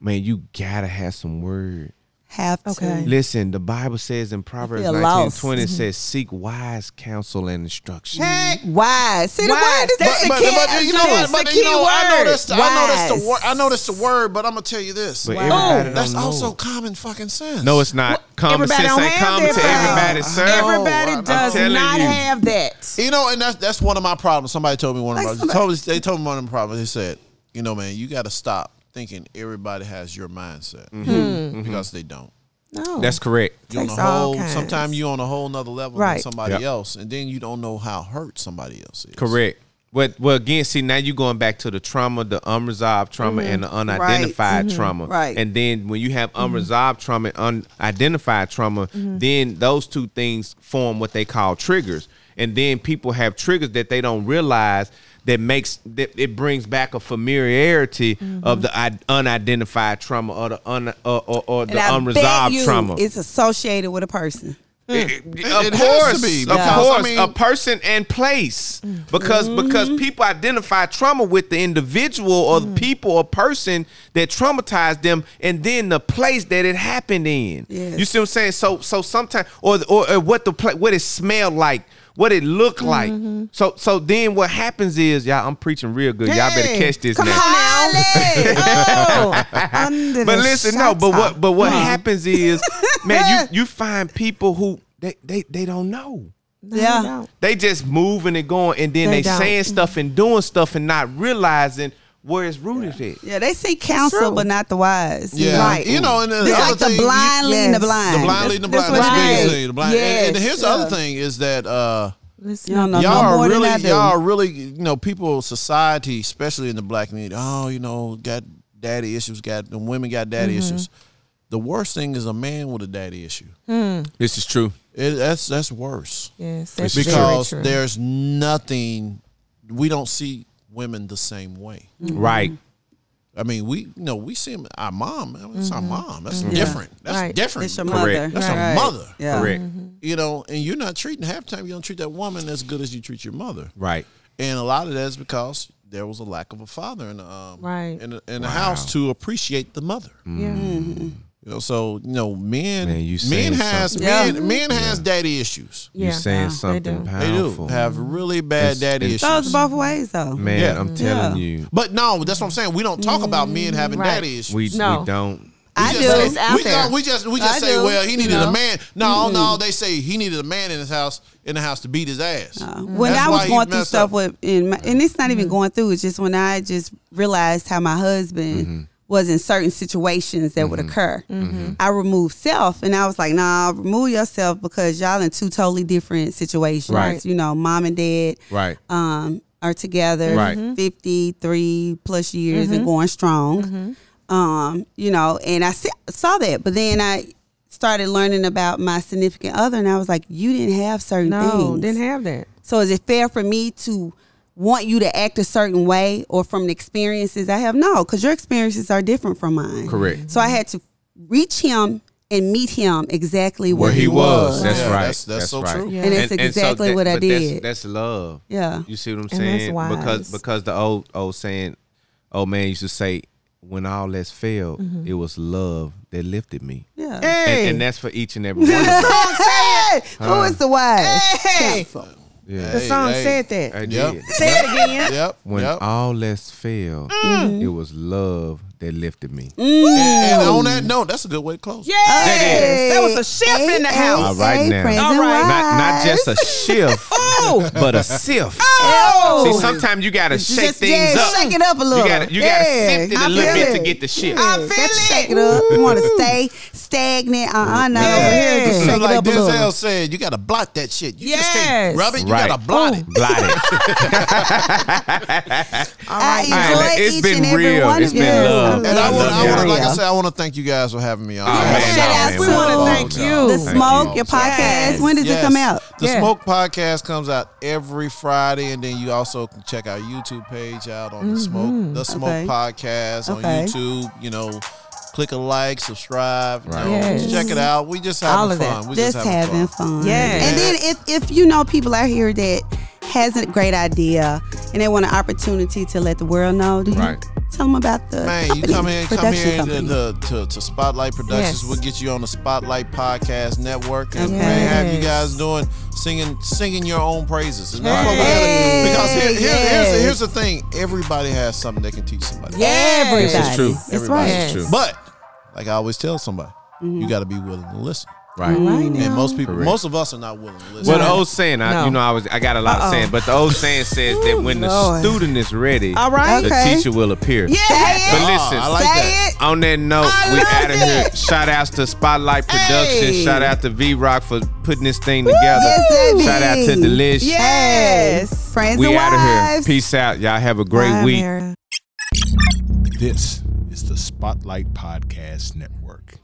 [SPEAKER 2] Man, you gotta have some word.
[SPEAKER 3] Have to.
[SPEAKER 4] Okay.
[SPEAKER 2] Listen, the Bible says in Proverbs
[SPEAKER 3] feel
[SPEAKER 2] 19
[SPEAKER 3] lost.
[SPEAKER 2] 20 it says, seek wise counsel and instruction.
[SPEAKER 3] Why? See, the
[SPEAKER 4] Why?
[SPEAKER 3] word is
[SPEAKER 5] but,
[SPEAKER 3] that's the
[SPEAKER 5] but,
[SPEAKER 3] key.
[SPEAKER 5] but you know,
[SPEAKER 3] That's
[SPEAKER 5] what?
[SPEAKER 3] the
[SPEAKER 5] but you
[SPEAKER 3] key
[SPEAKER 5] know, I know
[SPEAKER 3] word.
[SPEAKER 5] that's the, I know that's the
[SPEAKER 3] Wise.
[SPEAKER 5] word. I know that's the word. But I'm gonna tell you this.
[SPEAKER 2] But everybody
[SPEAKER 5] that's
[SPEAKER 2] don't
[SPEAKER 5] also
[SPEAKER 2] know.
[SPEAKER 5] common fucking sense.
[SPEAKER 2] No, it's not. Common
[SPEAKER 1] everybody
[SPEAKER 2] sense
[SPEAKER 1] don't
[SPEAKER 2] ain't
[SPEAKER 1] have
[SPEAKER 2] common
[SPEAKER 1] that
[SPEAKER 2] to
[SPEAKER 1] Bible.
[SPEAKER 2] everybody, sir.
[SPEAKER 1] Everybody
[SPEAKER 5] I'm
[SPEAKER 1] does
[SPEAKER 2] telling
[SPEAKER 1] not
[SPEAKER 2] you.
[SPEAKER 1] have that.
[SPEAKER 5] You know, and that's that's one of my problems. Somebody told me one of
[SPEAKER 3] Like
[SPEAKER 5] my
[SPEAKER 3] somebody-
[SPEAKER 5] told me, they told me one of my problems. They said, you know, man, you got to stop thinking everybody has your mindset
[SPEAKER 2] Mm-hmm.
[SPEAKER 3] Hmm.
[SPEAKER 5] because they don't.
[SPEAKER 4] No.
[SPEAKER 2] That's correct.
[SPEAKER 5] You on a
[SPEAKER 4] Takes all
[SPEAKER 5] whole.
[SPEAKER 4] kinds.
[SPEAKER 5] Sometimes you on a whole nother level than
[SPEAKER 4] Right.
[SPEAKER 5] somebody
[SPEAKER 2] Yep.
[SPEAKER 5] else, and then you don't know how hurt somebody else is.
[SPEAKER 2] Correct. But well, again, see now you're going back to the trauma, the unresolved trauma, and the unidentified trauma.
[SPEAKER 3] Mm-hmm. Right. Mm-hmm.
[SPEAKER 2] And then when you have unresolved trauma and unidentified trauma, then those two things form what they call triggers. And then people have triggers that they don't realize that makes that it brings back a familiarity
[SPEAKER 3] Mm-hmm.
[SPEAKER 2] of the i- unidentified trauma or the un or, or, or
[SPEAKER 3] And
[SPEAKER 2] the
[SPEAKER 3] I bet
[SPEAKER 2] unresolved
[SPEAKER 3] you
[SPEAKER 2] trauma.
[SPEAKER 3] It's associated with a person.
[SPEAKER 4] Mm.
[SPEAKER 2] It-
[SPEAKER 5] it
[SPEAKER 2] of
[SPEAKER 5] has
[SPEAKER 2] course,
[SPEAKER 5] to be,
[SPEAKER 2] of
[SPEAKER 5] because,
[SPEAKER 2] course,
[SPEAKER 5] I mean-
[SPEAKER 2] a person and place
[SPEAKER 4] Mm.
[SPEAKER 2] because
[SPEAKER 4] Mm-hmm.
[SPEAKER 2] because people identify trauma with the individual or
[SPEAKER 4] Mm.
[SPEAKER 2] the people or person that traumatized them, and then the place that it happened in.
[SPEAKER 3] Yes.
[SPEAKER 2] You see what I'm saying? So so sometimes or or, or what the pla- what it smelled like. What it looked like.
[SPEAKER 4] Mm-hmm.
[SPEAKER 2] So so then what happens is, y'all, I'm preaching real good. Y'all better
[SPEAKER 4] Hey,
[SPEAKER 2] catch this
[SPEAKER 4] come
[SPEAKER 2] now.
[SPEAKER 4] on.
[SPEAKER 2] [LAUGHS]
[SPEAKER 3] Holly! oh,
[SPEAKER 4] Under
[SPEAKER 2] But
[SPEAKER 4] the
[SPEAKER 2] listen, no, but
[SPEAKER 4] shata.
[SPEAKER 2] what but what happens
[SPEAKER 4] [LAUGHS]
[SPEAKER 2] is, man, you you find people who they they, they don't know.
[SPEAKER 4] No,
[SPEAKER 3] Yeah.
[SPEAKER 4] no.
[SPEAKER 2] They just moving and going, and then they,
[SPEAKER 4] They don't.
[SPEAKER 2] saying stuff and doing stuff and not realizing where it's rooted at.
[SPEAKER 3] yeah, they see counsel,
[SPEAKER 4] True.
[SPEAKER 3] but not the wise.
[SPEAKER 5] Yeah.
[SPEAKER 4] Right.
[SPEAKER 5] You know, and the
[SPEAKER 3] It's
[SPEAKER 5] other
[SPEAKER 3] like the
[SPEAKER 5] thing, you-
[SPEAKER 3] blind leading
[SPEAKER 4] Yes.
[SPEAKER 3] the blind.
[SPEAKER 5] the blind leading the
[SPEAKER 4] That's
[SPEAKER 5] blind. That's
[SPEAKER 4] what
[SPEAKER 5] the
[SPEAKER 4] it
[SPEAKER 5] biggest
[SPEAKER 4] is.
[SPEAKER 5] thing. The blind. And- And,
[SPEAKER 4] Yes.
[SPEAKER 5] here's the other thing is that. uh
[SPEAKER 4] Listen.
[SPEAKER 3] Y'all know
[SPEAKER 5] y'all
[SPEAKER 3] no more
[SPEAKER 5] are really
[SPEAKER 3] than I do.
[SPEAKER 5] y'all are really you know people society especially in the black community oh you know got daddy issues got the women got daddy
[SPEAKER 3] Mm-hmm.
[SPEAKER 5] issues the worst thing is a man with a daddy issue
[SPEAKER 2] This is true.
[SPEAKER 5] it, that's that's worse
[SPEAKER 4] Yes, that's very
[SPEAKER 5] because
[SPEAKER 4] true.
[SPEAKER 5] there's nothing we don't see women the same way
[SPEAKER 3] Mm.
[SPEAKER 2] Right.
[SPEAKER 5] i mean we you know we see 'em- our mom man, it's our mom that's different that's
[SPEAKER 4] Right.
[SPEAKER 5] different
[SPEAKER 3] Mm-hmm. It's your
[SPEAKER 2] Correct.
[SPEAKER 3] mother.
[SPEAKER 5] That's your
[SPEAKER 3] Right.
[SPEAKER 5] mother.
[SPEAKER 3] Yeah.
[SPEAKER 2] Correct.
[SPEAKER 5] you know and you're not treating half the time you don't treat that woman as good as you treat your mother
[SPEAKER 2] Right.
[SPEAKER 5] and a lot of that is because there was a lack of a father in the um,
[SPEAKER 4] Right.
[SPEAKER 5] in the, in the house to appreciate the mother.
[SPEAKER 4] Yeah.
[SPEAKER 5] You know, so you know, men
[SPEAKER 2] Mm. Man, you saying
[SPEAKER 5] men has
[SPEAKER 2] something.
[SPEAKER 5] men,
[SPEAKER 3] Yeah.
[SPEAKER 5] men has daddy issues.
[SPEAKER 2] You're saying
[SPEAKER 4] yeah, they
[SPEAKER 2] something
[SPEAKER 4] do.
[SPEAKER 5] They
[SPEAKER 2] powerful.
[SPEAKER 5] do have really
[SPEAKER 2] It's-
[SPEAKER 5] bad daddy
[SPEAKER 2] it's-
[SPEAKER 3] Goes
[SPEAKER 5] issues.
[SPEAKER 3] both ways though.
[SPEAKER 2] Man,
[SPEAKER 5] Yeah.
[SPEAKER 2] I'm telling you,
[SPEAKER 5] But no, that's what I'm saying. We don't talk about men having
[SPEAKER 1] right.
[SPEAKER 5] daddy issues.
[SPEAKER 2] we,
[SPEAKER 1] No.
[SPEAKER 2] we don't.
[SPEAKER 3] I
[SPEAKER 5] just
[SPEAKER 3] do.
[SPEAKER 5] say-
[SPEAKER 1] It's out
[SPEAKER 5] we,
[SPEAKER 1] there.
[SPEAKER 5] no, we just we
[SPEAKER 3] I
[SPEAKER 5] just say,
[SPEAKER 3] do.
[SPEAKER 5] well, he needed
[SPEAKER 3] You know?
[SPEAKER 5] a man. No, no, they say he needed a man in his house in the house to beat his ass.
[SPEAKER 3] Mm-hmm. when
[SPEAKER 5] That's
[SPEAKER 3] I
[SPEAKER 5] why
[SPEAKER 3] was
[SPEAKER 5] he
[SPEAKER 3] going through
[SPEAKER 5] messed
[SPEAKER 3] stuff
[SPEAKER 5] up. Mm-hmm.
[SPEAKER 3] with, and, my, and it's not even going through. It's just when I just realized how my husband
[SPEAKER 5] Mm-hmm.
[SPEAKER 3] was in certain situations that would occur. I removed self, and I was like, "Nah, remove yourself because y'all in two totally different situations.
[SPEAKER 2] Right.
[SPEAKER 3] You know, mom and dad,
[SPEAKER 2] Right.
[SPEAKER 3] um, are together,
[SPEAKER 2] Right.
[SPEAKER 5] Mm-hmm.
[SPEAKER 2] Mhm.
[SPEAKER 3] 53 plus years
[SPEAKER 4] Mm-hmm.
[SPEAKER 3] and going strong. Um, you know, and I se- saw that, but then I started learning about my significant other, and I was like, "You didn't have certain
[SPEAKER 4] No,
[SPEAKER 3] things.
[SPEAKER 4] didn't have that.
[SPEAKER 3] So is it fair for me to want you to act a certain way or from the experiences I have? No, because your experiences are different from mine.
[SPEAKER 2] Correct.
[SPEAKER 3] So I had to reach him and meet him exactly where,
[SPEAKER 2] Where he was. That's
[SPEAKER 5] Yeah,
[SPEAKER 2] right.
[SPEAKER 5] that's- that's so
[SPEAKER 2] right.
[SPEAKER 5] true. Yeah.
[SPEAKER 3] And it's exactly what I
[SPEAKER 2] but that's-
[SPEAKER 3] did.
[SPEAKER 2] That's, love.
[SPEAKER 3] Yeah.
[SPEAKER 2] You see what I'm
[SPEAKER 4] that's
[SPEAKER 2] saying?
[SPEAKER 4] wise.
[SPEAKER 2] Because because the old old saying, old man used to say, when all that's failed, it was love that lifted me.
[SPEAKER 3] Yeah.
[SPEAKER 2] And, and that's for each and every one of us.
[SPEAKER 3] Hey, Who is the wise? counsel?
[SPEAKER 2] Yeah.
[SPEAKER 4] The
[SPEAKER 5] Hey,
[SPEAKER 4] song
[SPEAKER 5] hey.
[SPEAKER 4] said that.
[SPEAKER 2] I
[SPEAKER 5] Yep.
[SPEAKER 2] did.
[SPEAKER 4] Say it again.
[SPEAKER 5] Yep.
[SPEAKER 2] When
[SPEAKER 5] yep.
[SPEAKER 2] all that's failed,
[SPEAKER 3] Mm.
[SPEAKER 2] it was love that lifted me.
[SPEAKER 5] and, and on that note, that's a good way to close. Yeah.
[SPEAKER 1] Yes. There was a shift in the
[SPEAKER 3] Hey,
[SPEAKER 1] house.
[SPEAKER 2] All right
[SPEAKER 3] Hey,
[SPEAKER 2] now.
[SPEAKER 3] friends
[SPEAKER 1] All
[SPEAKER 3] and
[SPEAKER 1] right.
[SPEAKER 2] Not
[SPEAKER 3] wives.
[SPEAKER 2] not
[SPEAKER 3] [LAUGHS]
[SPEAKER 2] just a shift,
[SPEAKER 1] Oh,
[SPEAKER 2] but a sift.
[SPEAKER 1] oh.
[SPEAKER 2] See, sometimes you gotta shake
[SPEAKER 3] Just,
[SPEAKER 2] things
[SPEAKER 3] yeah,
[SPEAKER 2] up.
[SPEAKER 3] shake it up a little.
[SPEAKER 2] You gotta you
[SPEAKER 3] Yeah,
[SPEAKER 2] gotta sift it a
[SPEAKER 3] I
[SPEAKER 2] little
[SPEAKER 3] feel
[SPEAKER 2] bit to
[SPEAKER 3] it.
[SPEAKER 2] get the shift.
[SPEAKER 1] I feel
[SPEAKER 3] Got to shake it
[SPEAKER 1] it.
[SPEAKER 3] up. You want to stay stagnant? Uh uh no.
[SPEAKER 1] Yeah.
[SPEAKER 3] Just shake it
[SPEAKER 5] like
[SPEAKER 3] up a little.
[SPEAKER 5] Denzel said, you got to blot that shit. You just
[SPEAKER 1] Yes.
[SPEAKER 5] can't rub it. You
[SPEAKER 2] Right.
[SPEAKER 5] got to blot it.
[SPEAKER 2] Blot it.
[SPEAKER 3] I
[SPEAKER 2] All right, man.
[SPEAKER 3] enjoy
[SPEAKER 2] It's
[SPEAKER 3] each
[SPEAKER 2] been
[SPEAKER 3] and every
[SPEAKER 2] real.
[SPEAKER 3] one
[SPEAKER 2] It's
[SPEAKER 3] of
[SPEAKER 2] been
[SPEAKER 3] you.
[SPEAKER 2] love.
[SPEAKER 5] And I
[SPEAKER 2] love
[SPEAKER 5] want, I
[SPEAKER 2] y'all.
[SPEAKER 5] want, like I said, I want to thank you guys for having me on.
[SPEAKER 2] Oh,
[SPEAKER 5] Yes.
[SPEAKER 3] Shout
[SPEAKER 2] man,
[SPEAKER 3] out
[SPEAKER 2] no, man,
[SPEAKER 3] to
[SPEAKER 1] We want to
[SPEAKER 2] no.
[SPEAKER 1] thank you.
[SPEAKER 3] The
[SPEAKER 2] Thank
[SPEAKER 3] Smoke,
[SPEAKER 2] you.
[SPEAKER 3] your podcast.
[SPEAKER 1] Yes.
[SPEAKER 3] When does it come out?
[SPEAKER 5] The
[SPEAKER 1] Yeah.
[SPEAKER 5] Smoke Podcast comes out every Friday, and then you also can check our YouTube page out on the Smoke the Smoke
[SPEAKER 3] Okay.
[SPEAKER 5] Podcast on
[SPEAKER 3] Okay.
[SPEAKER 5] YouTube. You know, click a like, subscribe, you
[SPEAKER 2] Right.
[SPEAKER 5] know,
[SPEAKER 1] Yes.
[SPEAKER 5] check it out. We just having
[SPEAKER 1] All of that.
[SPEAKER 5] fun. We
[SPEAKER 3] just having fun.
[SPEAKER 1] Yeah.
[SPEAKER 3] And then if if you know people out here that has a great idea and they want an opportunity to let the world know, do you
[SPEAKER 2] Right.
[SPEAKER 3] tell them about the
[SPEAKER 5] Man, you
[SPEAKER 3] company,
[SPEAKER 5] come here, come
[SPEAKER 3] production
[SPEAKER 5] here to,
[SPEAKER 3] company.
[SPEAKER 5] to, to, to Spotlight Productions.
[SPEAKER 1] Yes.
[SPEAKER 5] We'll get you on the Spotlight Podcast Network, and
[SPEAKER 3] Okay.
[SPEAKER 5] man, have you
[SPEAKER 1] Yes.
[SPEAKER 5] guys doing singing singing your own praises. It's not what we
[SPEAKER 3] Hey.
[SPEAKER 5] gotta- because here- here- here's,
[SPEAKER 3] Yes.
[SPEAKER 5] the- here's the thing: everybody has something they can teach somebody.
[SPEAKER 1] Yes,
[SPEAKER 3] Everybody.
[SPEAKER 1] it's
[SPEAKER 2] true.
[SPEAKER 3] That's
[SPEAKER 5] Everybody.
[SPEAKER 3] right. Mm-hmm.
[SPEAKER 1] Yes.
[SPEAKER 2] true.
[SPEAKER 5] But like I always tell somebody, you got to be willing to listen.
[SPEAKER 2] Right.
[SPEAKER 5] And most people,
[SPEAKER 2] Correct.
[SPEAKER 5] most of us are not willing to listen.
[SPEAKER 2] Well, the old saying, I,
[SPEAKER 1] No.
[SPEAKER 2] you know, I was I got a lot of saying, but the old saying says that when the
[SPEAKER 4] Lord.
[SPEAKER 2] student is ready,
[SPEAKER 1] All right.
[SPEAKER 2] the
[SPEAKER 3] Okay.
[SPEAKER 2] teacher will appear.
[SPEAKER 3] Yeah.
[SPEAKER 2] But listen,
[SPEAKER 5] Ah, I like
[SPEAKER 3] Say
[SPEAKER 5] that.
[SPEAKER 3] it.
[SPEAKER 2] on that note,
[SPEAKER 3] I
[SPEAKER 2] we
[SPEAKER 3] love
[SPEAKER 2] out of here.
[SPEAKER 3] it.
[SPEAKER 2] Shout outs to Spotlight Productions.
[SPEAKER 1] Hey.
[SPEAKER 2] Shout out to V Rock for putting this thing together.
[SPEAKER 3] Yes, baby.
[SPEAKER 2] Shout out to Delish.
[SPEAKER 3] Yes. Friends
[SPEAKER 2] We
[SPEAKER 3] and
[SPEAKER 2] out of here.
[SPEAKER 3] wives.
[SPEAKER 2] Peace out. Y'all have a great
[SPEAKER 4] Bye,
[SPEAKER 2] week.
[SPEAKER 4] Mary.
[SPEAKER 6] This is the Spotlight Podcast Network.